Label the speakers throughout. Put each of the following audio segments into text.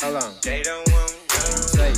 Speaker 1: How long?
Speaker 2: They don't want none.
Speaker 1: Say.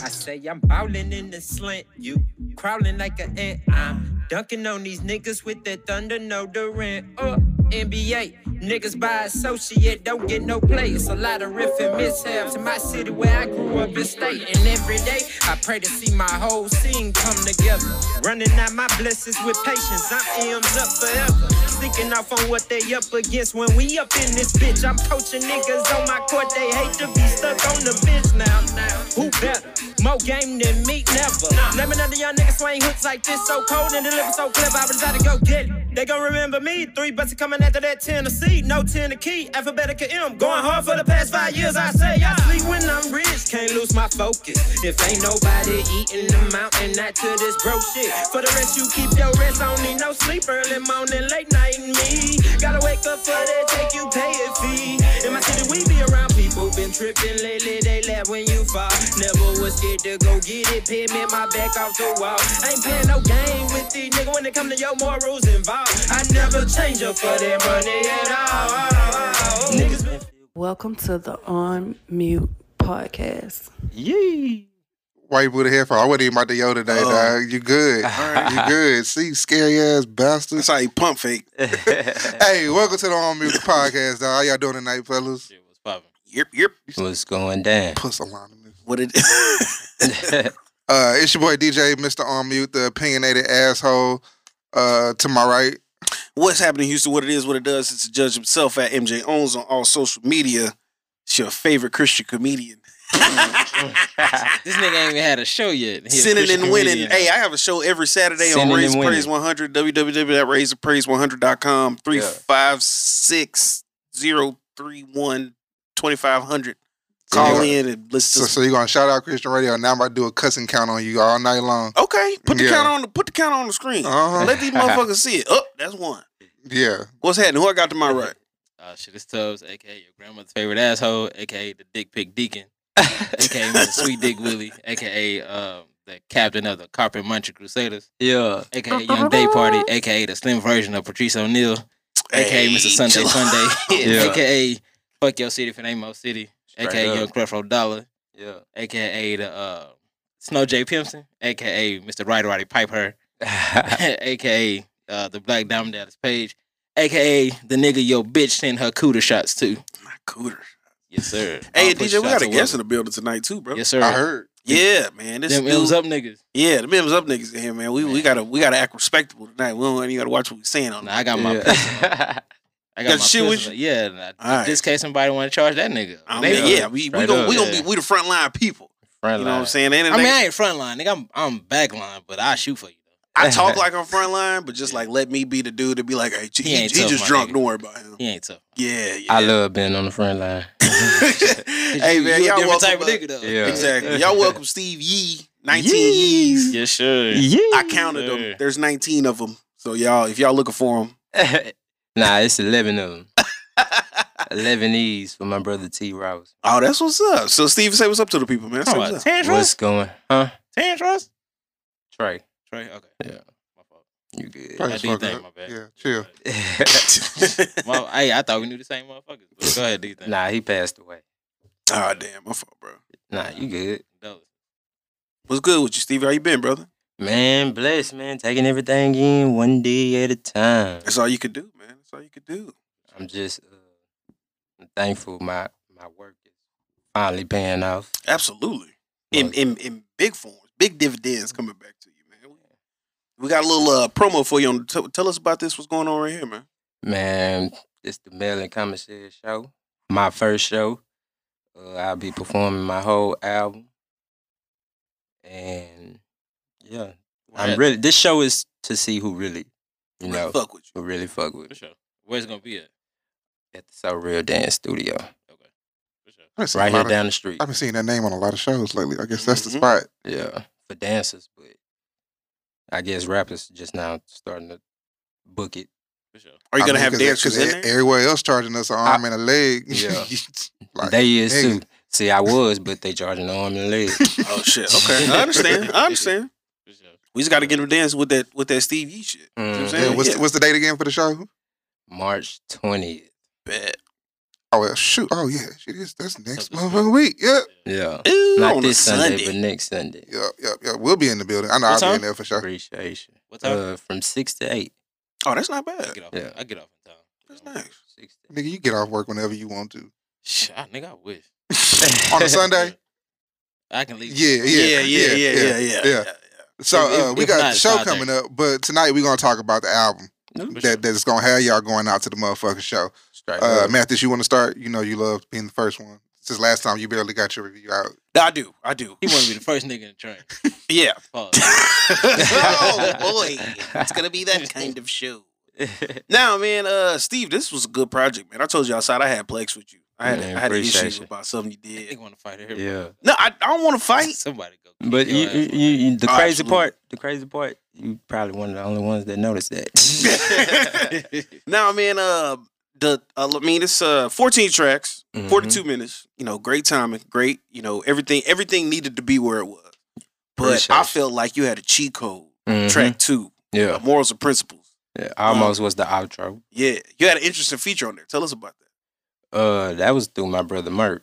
Speaker 1: I say I'm bowling in the slant, you crawling like an ant. I'm dunking on these niggas with that thunder, no Durant. Uh, NBA, niggas by associate don't get no play. It's a lot of riff and mishaps in my city where I grew up and stayed. And every day I pray to see my whole scene come together. Running out my blessings with patience, I'm M's up forever. Sneaking off on what they up against when we up in this bitch. I'm coaching niggas on my court, they hate to be stuck on the bench now. now. Who better? More game than me, never. Let me know the young niggas swing hooks like this, so cold and deliver so clever. I decided to go get it. They gon' remember me. Three bucks coming after that Tennessee. No ten to key, alphabetical M. Going hard for the past five years, I say. I sleep when I'm rich, can't lose my focus. If ain't nobody eating the mountain, not to this bro shit. For the rest, you keep your rest. I don't need no sleep early morning, late night and me. Gotta wake up for that, take you pay a fee. In my city, we be around people been tripping lately. They laugh when you fall. Never was scared to go get it. Pin me my back off the wall. Ain't playing no game with these niggas when it come to your morals involved. I never change up for that money at all. Niggas been
Speaker 3: Welcome to the On Mute Podcast.
Speaker 4: Yee.
Speaker 5: Why you put a headphone? I wasn't even my deodorant today,
Speaker 4: Oh.
Speaker 5: dog. You good. You good. See, scary ass bastards.
Speaker 2: That's how you pump fake.
Speaker 5: Hey, welcome to the On Music Podcast, dog. How y'all doing tonight, fellas?
Speaker 4: Shit was popping.
Speaker 2: Yep, yep.
Speaker 4: What's going down?
Speaker 5: Puss alignment.
Speaker 2: What it?
Speaker 5: Uh, it's your boy DJ, Mr. On Mute, the opinionated asshole. Uh, to my right,
Speaker 2: What's happening, Houston? What it is, what it does. It's the judge himself at MJ Owns on all social media. It's your favorite Christian comedian.
Speaker 6: This nigga ain't even had a show yet. Mm-hmm. He a
Speaker 2: Sinning
Speaker 6: Christian
Speaker 2: and winning.
Speaker 6: comedian.
Speaker 2: Hey, I have a show every Saturday
Speaker 6: Sinning
Speaker 2: on Raise
Speaker 6: and Winning.
Speaker 2: Praise 100, www.raisepraise100.com, 356 031 2500. Call
Speaker 5: Yeah.
Speaker 2: in and
Speaker 5: so,
Speaker 2: listen to
Speaker 5: so you gonna shout out Christian Radio, and now I'm about to do a cussing count on you all night long.
Speaker 2: Okay, put the
Speaker 5: Yeah.
Speaker 2: counter on the put the counter on the screen.
Speaker 5: Uh-huh.
Speaker 2: Let these motherfuckers see it. Oh, that's one.
Speaker 5: Yeah.
Speaker 2: What's happening? Who I got to my right?
Speaker 6: Oh shit, it's Tubbs, aka your grandmother's favorite asshole, aka the dick pic deacon, aka the sweet dick Willie, aka um, the captain of the Carpet Muncher Crusaders,
Speaker 4: yeah.
Speaker 6: aka Young Day Party, aka the slim version of Patrice O'Neal, aka Mr. Sunday
Speaker 2: chill.
Speaker 6: Sunday,
Speaker 4: Yeah.
Speaker 6: aka Fuck Your City if it ain't Mo City, aka
Speaker 4: up.
Speaker 6: Young Creflo Dollar,
Speaker 4: Yeah.
Speaker 6: aka the uh, Snow J Pimpson, aka Mr. Roddy Roddy Piper, aka uh, the Black Diamond Dallas Page, aka the nigga your bitch send her cooter shots to.
Speaker 2: My cooter.
Speaker 6: Yes, sir.
Speaker 2: Hey
Speaker 6: I'll put
Speaker 2: DJ, we got
Speaker 6: shots
Speaker 2: a
Speaker 6: to
Speaker 2: guest
Speaker 6: Willie.
Speaker 2: in the building tonight too, bro.
Speaker 6: Yes, sir.
Speaker 5: I heard.
Speaker 2: Yeah, man. This
Speaker 6: Them
Speaker 2: dude,
Speaker 6: M's up niggas.
Speaker 2: Yeah, the Mims up niggas in here, man. We we
Speaker 6: Man.
Speaker 2: gotta we gotta act respectable tonight. We don't even gotta watch what we saying on
Speaker 6: Nah,
Speaker 2: that.
Speaker 6: I got my pistol.
Speaker 4: yeah.
Speaker 6: I
Speaker 2: Got
Speaker 6: got my
Speaker 2: shit
Speaker 6: pistol.
Speaker 2: with you?
Speaker 6: Yeah, nah,
Speaker 2: All right.
Speaker 6: just in case somebody want to charge that nigga.
Speaker 2: I
Speaker 6: They-
Speaker 2: mean, yeah, we, we
Speaker 4: Straight
Speaker 2: gonna
Speaker 4: up.
Speaker 2: we gonna be
Speaker 6: Yeah.
Speaker 2: we the front line people.
Speaker 4: Front
Speaker 2: You know what I'm
Speaker 4: line.
Speaker 2: saying? Ain't a
Speaker 6: I mean,
Speaker 2: nigga-
Speaker 6: I ain't front line, nigga. I'm I'm back line, but I shoot for you.
Speaker 2: I talk like I'm front line, but just like let me be the dude to be like, hey, he,
Speaker 6: He
Speaker 2: he,
Speaker 6: ain't tough,
Speaker 2: just
Speaker 6: my
Speaker 2: drunk.
Speaker 6: nigga.
Speaker 2: Don't worry about him.
Speaker 6: He ain't tough.
Speaker 2: Yeah, yeah.
Speaker 4: I love being on the front line.
Speaker 2: hey
Speaker 6: You-
Speaker 2: man,
Speaker 6: you a
Speaker 2: y'all
Speaker 6: different
Speaker 2: welcome.
Speaker 6: type of
Speaker 2: uh,
Speaker 6: nigga though.
Speaker 4: Yeah.
Speaker 2: Exactly. Y'all welcome Steve Yee. 19 Yees.
Speaker 6: Yes, sure.
Speaker 2: I counted them.
Speaker 6: Yeah.
Speaker 2: There's 19 of them. So y'all, if y'all looking for them,
Speaker 4: nah, it's 11 of them. 11 E's for my brother T. Rouse.
Speaker 2: oh, that's what's up. So Steve, say what's up to the people, man. Say
Speaker 6: Oh,
Speaker 2: what's up.
Speaker 6: Tantros?
Speaker 4: What's going Huh?
Speaker 6: Tantros?
Speaker 4: Trey.
Speaker 6: Trey, okay.
Speaker 4: Yeah.
Speaker 6: My fault.
Speaker 4: You good?
Speaker 5: Probably
Speaker 6: I do
Speaker 5: fuck
Speaker 6: think,
Speaker 5: up.
Speaker 6: my bad.
Speaker 5: Yeah, chill.
Speaker 6: Well, hey, I thought we knew the same motherfuckers. But go ahead, do you think?
Speaker 4: nah, he passed away.
Speaker 2: oh damn, my fault, bro.
Speaker 4: Nah, you good.
Speaker 6: Dollars.
Speaker 2: What's good with you, Steve? How you been, brother?
Speaker 4: Man, blessed, man. Taking everything in one day at a time.
Speaker 2: That's all you could do, man. That's all you could do.
Speaker 4: I'm just uh, I'm thankful my my work is finally paying off.
Speaker 2: Absolutely. In
Speaker 4: Look.
Speaker 2: in in big forms, big dividends coming back to you, man. We- We got a little uh, promo for you. On t- tell us about this. What's going on right here, man?
Speaker 4: Man, it's the Mel and Commissary show. My first show. Uh, I'll be performing my whole album. And yeah,
Speaker 6: Where-
Speaker 4: I'm really this show is to see who really, you
Speaker 2: Really
Speaker 4: know,
Speaker 2: fuck with you.
Speaker 4: who really fuck with
Speaker 6: For sure. Where's it gonna be at?
Speaker 4: at the So Real Dance Studio.
Speaker 6: Okay. For sure.
Speaker 5: I've been seeing
Speaker 4: Right
Speaker 5: a
Speaker 4: here
Speaker 5: lot of-
Speaker 4: down the street.
Speaker 5: I've been seeing that name on a lot of shows lately. I guess that's the
Speaker 2: Mhm.
Speaker 5: spot.
Speaker 4: Yeah, for dancers, but I guess rappers just now starting to book it.
Speaker 6: For sure.
Speaker 2: Are you gonna
Speaker 5: I mean,
Speaker 2: have
Speaker 5: 'cause-
Speaker 2: dancers
Speaker 5: 'cause
Speaker 2: in there?
Speaker 5: Everywhere else charging us an arm and a leg.
Speaker 4: Yeah.
Speaker 5: Like,
Speaker 4: they is
Speaker 5: nigga.
Speaker 4: too. See, I was, but they charging arm and leg.
Speaker 2: oh shit. Okay, I understand. I understand.
Speaker 6: For sure.
Speaker 2: We just got to get them dancing with that with that Steve Yee shit.
Speaker 4: Mm,
Speaker 2: what I'm
Speaker 5: Yeah,
Speaker 2: saying?
Speaker 5: what's,
Speaker 2: Yeah.
Speaker 5: what's the date again for the show?
Speaker 4: March twentieth.
Speaker 2: Bet.
Speaker 5: Oh well, shoot! Oh yeah, shit, it's- that's next
Speaker 6: this week.
Speaker 5: motherfucking week. Yep,
Speaker 1: Yeah.
Speaker 2: Ooh,
Speaker 1: Not
Speaker 2: on a
Speaker 1: this Sunday,
Speaker 2: Sunday.
Speaker 1: but next Sunday.
Speaker 5: yep, yep, yep. We'll be in the building. I know
Speaker 6: What
Speaker 5: I'll
Speaker 6: time?
Speaker 5: be in there for sure.
Speaker 1: Appreciation.
Speaker 6: What time?
Speaker 1: Uh, from six to eight.
Speaker 2: Oh, that's not
Speaker 6: I
Speaker 2: bad.
Speaker 6: get off.
Speaker 1: yeah.
Speaker 6: I get off in time.
Speaker 2: That's nice.
Speaker 1: Six to
Speaker 5: Nigga, you get off work whenever you want to.
Speaker 6: Shh, I, nigga, I wish.
Speaker 5: On a Sunday?
Speaker 6: I can leave.
Speaker 5: Yeah, yeah,
Speaker 2: yeah, yeah, yeah, yeah. yeah,
Speaker 5: yeah. So
Speaker 6: If- if-
Speaker 5: uh, we
Speaker 6: if
Speaker 5: got
Speaker 6: not,
Speaker 5: the
Speaker 6: it's
Speaker 5: show
Speaker 6: Friday.
Speaker 5: coming up, but tonight we're gonna talk about the album
Speaker 1: No,
Speaker 6: for
Speaker 5: that,
Speaker 6: sure.
Speaker 5: that's gonna have y'all going out to the motherfucking show.
Speaker 1: Straight
Speaker 5: Uh,
Speaker 1: up.
Speaker 5: Mathis, you want to start? You know you love being the first one. Since last time, you barely got your review out.
Speaker 2: No, I do. I do.
Speaker 6: He want to be the first nigga in the train.
Speaker 2: Yeah.
Speaker 6: Pause.
Speaker 2: oh boy, it's gonna be that kind of show. Now, man, uh, Steve, this was a good project, man. I told you outside I had plex with you. I had
Speaker 1: Man,
Speaker 2: I had an
Speaker 1: appreciate
Speaker 2: issue
Speaker 1: you.
Speaker 2: about something
Speaker 6: I
Speaker 2: you did.
Speaker 6: think want to fight everybody.
Speaker 1: yeah.
Speaker 2: No, I, I don't want to fight.
Speaker 6: Somebody go. kick
Speaker 1: But you,
Speaker 6: your
Speaker 1: you,
Speaker 6: ass.
Speaker 1: you, you- the
Speaker 2: Oh,
Speaker 1: crazy
Speaker 2: absolutely.
Speaker 1: part, the crazy part, you probably one of the only ones that Mm-hmm. noticed that.
Speaker 2: Now, man, uh, the uh, I mean, it's uh, 14 tracks,
Speaker 1: Mm-hmm.
Speaker 2: 42 minutes. You know, great timing, great. You know, everything everything needed to be where it was. But
Speaker 1: Appreciate
Speaker 2: I
Speaker 1: you.
Speaker 2: felt like you had a cheat code.
Speaker 1: Mhm.
Speaker 2: Track two,
Speaker 1: Yeah,
Speaker 2: morals and principles.
Speaker 1: yeah, almost was the outro.
Speaker 2: Yeah, you had an interesting feature on there. Tell us about that.
Speaker 1: Uh, that was through my brother Merk,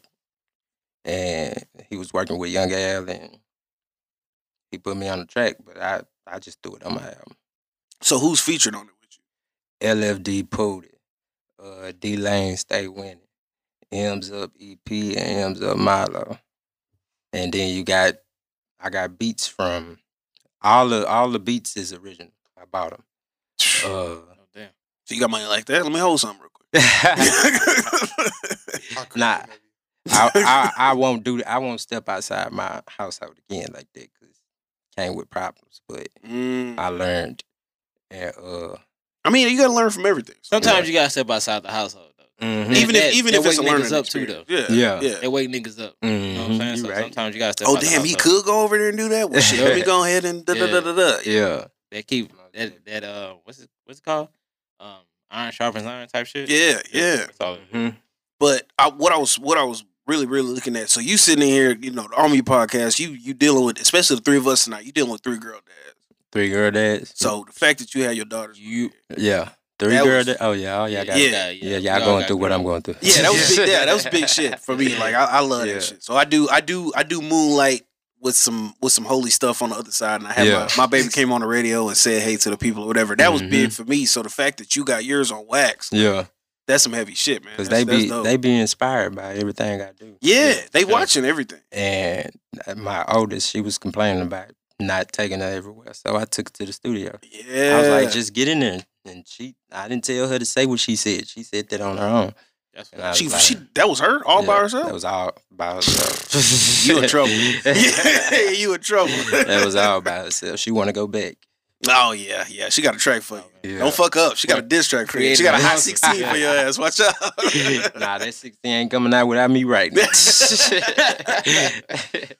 Speaker 1: and he was working with Young Al, and he put me on the track. But I, I just threw it on my album.
Speaker 2: So, who's featured on it with you?
Speaker 1: LFD pulled it. Uh, D Lane stay winning. M's up EP and M's up Milo, and then you got, I got beats from all the all the beats is original. I bought them. Uh,
Speaker 6: Oh, damn.
Speaker 2: So you got money like that? Let me hold something real quick.
Speaker 1: Nah.
Speaker 5: I,
Speaker 1: I, I I won't do that. I won't step outside my household again like that because came with problems. But
Speaker 2: Mm.
Speaker 1: I learned, and uh,
Speaker 2: I mean, you got to learn from everything.
Speaker 6: Sometimes you gotta step outside the household though.
Speaker 1: mhm,
Speaker 6: that-
Speaker 2: even if
Speaker 6: that-
Speaker 2: even
Speaker 6: that
Speaker 2: if it's a
Speaker 6: wake niggas
Speaker 2: learning
Speaker 6: up too,
Speaker 2: experience.
Speaker 1: Yeah.
Speaker 2: yeah.
Speaker 6: They wake niggas up. You know what I'm
Speaker 1: mhm,
Speaker 6: saying?
Speaker 1: you
Speaker 6: So
Speaker 1: right.
Speaker 6: sometimes you gotta step.
Speaker 2: Oh
Speaker 6: outside the
Speaker 2: damn, he
Speaker 6: household.
Speaker 2: could go over there and do that. Well, shit, let me go ahead and da da da da da.
Speaker 1: Yeah,
Speaker 6: That keep that that uh what's it what's it called? Um, iron sharpens iron type shit.
Speaker 2: Yeah, yeah.
Speaker 6: That's all it is.
Speaker 2: Mm-hmm.
Speaker 1: mhm,
Speaker 2: But I, what I was what I was really really looking at. So you sitting in here, you know, the Army podcast. You you dealing with especially the three of us tonight. You dealing with three girl dads.
Speaker 1: three girl dads.
Speaker 2: So the fact that you had your daughters,
Speaker 6: You
Speaker 1: yeah, three
Speaker 2: That
Speaker 1: girl
Speaker 2: was-
Speaker 1: dads. Oh yeah, oh yeah, I got
Speaker 2: Yeah.
Speaker 1: yeah, yeah,
Speaker 6: yeah,
Speaker 1: y'all
Speaker 6: y'all
Speaker 1: going
Speaker 6: got
Speaker 1: through what
Speaker 6: girl-
Speaker 1: I'm going through.
Speaker 2: yeah, that was big. Yeah, that was
Speaker 1: big.
Speaker 2: big shit for me. Like I, I love
Speaker 1: Yeah.
Speaker 2: that shit. So I do I do I do moonlight with some with some holy stuff on the other side. And I had
Speaker 1: Yeah.
Speaker 2: my, my baby came on the radio and said hey to the people or whatever. That was
Speaker 1: Mhm.
Speaker 2: big for me. So the fact that you got yours on wax,
Speaker 1: Yeah,
Speaker 2: that's some heavy shit, man.
Speaker 1: because
Speaker 2: That's-
Speaker 1: they
Speaker 2: that's
Speaker 1: be
Speaker 2: dope.
Speaker 1: they be inspired by everything I do.
Speaker 2: Yeah, they
Speaker 6: Yeah.
Speaker 2: watching everything.
Speaker 1: and uh, my oldest, she was complaining about not taking her everywhere, so I took her to the studio.
Speaker 2: Yeah,
Speaker 1: I was like, just get in there. And she, I didn't tell her to say what she said. She said that on her own.
Speaker 6: that's
Speaker 1: And I
Speaker 2: she,
Speaker 1: was like,
Speaker 2: she that was her all by
Speaker 1: yeah,
Speaker 2: herself.
Speaker 1: That was all by herself.
Speaker 2: you in trouble. yeah,
Speaker 1: that
Speaker 2: you in trouble.
Speaker 1: was all by herself. She want to go back.
Speaker 2: oh yeah, yeah. She got a track for you.
Speaker 1: Yeah.
Speaker 2: Don't fuck up. She got a diss track for you. She
Speaker 6: Creative
Speaker 2: got a hot
Speaker 6: hustle.
Speaker 2: sixteen for your ass. Watch out.
Speaker 1: nah, that 16 ain't coming out without me right now.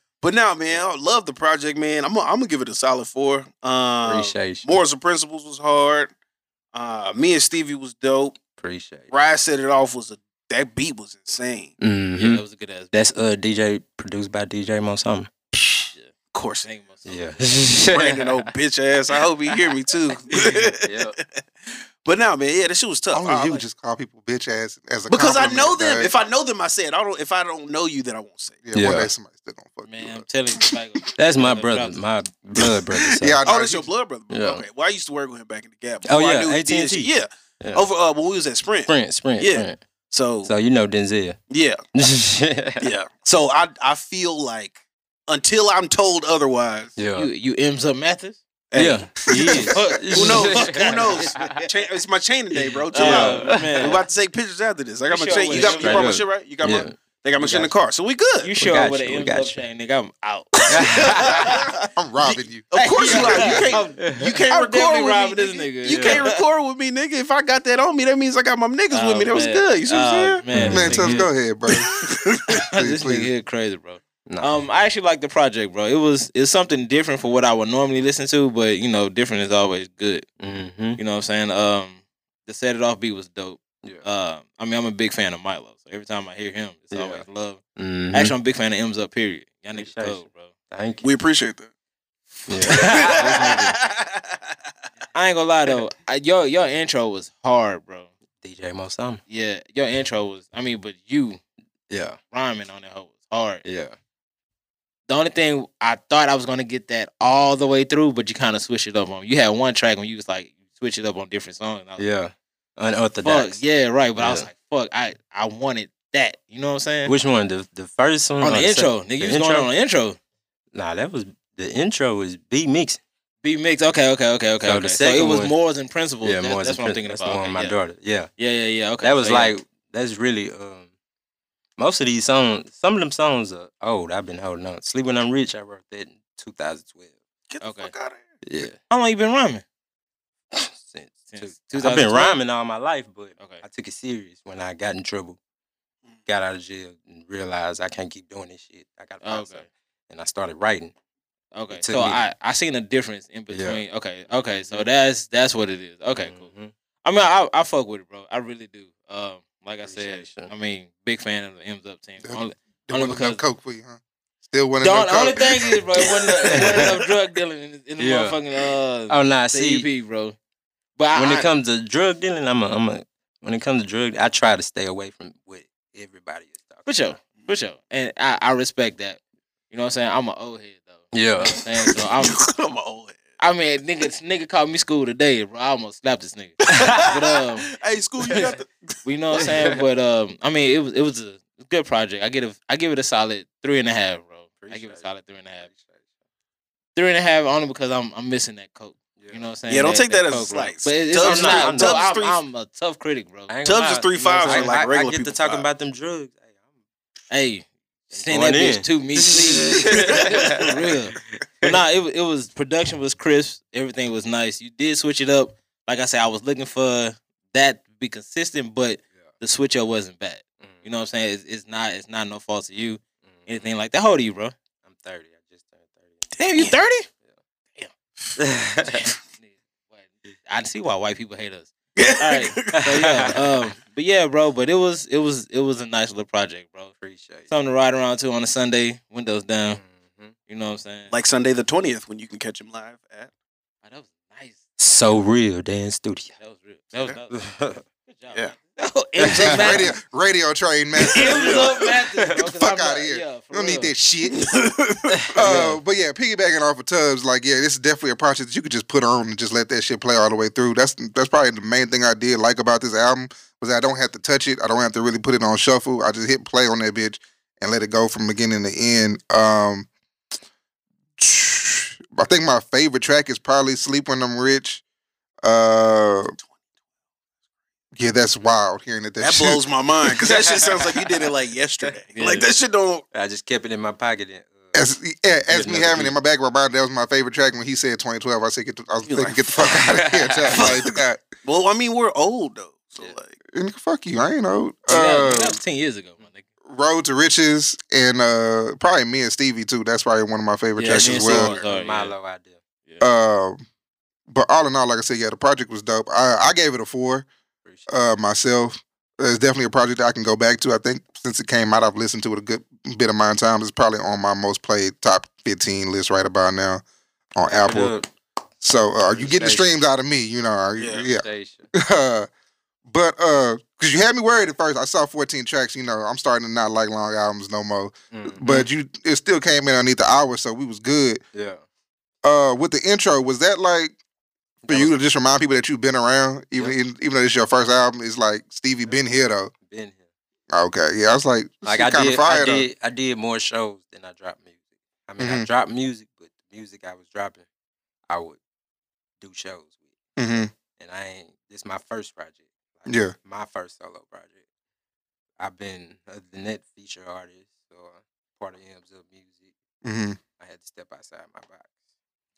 Speaker 2: but now, man, I love the project, man. I'm gonna I'm gonna give it a solid four. Um,
Speaker 1: Appreciate you.
Speaker 2: Morals and Principles was hard. Uh, me and Stevie was dope.
Speaker 1: Appreciate you.
Speaker 2: Ride set it off was a that beat was insane.
Speaker 1: Mhm.
Speaker 6: yeah, that was a good ass.
Speaker 1: That's uh DJ produced by DJ Monsom.
Speaker 2: Of course,
Speaker 6: thing. myself.
Speaker 1: Yeah.
Speaker 2: Brandon, old bitch ass. I hope he hear me too.
Speaker 1: Yep.
Speaker 2: But now, man, yeah, that shit was tough.
Speaker 5: Only
Speaker 2: I- I
Speaker 5: you
Speaker 2: like-
Speaker 5: just call people bitch ass as a
Speaker 2: because I
Speaker 5: compliment,
Speaker 2: know them.
Speaker 5: dog.
Speaker 2: If I know them, I say it. I don't. If I don't know you, then I won't say. It.
Speaker 5: yeah, one
Speaker 1: Yeah.
Speaker 5: day somebody still gonna fuck
Speaker 6: Man,
Speaker 5: you
Speaker 6: I'm
Speaker 5: up.
Speaker 6: telling you, like,
Speaker 1: That's my
Speaker 6: Yeah,
Speaker 1: brother,
Speaker 6: drops.
Speaker 1: my blood brother. So.
Speaker 5: Yeah, I know.
Speaker 2: Oh, that's your blood brother.
Speaker 1: Yeah.
Speaker 2: Okay. Well, I used to work with him back in the gap.
Speaker 1: Oh,
Speaker 2: before I
Speaker 1: yeah,
Speaker 2: knew he did
Speaker 1: AT&T.
Speaker 2: shit. Yeah.
Speaker 1: Yeah.
Speaker 2: Over uh, when we was at Sprint.
Speaker 1: Sprint, sprint,
Speaker 2: Yeah.
Speaker 1: sprint.
Speaker 2: So,
Speaker 1: So you know Denzel.
Speaker 2: yeah,
Speaker 1: yeah.
Speaker 2: yeah. So I I feel like until I'm told otherwise,
Speaker 1: Yeah.
Speaker 6: you you M's up Mathis.
Speaker 2: hey,
Speaker 1: Yeah.
Speaker 6: Fuck.
Speaker 2: Who knows? Who knows? Cha- it's my chain today, bro. Chill out.
Speaker 6: Uh,
Speaker 2: I'm
Speaker 6: man.
Speaker 2: about to take pictures after this. I got my
Speaker 6: Sure
Speaker 2: chain.
Speaker 6: will.
Speaker 2: You got you
Speaker 1: Straight
Speaker 2: brought my
Speaker 1: up.
Speaker 2: shit right. You got
Speaker 1: Yeah.
Speaker 2: my. They got my
Speaker 1: We
Speaker 2: shit in the
Speaker 1: got
Speaker 2: car, so we good.
Speaker 6: You sure
Speaker 1: got
Speaker 6: over
Speaker 1: you,
Speaker 6: the
Speaker 1: we
Speaker 6: M's
Speaker 1: got
Speaker 6: up
Speaker 1: you.
Speaker 6: chain, nigga? I'm out.
Speaker 2: of
Speaker 5: I'm robbing you.
Speaker 2: course you are. You can't. You can't
Speaker 6: I'm
Speaker 2: record
Speaker 6: definitely
Speaker 2: with
Speaker 6: robbing
Speaker 2: me,
Speaker 6: this
Speaker 2: nigga.
Speaker 6: nigga.
Speaker 2: You
Speaker 6: Yeah.
Speaker 2: can't record with me, nigga. If I got that on me, that means I got my niggas with
Speaker 6: Oh,
Speaker 2: me. That was
Speaker 6: man.
Speaker 2: good. You see what
Speaker 6: Oh,
Speaker 2: I'm saying?
Speaker 6: Man,
Speaker 5: Man,
Speaker 6: this
Speaker 5: Tubbs,
Speaker 6: nigga-
Speaker 5: go ahead, bro.
Speaker 6: this nigga
Speaker 5: please.
Speaker 6: here crazy, bro.
Speaker 1: Nah.
Speaker 6: Um, I actually like the project, bro. It was it's something different for what I would normally listen to, but you know, different is always good.
Speaker 1: mm-hmm.
Speaker 6: You know what I'm saying? Um, the set it off beat was dope.
Speaker 1: Yeah.
Speaker 6: Uh, I mean, I'm a big fan of Milo, so every time I hear him, it's always love.
Speaker 1: hmm
Speaker 6: Actually, I'm a big fan of M's Up. Period. Y'all niggas
Speaker 1: Appreciate
Speaker 6: cold,
Speaker 1: you.
Speaker 6: bro.
Speaker 1: Thank you.
Speaker 2: We appreciate that.
Speaker 6: I ain't gonna lie though, I, your your intro was hard, bro.
Speaker 1: DJ Mo Summer.
Speaker 6: Yeah, your intro was. I mean, but you
Speaker 1: Yeah,
Speaker 6: rhyming on that hoe was hard.
Speaker 1: yeah.
Speaker 6: The only thing I thought I was gonna get that all the way through, but you kind of switched it up on. You had one track when you was like you switch it up on different songs. and I was like,
Speaker 1: Yeah.
Speaker 6: fuck
Speaker 1: Unorthodox.
Speaker 6: yeah, right. But I was
Speaker 1: Yeah.
Speaker 6: like, fuck, I I wanted that. You know what I'm saying?
Speaker 1: Which one? The the first one
Speaker 6: on
Speaker 1: or
Speaker 6: the
Speaker 1: sec-
Speaker 6: intro, nigga,
Speaker 1: the
Speaker 6: you was going
Speaker 1: intro?
Speaker 6: on the intro.
Speaker 1: Nah, that was the intro was B mix.
Speaker 6: B mix. Okay, okay, okay, okay.
Speaker 1: So the
Speaker 6: okay. So it
Speaker 1: second
Speaker 6: was
Speaker 1: one-
Speaker 6: Moors and Principles.
Speaker 1: Yeah,
Speaker 6: that,
Speaker 1: more
Speaker 6: that's what I'm thinking
Speaker 1: that's
Speaker 6: about.
Speaker 1: The one
Speaker 6: Okay,
Speaker 1: with my
Speaker 6: yeah.
Speaker 1: daughter. Yeah,
Speaker 6: yeah, yeah, yeah. Okay,
Speaker 1: that was
Speaker 6: so, yeah.
Speaker 1: like that's really um. Most of these songs, some of them songs are old. I've been holding on. Sleep when I'm rich. I wrote that in 2012.
Speaker 2: Get the
Speaker 6: Okay.
Speaker 2: fuck out of here.
Speaker 1: Yeah,
Speaker 6: how long you been rhyming?
Speaker 1: since,
Speaker 6: Since
Speaker 1: two- I've been
Speaker 6: 2012?
Speaker 1: rhyming all my life, but
Speaker 6: Okay.
Speaker 1: I took it serious when I got in trouble, got out of jail, and realized I can't keep doing this shit. I got to find
Speaker 6: Oh, Okay.
Speaker 1: something. and I started writing.
Speaker 6: Okay,
Speaker 1: It took
Speaker 6: so
Speaker 1: me-
Speaker 6: I I seen a difference in
Speaker 1: Yeah.
Speaker 6: between. Okay, okay, so that's that's what it is. Okay, cool.
Speaker 1: Mhm.
Speaker 6: I mean, I I fuck with it, bro. I really do. Um, like I said,
Speaker 1: Appreciation.
Speaker 6: I mean, big fan of the M's Up team.
Speaker 5: Yeah.
Speaker 6: Only,
Speaker 5: There wasn't
Speaker 6: because-
Speaker 5: enough coke for you, huh? Still wasn't
Speaker 6: Dog,
Speaker 5: enough
Speaker 6: the only
Speaker 5: coke.
Speaker 6: thing is, bro, it wasn't, a, it wasn't no drug dealing in, in the
Speaker 1: Yeah.
Speaker 6: motherfucking uh
Speaker 1: Oh, nah, see,
Speaker 6: CEP, bro. But
Speaker 1: when
Speaker 6: I,
Speaker 1: it comes to drug dealing, I'm a, I'm a, when it comes to drug, I try to stay away from what everybody is talking.
Speaker 6: for sure,
Speaker 1: about.
Speaker 6: for sure, and I I respect that. You know what I'm saying? I'm an old head though.
Speaker 1: Yeah.
Speaker 6: You know what I'm saying? So I'm,
Speaker 2: I'm an old head.
Speaker 6: I mean, nigga, nigga called me school today, bro. I almost slapped this nigga. but um,
Speaker 2: Hey, school, you got the.
Speaker 6: you know what I'm saying. But um, I mean, it was it was a good project. I get a I give it a solid three and a half, bro. I
Speaker 1: Appreciate
Speaker 6: give it a
Speaker 1: it.
Speaker 6: solid three and a half. Three and a half only because I'm I'm missing that coke. You know what I'm saying?
Speaker 2: Yeah, don't take that as a
Speaker 6: coke, bro.
Speaker 2: slight.
Speaker 6: But it- it's,
Speaker 2: Tubbs
Speaker 6: I'm not.
Speaker 1: is-
Speaker 6: I'm,
Speaker 1: Tubbs
Speaker 2: is
Speaker 6: I'm-
Speaker 2: three-
Speaker 6: I'm a tough critic, bro.
Speaker 1: I ain't
Speaker 2: Tubs
Speaker 1: gonna
Speaker 2: is
Speaker 1: lie,
Speaker 2: three
Speaker 1: you know what I'm
Speaker 2: fives
Speaker 1: saying?
Speaker 2: on, like,
Speaker 1: I-
Speaker 2: regular
Speaker 1: I get to
Speaker 2: people
Speaker 1: talking
Speaker 2: five.
Speaker 1: about them drugs. Hey, I'm
Speaker 6: Hey, send
Speaker 1: going
Speaker 6: that bitch
Speaker 1: in.
Speaker 6: to me, please. For real. But nah, it wa- it was production was crisp. Everything was nice. You did switch it up. Like I said, I was looking for that to be consistent, but the switch up wasn't bad.
Speaker 1: Mm-hmm.
Speaker 6: You know what I'm saying? It's, it's not. It's not no fault of you. Anything like that. How old are you, bro?
Speaker 1: I'm 30. I just turned 30.
Speaker 6: Damn, you thirty?
Speaker 1: yeah.
Speaker 6: I see why white people hate us. All right. So yeah,
Speaker 2: uh,
Speaker 6: um, but yeah, bro. But it was it was it was a nice little project, bro.
Speaker 1: Appreciate it.
Speaker 6: Something to ride around to on a Sunday, windows down.
Speaker 1: Mhm.
Speaker 5: Mm-hmm.
Speaker 6: You know what I'm saying?
Speaker 2: Like Sunday the 20th when you can catch him live at.
Speaker 6: Oh, that was nice.
Speaker 1: So real, Dan Studio.
Speaker 6: That was real. That was, that was good job.
Speaker 2: Yeah.
Speaker 6: man. Oh, M's up
Speaker 5: radio,
Speaker 6: Mathis.
Speaker 5: radio train, man.
Speaker 6: M's up Mathis, bro, 'cause
Speaker 5: Fuck
Speaker 6: I'm
Speaker 5: outta
Speaker 6: like,
Speaker 5: here.
Speaker 6: Yeah, for
Speaker 5: You don't need
Speaker 6: real.
Speaker 5: that shit. uh, but yeah, piggybacking off of Tubbs, like yeah, this is definitely a project that you could just put on and just let that shit play all the way through. That's that's probably the main thing I did like about this album was I don't have to touch it. I don't have to really put it on shuffle. I just hit play on that bitch and let it go from beginning to end. Um, I think my favorite track is probably "Sleep When I'm Rich." Uh, yeah, that's wild hearing that. That,
Speaker 2: That
Speaker 5: shit-
Speaker 2: blows my mind because that shit sounds like you did it like yesterday.
Speaker 6: Yeah.
Speaker 2: Like that shit don't.
Speaker 1: I just kept it in my pocket. And, uh,
Speaker 5: As, yeah, as
Speaker 1: Good
Speaker 5: me
Speaker 1: enough
Speaker 5: having it in my back reminder, that was my favorite track when he said 2012. I said, get the, I was
Speaker 2: You're
Speaker 5: thinking,
Speaker 2: like,
Speaker 5: get the fuck out of here, Jack. Like, that.
Speaker 2: Well, I mean, we're old though, so
Speaker 1: Yeah.
Speaker 2: like
Speaker 5: And fuck you, I ain't old.
Speaker 6: That was-
Speaker 5: Uh,
Speaker 6: that was ten years ago, my nigga.
Speaker 5: Road to Riches and uh, probably me and Stevie too. That's probably one of my favorite
Speaker 6: Yeah,
Speaker 5: tracks
Speaker 6: me
Speaker 5: as
Speaker 6: and Stevie.
Speaker 5: well.
Speaker 6: was hard, oh, yeah.
Speaker 1: Milo idea.
Speaker 5: Um, but all in all, like I said, yeah, the project was dope. I, I gave it a four
Speaker 1: Appreciate it.
Speaker 5: uh, myself. It's definitely a project that I can go back to. I think since it came out, I've listened to it a good bit of my times. It's probably on my most played top 15 list right about now on Apple.
Speaker 1: Look,
Speaker 5: So uh, you getting the
Speaker 1: Station.
Speaker 5: streams out of me, you know? are you-
Speaker 2: Yeah.
Speaker 5: Yeah.
Speaker 1: station.
Speaker 5: but uh, cause you had me worried at first. I saw 14 tracks. You know, I'm starting to not like long albums no more.
Speaker 6: Mm-hmm.
Speaker 1: Mhm.
Speaker 5: But you, it still came in underneath the hour, so we was good.
Speaker 1: yeah.
Speaker 5: Uh, with the intro, was that like for
Speaker 1: That
Speaker 5: you to just remind people that you've been around, even
Speaker 1: Yeah.
Speaker 5: even, even though it's your first album? It's like Stevie been here though.
Speaker 1: Been here.
Speaker 5: Okay, yeah, I was like,
Speaker 1: Like I
Speaker 5: kind of
Speaker 1: did, I
Speaker 5: fire though.
Speaker 1: did, I did more shows
Speaker 6: uh.
Speaker 1: than I dropped music. I mean, I
Speaker 6: Mm-hmm.
Speaker 5: Mhm.
Speaker 1: dropped music, but the music I was dropping, I would do shows with,
Speaker 5: Mhm.
Speaker 1: and I ain't. This my first project.
Speaker 5: Yeah.
Speaker 1: my first solo project. I've been other than that feature artist or part of M's Up Music.
Speaker 5: Mhm.
Speaker 1: I had to step outside my box.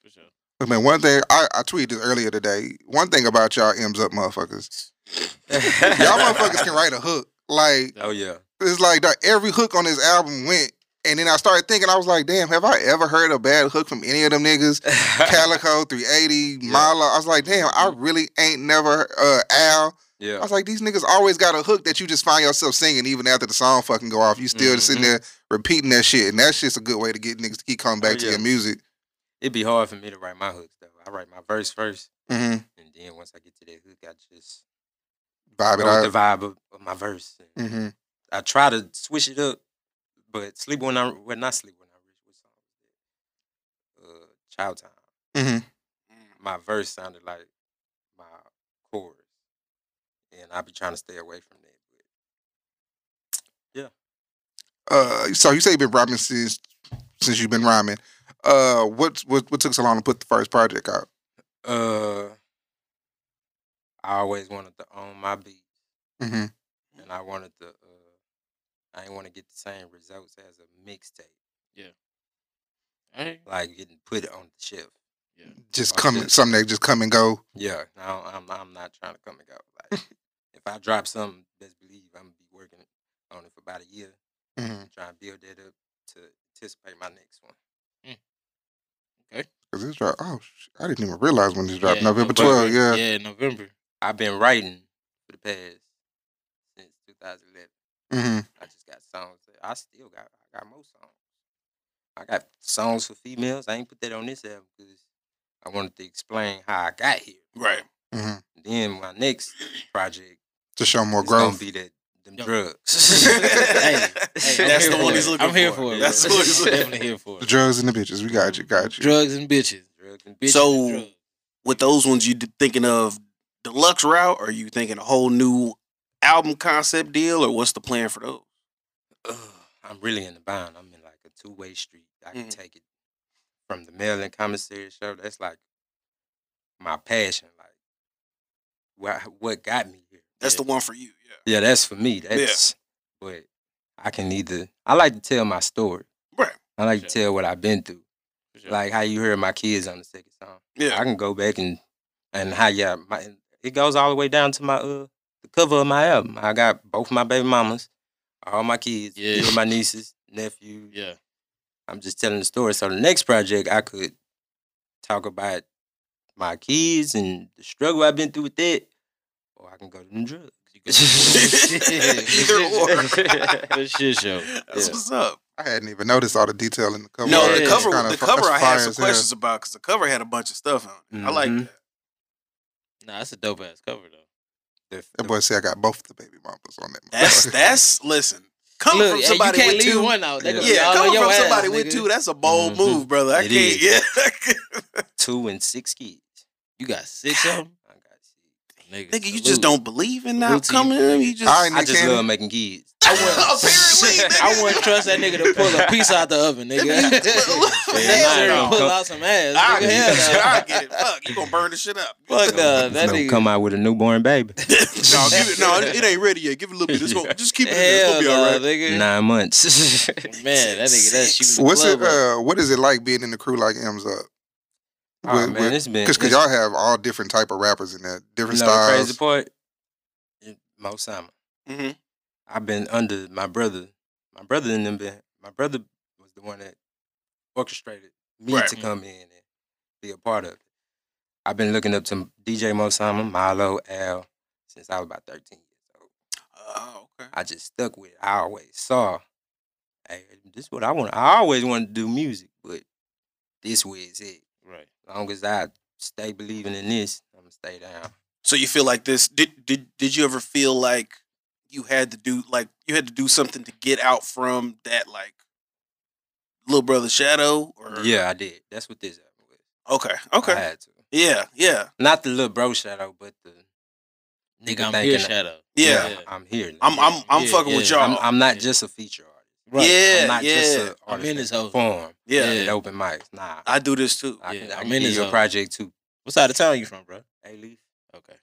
Speaker 6: For sure.
Speaker 5: I mean, one thing I, I tweeted this earlier today. One thing about y'all M's up motherfuckers, y'all motherfuckers can write a hook. Like
Speaker 1: Oh yeah,
Speaker 5: it's like dog, every hook on this album went, and then I started thinking, I was like, damn, have I ever heard a bad hook from any of them niggas? Calico, 380,
Speaker 1: Yeah. Mm-hmm.
Speaker 5: Mala. I was like, damn, I really ain't never uh Al. I
Speaker 1: yeah.
Speaker 5: was like, these niggas always got a hook that you just find yourself singing even after the song fucking go off. You still just sitting
Speaker 1: Mhm.
Speaker 5: there repeating that shit, and that's just a good way to get niggas to keep coming back
Speaker 1: Oh,
Speaker 5: to
Speaker 1: yeah.
Speaker 5: your music.
Speaker 1: It'd be hard for me to write my hooks though. I write my verse first,
Speaker 5: Mm-hmm.
Speaker 1: and then once I Mm-hmm. get to that hook, I just
Speaker 5: vibe
Speaker 1: That
Speaker 5: it
Speaker 1: was the
Speaker 5: out.
Speaker 1: vibe of, of my verse.
Speaker 5: hmm
Speaker 1: I try to switch it up, but sleep when I when not sleep when I rich. What song was that? Uh, Child time.
Speaker 5: hmm
Speaker 1: My verse sounded like my chorus, and I be trying to stay away from that.
Speaker 5: Uh, so you say you've been rhyming since since you've been rhyming. Uh, what what what took so long to put the first project out?
Speaker 1: But, uh, I always wanted to own my beat,
Speaker 5: hmm
Speaker 1: and I wanted to. Uh, I didn't want to get the same results as a mixtape,
Speaker 6: Hey,
Speaker 1: like getting put on the shelf.
Speaker 5: Just
Speaker 1: Oh,
Speaker 5: come
Speaker 1: shit.
Speaker 5: something that just come and go.
Speaker 1: Yeah, no, I'm I'm not trying to come and go. Like, if I drop something, best believe I'm gonna be working on it for about a year,
Speaker 5: hmm
Speaker 1: trying to build that up to anticipate my next one.
Speaker 5: Cause this drop, oh, sh- I didn't even realize when this dropped.
Speaker 6: yeah,
Speaker 5: November twelfth, yeah.
Speaker 6: yeah, November.
Speaker 1: I've been writing for the past since 2011.
Speaker 5: hmm
Speaker 1: I just got songs. That I still got. I got more songs. I got songs for females. I ain't put that on this album because I wanted to explain how I got here.
Speaker 2: Right.
Speaker 5: hmm
Speaker 1: Then my next project
Speaker 5: To show more
Speaker 1: is gonna
Speaker 5: growth.
Speaker 1: be that them
Speaker 6: Yo.
Speaker 1: drugs.
Speaker 6: Hey, I'm
Speaker 2: That's
Speaker 6: here
Speaker 2: the
Speaker 6: for
Speaker 2: one
Speaker 6: it.
Speaker 2: he's looking
Speaker 6: I'm here
Speaker 2: for.
Speaker 6: for it.
Speaker 2: That's
Speaker 6: bro.
Speaker 2: what he's
Speaker 6: I'm
Speaker 2: looking
Speaker 6: definitely here for.
Speaker 5: the
Speaker 6: it.
Speaker 5: drugs and the bitches. We got you, got you.
Speaker 6: Drugs and bitches.
Speaker 1: drugs and
Speaker 6: bitches
Speaker 2: So-
Speaker 6: and drugs.
Speaker 2: With those ones, you d- thinking of deluxe route? Or you thinking a whole new album concept deal? Or what's the plan for those?
Speaker 1: ugh, I'm really in the bind. I'm in like a two way street. I can
Speaker 2: Mhm.
Speaker 1: take it from the mail and commissary show. That's like my passion. Like what what got me here.
Speaker 2: That's
Speaker 1: yeah.
Speaker 2: the one for you. Yeah.
Speaker 1: Yeah, that's for me. That's but I can either I like to tell my story.
Speaker 2: Right.
Speaker 1: I like to
Speaker 6: Sure.
Speaker 1: tell what I've been through.
Speaker 6: For sure.
Speaker 1: Like how you heard my kids on the second song.
Speaker 2: Yeah.
Speaker 1: I can go back and and how yeah, my and it goes all the way down to my uh the cover of my album. I got both my baby mamas, all my kids, a few
Speaker 6: Yeah.
Speaker 1: of my nieces, nephews.
Speaker 6: yeah,
Speaker 1: I'm just telling the story. So the next project I could talk about my kids and the struggle I've been through with that, or I can go to them drugs.
Speaker 6: you go- Shit.
Speaker 2: Either or.
Speaker 6: Good shit show.
Speaker 2: That's
Speaker 1: Yeah.
Speaker 2: what's up.
Speaker 5: I hadn't even noticed all the detail in the cover.
Speaker 2: No,
Speaker 5: art.
Speaker 2: the
Speaker 6: Yeah.
Speaker 2: cover,
Speaker 5: Kinda
Speaker 2: the
Speaker 5: fu-
Speaker 2: cover,
Speaker 5: that's
Speaker 2: I
Speaker 5: fire
Speaker 2: had some
Speaker 5: as hell.
Speaker 2: questions about because the cover had a bunch of stuff on it. I like
Speaker 6: Mm-hmm.
Speaker 1: Mhm.
Speaker 2: that.
Speaker 6: Nah, that's a dope ass cover though.
Speaker 1: The-
Speaker 5: That
Speaker 1: the-
Speaker 5: boy said I got both the baby mamas on that.
Speaker 2: That's
Speaker 5: motherfucker.
Speaker 2: that's listen. Come
Speaker 6: Look,
Speaker 2: from
Speaker 6: hey, you
Speaker 2: somebody
Speaker 6: can't
Speaker 2: with
Speaker 6: leave
Speaker 2: two.
Speaker 6: one out. They
Speaker 1: Yeah.
Speaker 6: gonna be
Speaker 2: Yeah,
Speaker 6: all
Speaker 2: coming
Speaker 6: on your
Speaker 2: from
Speaker 6: ass,
Speaker 2: somebody with
Speaker 6: nigga. Mm-hmm.
Speaker 2: two. That's a bold
Speaker 1: Mhm.
Speaker 2: move, brother. I
Speaker 1: It
Speaker 2: can't.
Speaker 1: is.
Speaker 2: Yeah,
Speaker 1: two and six kids.
Speaker 6: You got six of them,
Speaker 1: I got six.
Speaker 6: nigga.
Speaker 2: nigga, you
Speaker 6: salute.
Speaker 2: just don't believe in
Speaker 6: Salute
Speaker 2: that
Speaker 6: to
Speaker 2: coming
Speaker 6: you,
Speaker 2: in.
Speaker 6: nigga.
Speaker 2: You just
Speaker 5: I ain't-
Speaker 1: I just
Speaker 5: Cannon?
Speaker 1: love making kids.
Speaker 2: apparently. Nigga.
Speaker 6: I wouldn't trust that nigga to pull a piece out the oven, nigga.
Speaker 2: If you- look,
Speaker 6: For
Speaker 2: hell
Speaker 6: sure,
Speaker 1: no.
Speaker 6: pull out some ass,
Speaker 2: I
Speaker 6: nigga.
Speaker 2: get
Speaker 6: Hell
Speaker 2: it.
Speaker 6: no.
Speaker 2: I get it. Fuck, you gonna burn the shit up.
Speaker 6: Fuck no, that
Speaker 1: That
Speaker 6: nigga.
Speaker 1: come out with a newborn baby,
Speaker 2: no, give it, no, it it ain't ready yet. Give it a little bit. It's gonna, just keep it. in there. It's
Speaker 6: Hell
Speaker 2: gonna be
Speaker 6: no,
Speaker 2: all right.
Speaker 6: nigga.
Speaker 1: nine months.
Speaker 6: Man, that nigga, that's shooting. the
Speaker 5: What's it?
Speaker 6: club up.
Speaker 5: Uh, what is it like being in the crew like M's up?
Speaker 1: oh
Speaker 5: With-
Speaker 1: man,
Speaker 5: with-
Speaker 1: it's been
Speaker 5: Cause, cause
Speaker 1: it's-
Speaker 5: y'all have all different type of rappers in there, different
Speaker 1: you know the
Speaker 5: styles.
Speaker 1: crazy part. It- Mo Simon.
Speaker 2: Mhm.
Speaker 1: I've been under my brother. My brother and them been. My brother was the one that orchestrated me
Speaker 2: Right.
Speaker 1: to come in and be a part of it. I've been looking up to DJ Mo Simon, Milo, Al since I was about thirteen years old.
Speaker 2: Oh, okay.
Speaker 1: I just stuck with. it. I always saw, hey, this is what I want. I always wanted to do music, but this was it.
Speaker 6: Right.
Speaker 1: long as I stay believing in this, I'm gonna stay down.
Speaker 2: So you feel like this? Did did did you ever feel like you had to do like you had to do something to get out from that like little brother shadow? Or
Speaker 1: Yeah, I did. That's what this happened with.
Speaker 2: Okay.
Speaker 1: I
Speaker 2: Okay.
Speaker 1: had to.
Speaker 2: Yeah. Yeah.
Speaker 1: Not the little bro shadow, but the
Speaker 6: Nigga, I'm
Speaker 1: thinking
Speaker 6: here,
Speaker 1: that-
Speaker 6: shadow.
Speaker 2: Yeah.
Speaker 1: I'm here. now.
Speaker 2: I'm I'm I'm
Speaker 6: Yeah,
Speaker 2: fucking
Speaker 6: yeah.
Speaker 2: with y'all.
Speaker 1: I'm, I'm not just a feature artist.
Speaker 6: Right.
Speaker 2: Yeah.
Speaker 1: I'm not
Speaker 2: yeah.
Speaker 1: just an
Speaker 6: I'm
Speaker 1: artist.
Speaker 6: in this
Speaker 1: this
Speaker 6: hole.
Speaker 1: Form.
Speaker 2: yeah.
Speaker 6: Yeah.
Speaker 1: At open mics. Nah.
Speaker 2: I do this too.
Speaker 1: I can,
Speaker 6: Yeah,
Speaker 1: I
Speaker 6: I'm
Speaker 1: can
Speaker 6: in
Speaker 1: give
Speaker 6: this
Speaker 1: you a
Speaker 6: hoe.
Speaker 1: project too.
Speaker 6: What side of town you from, bro?
Speaker 1: A Leaf.
Speaker 6: Okay.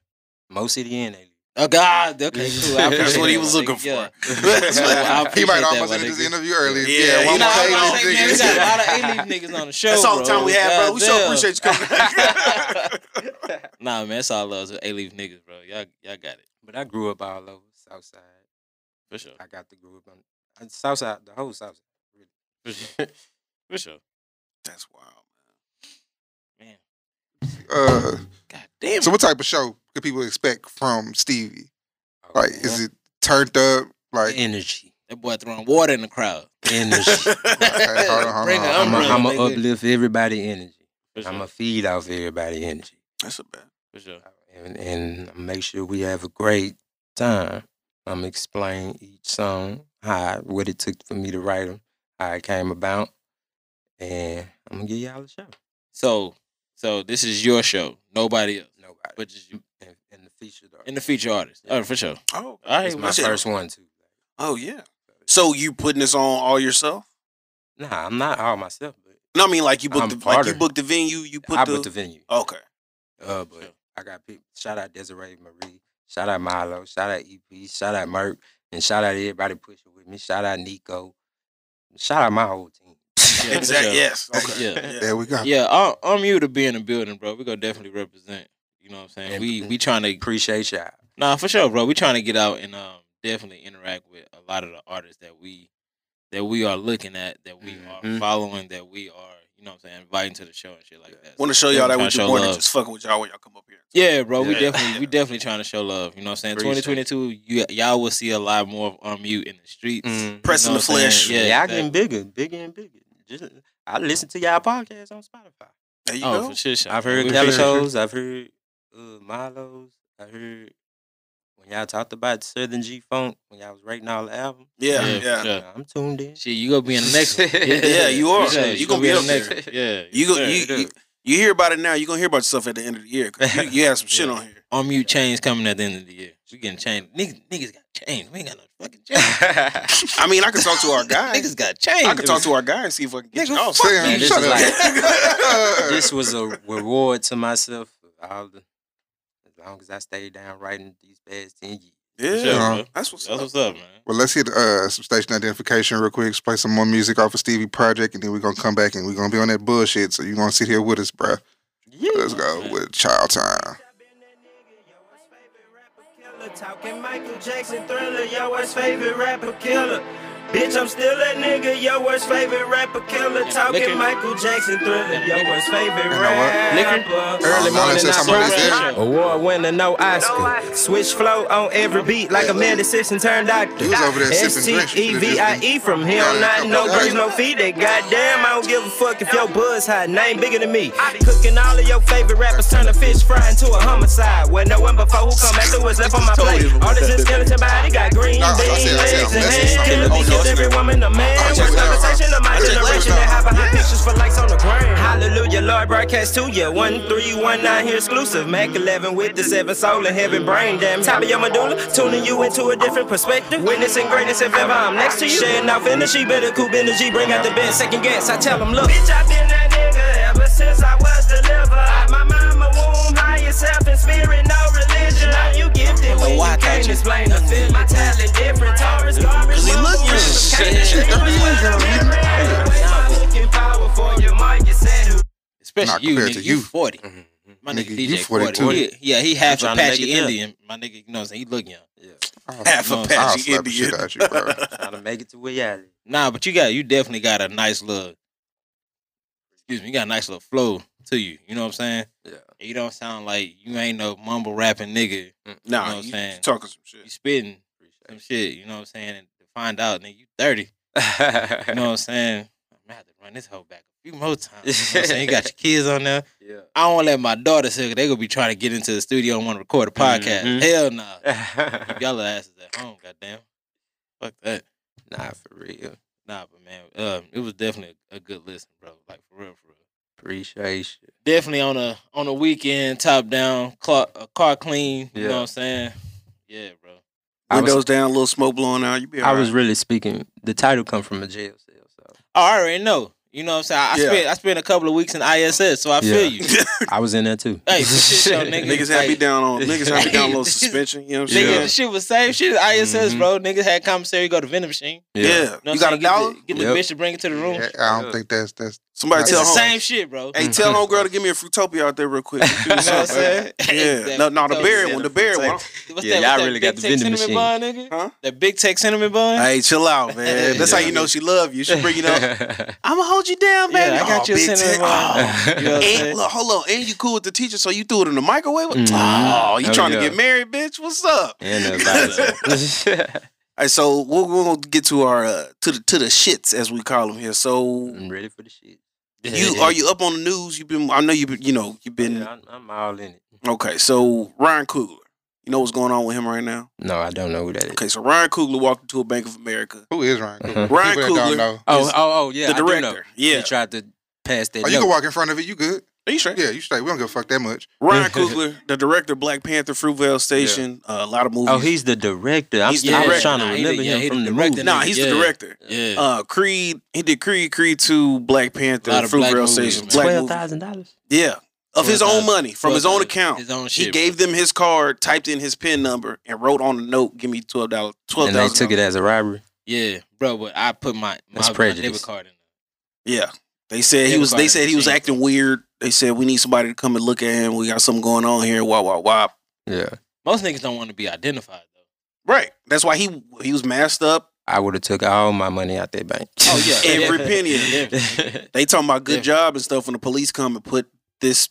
Speaker 1: Mo City and A Leaf.
Speaker 6: Oh God. Okay. Cool. I
Speaker 2: That's what
Speaker 6: appreciate
Speaker 2: he was
Speaker 6: that,
Speaker 2: looking
Speaker 6: nigga.
Speaker 2: for.
Speaker 6: Yeah.
Speaker 2: That's what-
Speaker 6: I
Speaker 5: he
Speaker 6: appreciate
Speaker 5: might
Speaker 6: that,
Speaker 5: almost
Speaker 6: my
Speaker 5: ended this
Speaker 6: nigga.
Speaker 5: interview earlier.
Speaker 2: Yeah,
Speaker 5: Yeah,
Speaker 2: you
Speaker 5: one
Speaker 2: know,
Speaker 5: more
Speaker 2: I was
Speaker 5: day,
Speaker 2: like, man,
Speaker 5: nigga.
Speaker 2: we
Speaker 6: got a lot of A-Leaf niggas on the show.
Speaker 2: That's all the
Speaker 6: bro.
Speaker 2: time we have, bro. We sure
Speaker 6: Goddamn.
Speaker 2: appreciate you coming. back.
Speaker 6: Nah, man, that's all love to A-Leaf niggas, bro. Y'all, y'all got it
Speaker 1: But I grew up all over Southside.
Speaker 6: for sure.
Speaker 1: I got to grow up on uh, Southside, the whole Southside.
Speaker 6: For sure. For sure.
Speaker 2: That's wild.
Speaker 6: Man.
Speaker 5: Uh,
Speaker 6: God damn.
Speaker 5: so what type of show could people expect from Stevie?
Speaker 1: Oh,
Speaker 5: Like,
Speaker 1: man.
Speaker 5: is it turned up? Like,
Speaker 1: energy?
Speaker 6: That boy throwing water in the crowd.
Speaker 1: Energy.
Speaker 5: Okay, hold on, hold
Speaker 6: Bring
Speaker 5: on,
Speaker 6: the
Speaker 5: hold
Speaker 1: I'm
Speaker 5: on.
Speaker 1: gonna
Speaker 6: umbrella,
Speaker 1: I'm
Speaker 6: nigga.
Speaker 1: uplift everybody energy.
Speaker 6: For sure.
Speaker 1: I'm gonna feed off everybody energy,
Speaker 2: That's a bad.
Speaker 6: for sure.
Speaker 1: and, and make sure we have a great
Speaker 4: time. I'm explain each song, how what it took for me to write them, how it came about, and I'm gonna give y'all a show.
Speaker 6: So, so this is your show. Nobody else,
Speaker 4: Nobody,
Speaker 6: but just you
Speaker 4: and, and the feature though.
Speaker 6: and the feature artist. Oh, for sure.
Speaker 2: Oh,
Speaker 6: All right,
Speaker 4: it's my
Speaker 6: well, shit.
Speaker 4: first one too.
Speaker 2: oh yeah. So you putting this on all yourself?
Speaker 4: Nah, I'm not all myself, but
Speaker 2: No, I mean like you
Speaker 4: I'm
Speaker 2: booked the,
Speaker 4: part
Speaker 2: like
Speaker 4: of
Speaker 2: you
Speaker 4: it.
Speaker 2: booked the venue. You put
Speaker 4: I
Speaker 2: the,
Speaker 4: put the venue.
Speaker 2: okay.
Speaker 4: Uh,
Speaker 6: Sure.
Speaker 4: but I got people. Shout out Desiree Marie. Shout out Milo. Shout out EP. Shout out Merck. And shout out everybody pushing with me. Shout out Nico. Shout out my whole team.
Speaker 6: Yeah, for
Speaker 2: exactly.
Speaker 6: sure.
Speaker 2: Yes. Okay.
Speaker 6: Yeah.
Speaker 2: Yeah.
Speaker 5: There we go.
Speaker 6: Yeah, I'm, I'm you to be in the building, bro. We gonna definitely represent. You know what I'm saying?
Speaker 4: And-
Speaker 6: We we trying to
Speaker 4: Appreciate y'all.
Speaker 6: Nah, for sure, bro. We trying to get out and um definitely interact with a lot of the artists that we that we are looking at, that we are
Speaker 4: Mhm.
Speaker 6: following, that we are, you know what I'm saying, inviting to the show and shit like that. So
Speaker 2: Want to show
Speaker 6: definitely
Speaker 2: y'all that
Speaker 6: trying to
Speaker 2: we do
Speaker 6: show
Speaker 2: more than
Speaker 6: love.
Speaker 2: just fucking with y'all when y'all come up here.
Speaker 6: Yeah, bro. We
Speaker 4: Yeah.
Speaker 6: definitely we definitely trying to show love. You know what I'm saying?
Speaker 4: Appreciate it.
Speaker 6: 2022, you y'all will see a lot more of Unmute in the streets.
Speaker 4: Mm.
Speaker 2: Pressing
Speaker 6: know
Speaker 2: the
Speaker 6: what I'm
Speaker 2: flesh.
Speaker 6: saying? Yeah,
Speaker 4: y'all
Speaker 6: exactly.
Speaker 4: getting bigger, bigger and bigger. Just I listen to y'all podcast on Spotify.
Speaker 2: There you
Speaker 6: Oh,
Speaker 2: go.
Speaker 6: for sure. sure.
Speaker 4: I've heard
Speaker 6: We
Speaker 4: Kelly
Speaker 6: appreciate it.
Speaker 4: shows. I've heard uh, Milo's. I heard when y'all talked about Southern G Funk when y'all was writing all the album.
Speaker 2: Yeah,
Speaker 6: Yeah, for
Speaker 2: yeah.
Speaker 6: sure.
Speaker 4: I'm tuned in.
Speaker 6: Shit, you gonna be in the next one.
Speaker 2: Yeah, you are.
Speaker 6: for sure.
Speaker 2: You
Speaker 6: You
Speaker 2: gonna
Speaker 6: gonna be
Speaker 2: be
Speaker 6: in the
Speaker 2: up
Speaker 6: next
Speaker 2: there.
Speaker 6: one. Yeah.
Speaker 2: You go.
Speaker 6: sure.
Speaker 2: You, you you hear about it now. You are gonna hear about yourself at the end of the year. 'cause You, you have some shit
Speaker 4: Yeah.
Speaker 2: on here.
Speaker 6: Unmute change coming at the end of the year. We getting changed. Niggas, niggas got changed. We ain't got no fucking change.
Speaker 2: I mean, I can talk to our guy.
Speaker 6: Niggas got changed.
Speaker 2: I can talk to our guy and see if I can get you
Speaker 6: Nigga,
Speaker 2: off.
Speaker 5: fuck Sam,
Speaker 4: Man, this
Speaker 5: shut
Speaker 4: is
Speaker 5: up.
Speaker 2: like-
Speaker 4: this was a reward to myself for all the as long as I stayed down writing these past ten years.
Speaker 5: Yeah.
Speaker 2: Yeah,
Speaker 6: bro.
Speaker 2: that's what's
Speaker 6: That's
Speaker 2: up.
Speaker 6: what's up, man.
Speaker 5: Well, let's hit uh, some station identification real quick. Let's play some more music off of Stevie Project, and then we're gonna come back and we're gonna be on that bullshit. So you gonna sit here with us, bruh.
Speaker 4: Yeah.
Speaker 5: Let's go with Child Time.
Speaker 1: Killer talking Michael Jackson thriller, your worst favorite rapper killer. Bitch, I'm still a nigga, your worst favorite rapper killer. Talking
Speaker 6: Liquor.
Speaker 1: Michael Jackson thriller, your worst favorite
Speaker 5: know what?
Speaker 1: rapper.
Speaker 5: Early Oh, morning, that's somebody
Speaker 6: that's
Speaker 1: Rapper. Award winner, no Oscar. Switch flow on every beat like Amanda Simpson turned doctor.
Speaker 5: You was over there sipping drinks.
Speaker 1: S-T-E-V-I-E from him,
Speaker 5: Gotta
Speaker 1: not
Speaker 5: come
Speaker 1: no
Speaker 5: back.
Speaker 1: birds, no feed that goddamn. I don't give a fuck if your buzz hot, name bigger than me. I be cooking all of your favorite rappers, turn a fish fry into a homicide. Where no one before who come after what's left on my plate. All this is skeleton body got green
Speaker 5: No, I said- I
Speaker 1: beans,
Speaker 5: said-
Speaker 1: legs and
Speaker 5: I said
Speaker 1: hands.
Speaker 5: something.
Speaker 1: Killer me,
Speaker 5: Oh, no,
Speaker 1: kiss
Speaker 5: I said-
Speaker 1: every woman a man.
Speaker 5: I checked
Speaker 1: Worst
Speaker 5: it out.
Speaker 1: conversation of my
Speaker 5: I checked it
Speaker 1: generation
Speaker 5: out.
Speaker 1: that have behind pictures for likes on the gram. Hallelujah, Lord, broadcast to ya. 1319 here exclusive. Mac 11 with the seven soul and heaven brain damage. Tommy your medulla, tuning you into a different perspective. Witnessing greatness if ever I'm next to you. Shedding off energy, better coop energy, bring out the best. Second guess, I tell them, look. Bitch, i been that nigga ever since I was delivered. My mama womb, higher self and spirit, no religion. Now you gifted when you can't explain the feeling. My talent different, Taurus, garbage,
Speaker 2: Cause he look
Speaker 1: lumber,
Speaker 2: good.
Speaker 1: rippers, can't
Speaker 2: Shit,
Speaker 1: explain
Speaker 5: thirty
Speaker 1: what
Speaker 5: years
Speaker 1: I'm
Speaker 5: ago, he-
Speaker 1: hearing. I'm looking power for your mind, you said who
Speaker 6: Especially
Speaker 5: Nah,
Speaker 6: you,
Speaker 5: compared
Speaker 6: nigga.
Speaker 5: to
Speaker 6: You
Speaker 5: you.
Speaker 6: 40.
Speaker 4: Mhm.
Speaker 6: My
Speaker 5: Nigga,
Speaker 6: nigga,
Speaker 5: you
Speaker 6: DJ 40.
Speaker 5: 42.
Speaker 6: He- yeah, he half
Speaker 4: trying to make
Speaker 6: Apache
Speaker 4: it up.
Speaker 6: Indian. My nigga, you know what I'm saying? He look young.
Speaker 4: Yeah.
Speaker 2: Half
Speaker 6: No,
Speaker 2: a
Speaker 5: I'll
Speaker 2: patchy
Speaker 5: slap the shit
Speaker 2: Indian.
Speaker 5: out you, bro.
Speaker 4: Trying to make it to where y'all at.
Speaker 6: Nah, but you got you definitely got a nice little excuse me, you got a nice little flow to you. You know what I'm saying?
Speaker 4: Yeah.
Speaker 6: You don't sound like you ain't no mumble rapping nigga. You know
Speaker 2: Nah,
Speaker 6: what
Speaker 2: you,
Speaker 6: I'm
Speaker 2: you
Speaker 6: saying?
Speaker 2: talking some
Speaker 6: You
Speaker 2: shit.
Speaker 6: spitting some shit, you know what I'm saying? And to find out, nigga, you 30.
Speaker 4: Appreciate
Speaker 6: You
Speaker 4: it.
Speaker 6: know what I'm saying? I'm gonna have to run this hoe back a few more times. You know what I'm saying? You got your kids on there. I don't wanna let my daughter say they gonna be trying to get into the studio and wanna record a podcast.
Speaker 4: Mhm.
Speaker 6: Hell nah.
Speaker 4: Yeah.
Speaker 6: Keep y'all little asses at home, goddamn. Fuck that.
Speaker 4: nah, for real.
Speaker 6: Nah, but man, um, it was definitely a good listen, bro. Like for real, for real.
Speaker 4: Appreciate you.
Speaker 6: Definitely on a on a weekend, top down, car, uh, car clean. You
Speaker 4: Yeah.
Speaker 6: know what I'm saying? Yeah, bro.
Speaker 4: I was-
Speaker 2: Windows down, a little smoke blowing out. You be
Speaker 4: I
Speaker 2: alright.
Speaker 4: was really speaking. The title come from a jail cell, so
Speaker 6: Oh, I already know. You know what I'm saying? I, I
Speaker 2: Yeah.
Speaker 6: spent I spent a couple of weeks in ISS, so I feel
Speaker 4: Yeah.
Speaker 6: you.
Speaker 4: I was in there too.
Speaker 6: Hey, for sure, nigga.
Speaker 2: Niggas had me
Speaker 6: Like-
Speaker 2: down on niggas had me down on
Speaker 6: Niggas-
Speaker 2: suspension. You know what I'm
Speaker 6: Nigga,
Speaker 2: saying?
Speaker 6: the shit was same shit as ISS,
Speaker 4: Mhm.
Speaker 6: bro. Niggas had commissary, go to vending machine.
Speaker 2: Yeah,
Speaker 6: know
Speaker 2: you
Speaker 6: what
Speaker 2: got
Speaker 6: I'm
Speaker 2: a
Speaker 6: saying?
Speaker 2: dollar.
Speaker 6: Get the, get the
Speaker 4: Yep.
Speaker 6: bitch to bring it to the room.
Speaker 5: Yeah, I don't think that's that's.
Speaker 2: Somebody
Speaker 5: It's
Speaker 6: It's
Speaker 2: tell
Speaker 6: the
Speaker 2: home.
Speaker 6: same shit, bro.
Speaker 2: Hey,
Speaker 4: Mm.
Speaker 2: tell homegirl to give me a Fruitopia out there real quick. You know
Speaker 6: You know what I'm saying?
Speaker 2: Yeah, no, no, the berry one, the berry one.
Speaker 6: What's
Speaker 4: Yeah,
Speaker 6: that?
Speaker 4: y'all
Speaker 6: what's that
Speaker 4: really got
Speaker 6: Big
Speaker 4: the
Speaker 6: Tech
Speaker 4: vending
Speaker 6: cinnamon Bun, nigga?
Speaker 2: Huh?
Speaker 6: That big tech cinnamon bun?
Speaker 2: Hey, chill out, man. That's how you know she love you. She bring it up. I'm gonna hold you down,
Speaker 6: Yeah,
Speaker 2: baby.
Speaker 6: I got
Speaker 2: Aw,
Speaker 6: you a
Speaker 2: Big
Speaker 6: cinnamon
Speaker 2: Ten.
Speaker 6: bun.
Speaker 2: Aw.
Speaker 6: You know what I'm
Speaker 2: And
Speaker 6: saying?
Speaker 2: look, hold on, and you cool with the teacher, so you threw it in the microwave.
Speaker 4: Mhm.
Speaker 2: Oh, you
Speaker 4: Oh,
Speaker 2: trying
Speaker 4: yeah.
Speaker 2: to get married, bitch? What's up?
Speaker 4: and about
Speaker 2: All right, so we're, we're gonna get to our uh, to the to the shits as we call them here. So
Speaker 4: I'm ready for the shit.
Speaker 2: you are you up on the
Speaker 4: Oh,
Speaker 2: news? You've been, I know you've been, you know, you've been.
Speaker 4: Yeah, I'm, I'm all in it.
Speaker 2: Okay, so Ryan Coogler, You know what's going on with him right now?
Speaker 4: No, I don't know who that is.
Speaker 2: Okay, so Ryan Coogler walked into a Bank of America.
Speaker 5: Who is Ryan
Speaker 4: Hmm.
Speaker 5: Coogler?
Speaker 2: Ryan
Speaker 5: People that
Speaker 2: Coogler.
Speaker 5: don't know.
Speaker 4: Oh,
Speaker 2: Is
Speaker 4: oh, oh, yeah.
Speaker 2: the
Speaker 4: I do know.
Speaker 2: director. Yeah.
Speaker 4: He tried to pass that.
Speaker 5: Oh, you
Speaker 4: note.
Speaker 5: can walk in front of it. You good?
Speaker 2: Are you sure?
Speaker 5: Yeah, you straight. We don't give a fuck that much.
Speaker 2: Ryan Coogler, the director of Black Panther, Fruitvale Station, uh, a lot of movies.
Speaker 4: Oh, he's the director. I'm,
Speaker 2: He's the
Speaker 4: still- I was
Speaker 2: director.
Speaker 4: trying to
Speaker 6: Nah, he
Speaker 4: remember
Speaker 6: the- yeah,
Speaker 4: him
Speaker 6: he
Speaker 4: from
Speaker 6: the
Speaker 4: the
Speaker 6: director
Speaker 4: movie.
Speaker 6: now.
Speaker 2: Nah, he's the
Speaker 6: Yeah.
Speaker 2: director.
Speaker 6: Yeah.
Speaker 2: Uh, Creed, he did Creed, Creed 2, Black Panther,
Speaker 6: Lot of black
Speaker 2: Fruitvale
Speaker 6: movies,
Speaker 2: Station,
Speaker 6: man.
Speaker 2: Black
Speaker 4: Twelve
Speaker 2: movie.
Speaker 4: thousand dollars.
Speaker 2: Yeah. Of his own
Speaker 6: 12,000.
Speaker 2: money, from his own
Speaker 6: Twelve thousand.
Speaker 2: account.
Speaker 6: His own shit.
Speaker 2: He gave them his card, typed in his PIN number, and wrote on the note, "Give me twelve dollars." Twelve
Speaker 4: And they
Speaker 2: thousand.
Speaker 4: took it as a robbery.
Speaker 6: Yeah, bro. But I put my my,
Speaker 4: That's
Speaker 6: my debit
Speaker 4: prejudice.
Speaker 6: card in.
Speaker 2: Yeah, they said he
Speaker 6: Debit
Speaker 2: was. They
Speaker 6: card
Speaker 2: said he was
Speaker 6: machine.
Speaker 2: acting weird. They said we need somebody to come and look at him. We got something going on here. Wah wah wah.
Speaker 4: Yeah,
Speaker 6: Most niggas don't want to be identified though.
Speaker 2: Right. That's why he he was masked up.
Speaker 4: I would have took all my money out that bank.
Speaker 6: Oh, yeah.
Speaker 2: Every penny of it. They talking about good
Speaker 6: Yeah.
Speaker 2: job and stuff when the police come and put this.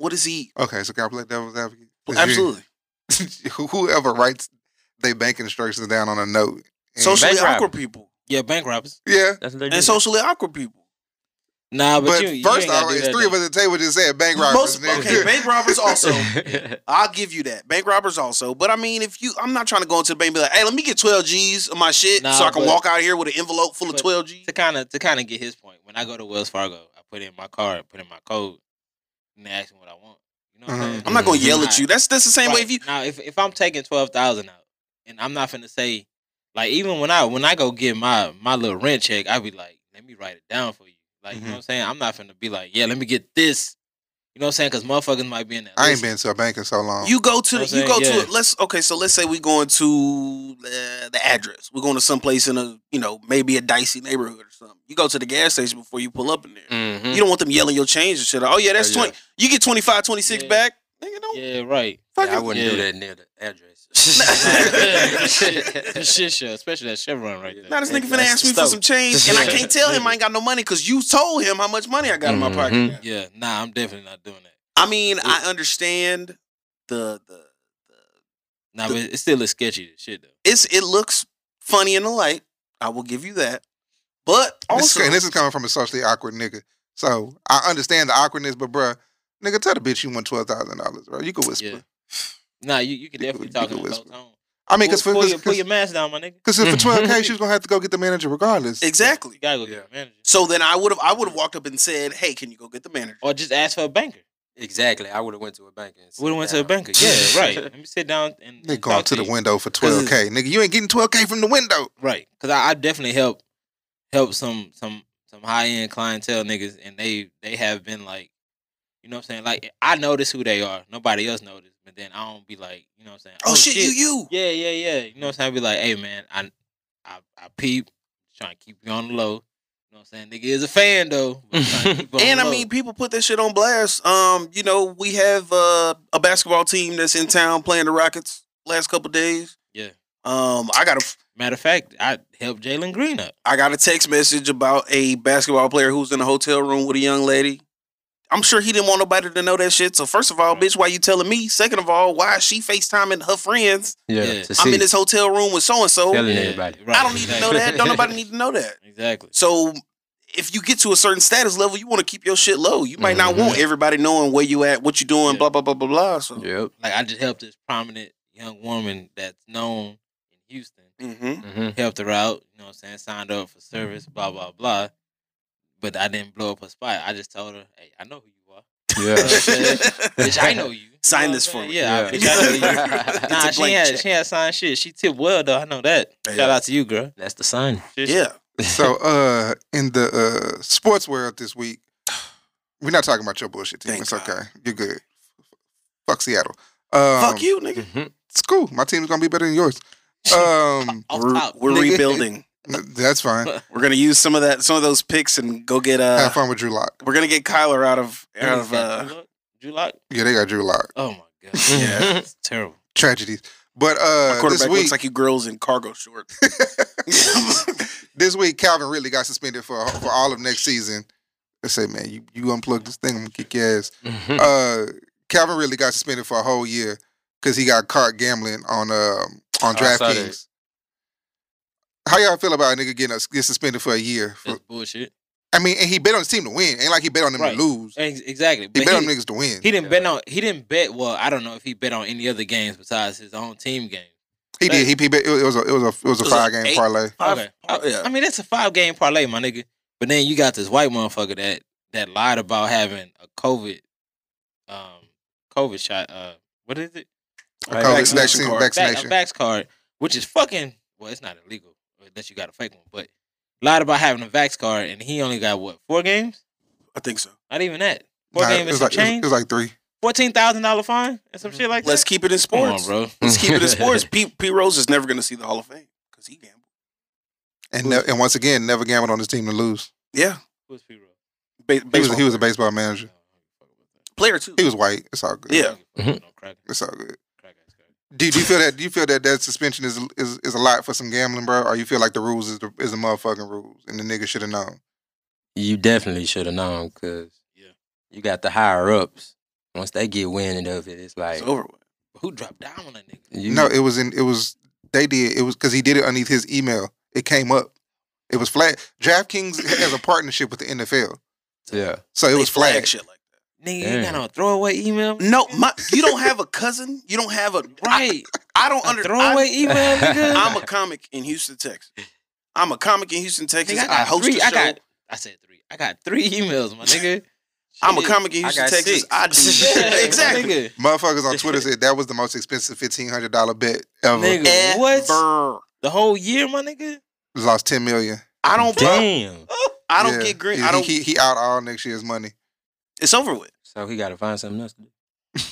Speaker 2: What is he?
Speaker 5: Okay, so can I play devil's advocate? It's you.
Speaker 2: Absolutely.
Speaker 5: Whoever writes they bank instructions down on a note. and-
Speaker 2: Socially
Speaker 4: Bank robber.
Speaker 2: awkward people
Speaker 6: Yeah, bank robbers.
Speaker 5: Yeah.
Speaker 4: That's what they
Speaker 2: and socially awkward people.
Speaker 6: Nah, but,
Speaker 5: But
Speaker 6: you, you
Speaker 5: first,
Speaker 6: ain't gotta
Speaker 5: I
Speaker 6: do
Speaker 5: it's
Speaker 6: that,
Speaker 5: three of
Speaker 6: though.
Speaker 5: us at the table just said bank robbers.
Speaker 2: Most
Speaker 5: nigga.
Speaker 2: okay, bank robbers also.
Speaker 4: did.
Speaker 2: I'll give you that. Bank robbers also. But I mean, if you, I'm not trying to go into the bank and be like, hey, let me get 12 G's of my shit
Speaker 6: Nah,
Speaker 2: so I can
Speaker 6: but-
Speaker 2: walk out here with an envelope full of
Speaker 6: but-
Speaker 2: 12 G's.
Speaker 6: to kind of to kind of get his point. When I go to Wells Fargo, I put in my card, put in my code, and they ask me what I want. You know what
Speaker 5: Mhm.
Speaker 6: I'm saying?
Speaker 2: Uh-huh. I'm not going to yell at
Speaker 6: Right.
Speaker 2: you. That's that's the same way
Speaker 6: Mm-hmm. Right.
Speaker 2: if you.
Speaker 6: now if if I'm taking twelve thousand out, and I'm not finna say like even when I when I go get my my little rent check, I be like, let me write it down for you. Like
Speaker 2: Mm-hmm.
Speaker 6: you know what I'm saying? I'm not finna be like, yeah, let me get this. You know what I'm saying? Because motherfuckers might be in that.
Speaker 5: I ain't
Speaker 6: list.
Speaker 5: been to a bank in so long.
Speaker 2: You go to
Speaker 6: Know what
Speaker 2: you
Speaker 6: I'm
Speaker 2: go
Speaker 6: saying?
Speaker 2: to
Speaker 6: Yeah.
Speaker 2: a- let's okay so let's say we going to uh, the address we're going to someplace in a you know maybe a dicey neighborhood or something you go to the gas station before you pull up in there
Speaker 4: Mhm.
Speaker 6: Mm-hmm.
Speaker 2: you don't want them yelling your change and shit oh yeah that's
Speaker 4: Oh, yeah.
Speaker 2: 20 you get 25 26
Speaker 6: Yeah.
Speaker 2: back nigga don't
Speaker 6: Yeah, right.
Speaker 2: fucking
Speaker 4: Yeah, I wouldn't do
Speaker 6: Yeah.
Speaker 4: that near the address.
Speaker 6: The shit, show, especially that Chevron right there.
Speaker 2: Now this nigga finna
Speaker 6: That's
Speaker 2: ask me
Speaker 6: the
Speaker 2: for
Speaker 6: stuff.
Speaker 2: some change, and I can't tell him I ain't got no money because you told him how much money I got in my pocket.
Speaker 4: Mhm.
Speaker 2: now.
Speaker 6: Mm-hmm. Yeah, nah, I'm definitely not doing that.
Speaker 2: I mean, I understand the the
Speaker 6: Nah, but it still is sketchy as shit though.
Speaker 2: it's it looks funny in the light. I will give you that, but
Speaker 5: This
Speaker 2: also
Speaker 5: is, and this is coming from a socially awkward nigga. So I understand the awkwardness, but bruh, nigga, tell the bitch you won twelve thousand dollars, bro. You could whisper.
Speaker 6: Yeah. Nah, you, you can
Speaker 5: You could-
Speaker 6: definitely
Speaker 5: you
Speaker 6: talk
Speaker 5: could
Speaker 6: in a low
Speaker 5: whisper.
Speaker 6: tone.
Speaker 5: I mean, because for
Speaker 6: pull, pull your, pull
Speaker 5: because
Speaker 6: your mask down, my nigga.
Speaker 5: for twelve k, she was gonna have to go get the manager regardless.
Speaker 2: exactly.
Speaker 6: You gotta go get a manager.
Speaker 2: So then I would have I would have walked up and said, "Hey, can you go get the manager?"
Speaker 6: Or just ask for a banker.
Speaker 4: Exactly. I would have went to a bank. and
Speaker 6: We went to a
Speaker 4: sat down.
Speaker 6: banker. Yeah, right. Let me sit down and,
Speaker 5: Nigga
Speaker 6: and
Speaker 5: going
Speaker 6: talk
Speaker 5: to the
Speaker 6: you.
Speaker 5: window for twelve k, nigga. You ain't getting twelve k from the window.
Speaker 6: Right, because I, I definitely help help some some some high end clientele niggas, and they they have been like, you know what I'm saying. Like I notice who they are. Nobody else notice, but then I don't be like, you know what I'm saying.
Speaker 2: Oh, shit, you you.
Speaker 6: Yeah, yeah, yeah. You know what I'm saying? I be like, hey man, I I, I peep, trying to keep you on the low. You know what I'm saying? Nigga is a fan though. but tryna keep on
Speaker 2: And
Speaker 6: the
Speaker 2: I
Speaker 6: low.
Speaker 2: mean, people put that shit on blast. Um, you know, we have uh, a basketball team that's in town playing the Rockets last couple days.
Speaker 6: Yeah.
Speaker 2: Um, I got a
Speaker 6: matter of fact, I helped Jalen Green up.
Speaker 2: I got a text message about a basketball player who's in a hotel room with a young lady. I'm sure he didn't want nobody to know that shit. So first of all, bitch, why you telling me? Second of all, why is she FaceTiming her friends?
Speaker 4: Yeah,
Speaker 6: Yeah.
Speaker 4: to
Speaker 2: I'm
Speaker 4: see-
Speaker 2: in this hotel room with so and so.
Speaker 4: Telling
Speaker 2: I
Speaker 4: Yeah, everybody.
Speaker 6: right,
Speaker 2: don't need to know
Speaker 6: exactly.
Speaker 2: that. Don't nobody need to know that.
Speaker 6: Exactly.
Speaker 2: So if you get to a certain status level, you want to keep your shit low. You might not
Speaker 4: Mhm.
Speaker 2: want everybody knowing where you at, what you doing,
Speaker 6: Mm-hmm. Yeah.
Speaker 2: blah blah blah blah blah. So
Speaker 4: Yep.
Speaker 6: Like I just helped this prominent young woman that's known in Houston.
Speaker 2: Mhm.
Speaker 4: hmm
Speaker 6: Helped her out. You know what I'm saying? Signed up for service. Blah blah blah. But I didn't blow up her spot. I just told her, hey, I know who you are.
Speaker 4: Yeah.
Speaker 6: Bitch, I know you. You
Speaker 2: Sign
Speaker 6: know what
Speaker 2: this
Speaker 6: I'm
Speaker 2: for
Speaker 6: saying?
Speaker 2: me.
Speaker 6: Yeah,
Speaker 4: Yeah.
Speaker 6: bitch, I know you.
Speaker 4: It's
Speaker 6: Nah,
Speaker 2: a
Speaker 6: she
Speaker 2: blank
Speaker 6: had
Speaker 2: check.
Speaker 6: she had signed shit. She tipped well though. I know that.
Speaker 2: Yeah.
Speaker 6: Shout out to you, girl.
Speaker 4: That's the sign.
Speaker 6: Shit,
Speaker 2: yeah.
Speaker 5: so uh, in the uh, sports world this week, we're not talking about your bullshit team.
Speaker 2: Thank
Speaker 5: it's
Speaker 2: God.
Speaker 5: okay. You're good. Fuck Seattle. Um,
Speaker 2: Fuck you, nigga.
Speaker 4: Mm-hmm.
Speaker 5: It's cool. My team's gonna be better than yours. Um,
Speaker 6: Off
Speaker 2: We're,
Speaker 6: top,
Speaker 2: we're
Speaker 5: nigga.
Speaker 2: rebuilding.
Speaker 5: that's fine.
Speaker 2: We're gonna use some of that, some of those picks, and go get uh,
Speaker 5: Have fun with Drew Lock.
Speaker 2: We're gonna get Kyler out of out
Speaker 6: Niggas
Speaker 2: of
Speaker 6: got
Speaker 2: uh,
Speaker 6: Drew Lock- Drew Lock.
Speaker 5: Yeah, they got Drew Lock.
Speaker 6: Oh my god.
Speaker 4: Yeah.
Speaker 6: It's terrible.
Speaker 5: Tragedies. But uh, this
Speaker 2: quarterback.
Speaker 5: week,
Speaker 2: Looks like he grills in cargo shorts.
Speaker 5: this week, Calvin really got suspended for for all of next season. They say, man, you you unplug this thing, I'm gonna kick your ass.
Speaker 4: Mhm.
Speaker 5: Uh, Calvin really got suspended for a whole year because he got caught gambling on um on
Speaker 4: Oh, I saw
Speaker 5: DraftKings. How y'all feel about a nigga getting us get suspended for a year? For,
Speaker 6: That's bullshit.
Speaker 5: I mean, and he bet on his team to win. Ain't like he bet on them
Speaker 6: Right.
Speaker 5: to lose.
Speaker 6: Ex- Exactly.
Speaker 5: He
Speaker 6: But
Speaker 5: bet on
Speaker 6: he,
Speaker 5: niggas to win.
Speaker 6: he didn't bet on. He didn't bet. Well, I don't know if he bet on any other games besides his own team game.
Speaker 5: He did. He, he bet. It was a it was a it was a
Speaker 2: was a
Speaker 5: five game
Speaker 2: eight-
Speaker 5: parlay.
Speaker 2: Five-
Speaker 6: Okay.
Speaker 2: oh, yeah.
Speaker 6: I mean, that's a five game parlay, my nigga. But then you got this white motherfucker that that lied about having a COVID, um, COVID shot. Uh, what is it?
Speaker 2: Right,
Speaker 5: COVID
Speaker 2: vaccination
Speaker 5: vaccine-
Speaker 2: card.
Speaker 6: Vac-
Speaker 5: vaccination.
Speaker 6: a vax card, which is fucking. Well, it's not illegal unless you got a fake one. But lied about having a vax card, and he only got what four games?
Speaker 2: I think so.
Speaker 6: Not even that. Four
Speaker 5: Nah, it
Speaker 6: games
Speaker 5: was
Speaker 6: and some
Speaker 5: like, it was-
Speaker 6: change.
Speaker 5: It was like three.
Speaker 6: Fourteen thousand dollar fine and
Speaker 4: Mm-hmm.
Speaker 6: some shit like
Speaker 2: Let's
Speaker 6: that.
Speaker 2: keep it
Speaker 6: Come
Speaker 2: in sports.
Speaker 6: on, bro.
Speaker 2: Let's keep it in sports. P, P Rose is never going to see the Hall of Fame because he gambled.
Speaker 5: And ne- and once again, never gambled on his team to lose.
Speaker 2: Yeah,
Speaker 6: Who's P. Rose?
Speaker 5: He
Speaker 2: ba-
Speaker 5: was,
Speaker 2: baseball
Speaker 5: he was a
Speaker 2: player.
Speaker 5: baseball manager.
Speaker 2: player too.
Speaker 5: He was white. It's all good.
Speaker 2: Yeah.
Speaker 4: Mhm.
Speaker 6: No, crack-
Speaker 5: it's all good.
Speaker 6: crack ass guy.
Speaker 5: Do, do you feel that? Do you feel that that suspension is is, is a lot for some gambling, bro? Or you feel like the rules is the, is the motherfucking rules, and the nigga should have known?
Speaker 4: You definitely should have known because
Speaker 6: Yeah.
Speaker 4: you got the higher ups. Once they get wind of it, it's like
Speaker 2: It's over with.
Speaker 6: Who dropped down on that nigga?
Speaker 4: you,
Speaker 5: No, it was in. It was they did. It was because he did it underneath his email. It came up. It was flat. DraftKings has a partnership with the NFL,
Speaker 4: yeah.
Speaker 5: so it
Speaker 2: They
Speaker 5: was
Speaker 2: flag
Speaker 5: flat.
Speaker 2: shit like
Speaker 6: Nigga, you
Speaker 4: Damn.
Speaker 6: got on throwaway email.
Speaker 2: that. No, my, you don't have a cousin. You don't have a. I,
Speaker 6: Right.
Speaker 2: I don't
Speaker 6: A
Speaker 2: understand.
Speaker 6: throwaway email, nigga.
Speaker 2: I'm a comic in Houston, Texas. I'm a comic in Houston, Texas.
Speaker 6: Nigga, I
Speaker 2: I,
Speaker 6: got
Speaker 2: host
Speaker 6: three.
Speaker 2: a show.
Speaker 6: I got. I said three. I got three emails, my nigga.
Speaker 2: I'm a
Speaker 6: Shit.
Speaker 2: comic in
Speaker 4: I
Speaker 2: Houston,
Speaker 4: got
Speaker 2: Texas.
Speaker 4: six.
Speaker 2: I do
Speaker 6: Yeah, my
Speaker 2: exactly.
Speaker 6: Nigga.
Speaker 5: Motherfuckers on Twitter said that was the most expensive fifteen hundred dollar bet ever.
Speaker 6: Nigga. What?
Speaker 2: Ever.
Speaker 6: The whole year, my nigga.
Speaker 5: Lost ten million.
Speaker 2: I don't. buy-
Speaker 4: Damn.
Speaker 2: I don't
Speaker 5: Yeah.
Speaker 2: get green.
Speaker 5: He,
Speaker 2: I don't.
Speaker 5: He, he out all next year's money.
Speaker 2: It's over with.
Speaker 4: So he got to find something else to do.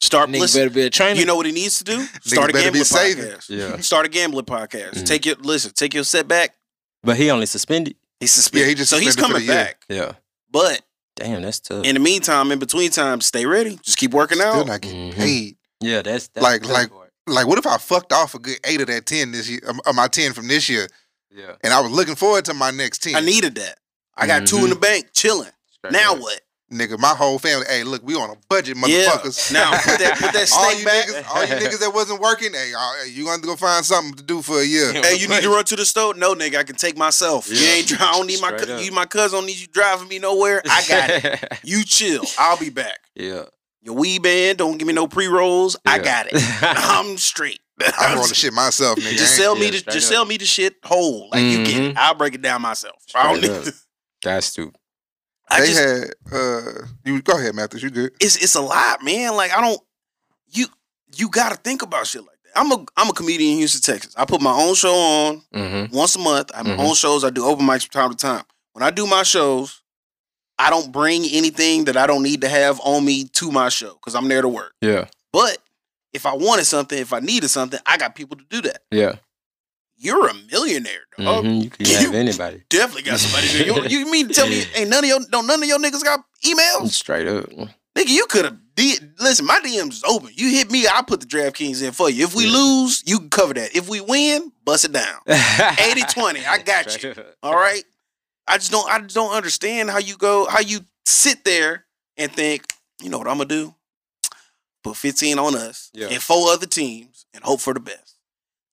Speaker 2: Start
Speaker 6: Nigga
Speaker 2: listening.
Speaker 6: better be a trainer.
Speaker 2: You know what he needs to do? Start a
Speaker 5: better be
Speaker 2: gambling
Speaker 5: saving.
Speaker 2: podcast.
Speaker 4: Yeah.
Speaker 2: Start a gambling podcast.
Speaker 6: Mm-hmm.
Speaker 4: Mhm.
Speaker 2: Take your listen. Take your setback.
Speaker 4: But he only suspended.
Speaker 2: He's suspended.
Speaker 5: Yeah, he just
Speaker 2: so he's
Speaker 5: suspended for
Speaker 2: coming
Speaker 5: the year.
Speaker 2: back.
Speaker 4: Yeah.
Speaker 2: But
Speaker 4: Damn, that's tough.
Speaker 2: in the meantime, in between time, stay ready. Just keep working
Speaker 5: Still
Speaker 2: out.
Speaker 5: not getting
Speaker 4: Mhm.
Speaker 5: paid.
Speaker 4: yeah, that's, that's
Speaker 5: Like-
Speaker 4: the tough
Speaker 5: like-
Speaker 4: part.
Speaker 5: Like, what if I fucked off a good eight of that ten this year? Of of my ten from this year,
Speaker 4: Yeah.
Speaker 5: and I was looking forward to my next ten.
Speaker 2: I needed that. I got two in
Speaker 4: Mm-hmm.
Speaker 2: the bank, chilling. Now what?
Speaker 5: nigga, my whole family. Hey, look, we on a budget,
Speaker 2: Yeah.
Speaker 5: motherfuckers.
Speaker 2: Now put that, put that
Speaker 5: all
Speaker 2: steak
Speaker 5: you
Speaker 2: back.
Speaker 5: niggas, all you niggas that wasn't working, hey, all- hey, you gonna have to go find something to do for a year.
Speaker 2: Hey, you need to run to the store? No, nigga, I can take myself. You
Speaker 4: Yeah.
Speaker 2: ain't. dri- I don't need my.
Speaker 4: Straight
Speaker 2: cou-
Speaker 4: up.
Speaker 2: You my cousin. Don't need you driving me nowhere. I got it.
Speaker 4: it.
Speaker 2: You chill. I'll be back.
Speaker 4: yeah.
Speaker 2: Your weed band. Don't give me no pre rolls. I
Speaker 4: Yeah.
Speaker 2: got it. I'm straight.
Speaker 5: I can roll the shit myself, nigga.
Speaker 2: Just
Speaker 5: I
Speaker 2: sell me
Speaker 4: Yeah,
Speaker 2: the
Speaker 4: straight
Speaker 2: just
Speaker 4: up.
Speaker 2: sell me the shit whole. Like you get it.
Speaker 4: Mhm.
Speaker 2: I'll break it down myself. I don't
Speaker 4: Straight
Speaker 2: need
Speaker 4: up.
Speaker 2: to-
Speaker 4: That's stupid.
Speaker 2: I
Speaker 5: ain't- they
Speaker 2: just
Speaker 5: had uh, you go ahead, Mathis. You good?
Speaker 2: it's it's a lot, man. Like I don't you you gotta think about shit like that. I'm a I'm a comedian in Houston, Texas. I put my own show on
Speaker 4: Mm-hmm.
Speaker 2: once a month. I have my
Speaker 4: Mhm.
Speaker 2: own shows. I do open mics from time to time. When I do my shows, I don't bring anything that I don't need to have on me to my show because I'm there to work.
Speaker 4: Yeah.
Speaker 2: But if I wanted something, if I needed something, I got people to do that.
Speaker 4: Yeah.
Speaker 2: You're a millionaire, dog.
Speaker 4: Mhm. You can have anybody.
Speaker 2: Definitely got somebody. to do. You, you mean to tell me ain't none of your don't none of your niggas got emails?
Speaker 4: Straight up.
Speaker 2: Nigga, you could have did. Listen, my DMs is open. You hit me, I put the DraftKings in for you. If we
Speaker 4: Yeah.
Speaker 2: lose, you can cover that. If we win, bust it down. 80-20, I got
Speaker 4: Straight up.
Speaker 2: All right. I just don't. I just don't understand how you go. How you sit there and think. You know what I'm gonna do? Put 15 on us
Speaker 4: Yeah.
Speaker 2: and four other teams and hope for the best.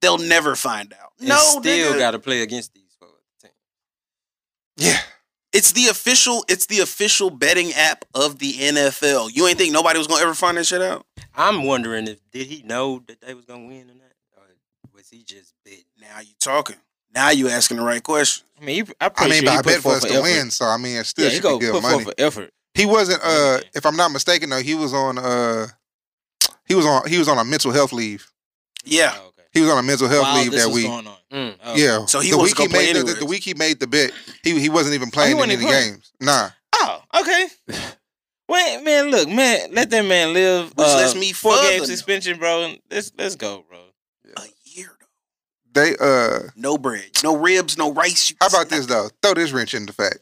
Speaker 2: They'll never find out.
Speaker 4: And
Speaker 2: no,
Speaker 4: still
Speaker 2: nigga.
Speaker 4: got to play against these folks.
Speaker 5: Yeah,
Speaker 2: It's the official. It's the official betting app of the NFL. You ain't think nobody was gonna ever find that shit out?
Speaker 4: I'm wondering if did he know that they was gonna win or not, or was he just bit?
Speaker 2: Now you talking. Now you asking the right question.
Speaker 6: I mean, he, I,
Speaker 5: I mean,
Speaker 6: sure
Speaker 5: but
Speaker 6: he
Speaker 5: I
Speaker 6: put
Speaker 5: bet for
Speaker 6: forth
Speaker 5: us
Speaker 6: an
Speaker 5: to
Speaker 6: effort.
Speaker 5: win, so I mean, it still
Speaker 6: Yeah, he
Speaker 5: should
Speaker 6: go
Speaker 5: be
Speaker 6: put
Speaker 5: good money.
Speaker 6: forth an effort.
Speaker 5: He wasn't, uh,
Speaker 6: Yeah.
Speaker 5: if I'm not mistaken, though, he was on, uh, he was on, he was on a mental health leave.
Speaker 2: Yeah.
Speaker 6: Oh, okay.
Speaker 5: He was on a mental health
Speaker 6: While
Speaker 5: leave
Speaker 6: this
Speaker 5: that
Speaker 6: was
Speaker 5: week.
Speaker 6: going on.
Speaker 4: Mm.
Speaker 6: Oh,
Speaker 5: Yeah,
Speaker 2: So he
Speaker 5: the
Speaker 2: wasn't
Speaker 5: week
Speaker 2: gonna play
Speaker 5: made the,
Speaker 2: anyways.
Speaker 5: the week he made the bet, he he wasn't even playing in
Speaker 6: wasn't
Speaker 5: any
Speaker 6: even playing.
Speaker 5: games. Nah,
Speaker 6: Oh, okay. Wait, man, look, man, let that man live.
Speaker 2: Which
Speaker 6: uh,
Speaker 2: lets me
Speaker 6: four
Speaker 2: further
Speaker 6: game
Speaker 2: know.
Speaker 6: suspension, bro. Let's let's go, bro.
Speaker 2: A year though.
Speaker 5: they uh.
Speaker 2: No bread, no ribs, no rice. You
Speaker 5: How about this though? Throw this wrench in the fact.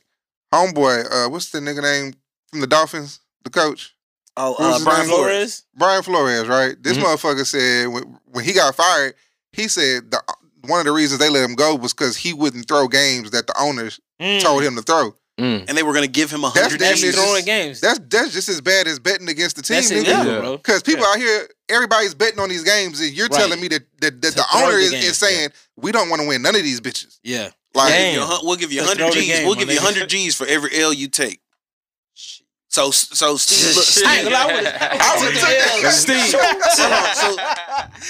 Speaker 5: Homeboy, uh, what's the nigga name from the Dolphins? The coach,
Speaker 2: Oh,
Speaker 5: Who's
Speaker 2: uh,
Speaker 5: his
Speaker 2: Brian
Speaker 5: name?
Speaker 2: Flores.
Speaker 6: Flores.
Speaker 5: Brian Flores, right? This
Speaker 6: Mm-hmm.
Speaker 4: Mhm.
Speaker 5: motherfucker said when, when he got fired, he said the one of the reasons they let him go was because he wouldn't throw games that the owners
Speaker 6: Mm.
Speaker 5: told him to throw.
Speaker 4: Mm.
Speaker 2: and they were gonna give him a
Speaker 5: That's
Speaker 2: hundred
Speaker 5: damn
Speaker 2: days.
Speaker 5: near just-
Speaker 6: Throwing games.
Speaker 5: That's that's just as bad as betting against the team.
Speaker 6: That's it,
Speaker 5: nigga.
Speaker 4: Yeah.
Speaker 6: bro.
Speaker 5: Because people out here, everybody's betting on these games, and you're
Speaker 6: Right.
Speaker 5: telling me that that, that
Speaker 6: To
Speaker 5: the
Speaker 6: throw
Speaker 5: owner
Speaker 6: the
Speaker 5: is,
Speaker 6: game,
Speaker 5: is saying we don't want to win none of these bitches.
Speaker 6: Yeah.
Speaker 5: Like
Speaker 6: Damn.
Speaker 2: You a hun- we'll give you
Speaker 6: Let's
Speaker 2: hundred
Speaker 6: throw the
Speaker 2: G's.
Speaker 6: game,
Speaker 2: we'll
Speaker 6: my
Speaker 2: give you
Speaker 6: nigga.
Speaker 2: hundred G's for every L you take. So so Steve, look, Steve,
Speaker 6: Hey, I would
Speaker 5: I would take that.
Speaker 2: Steve.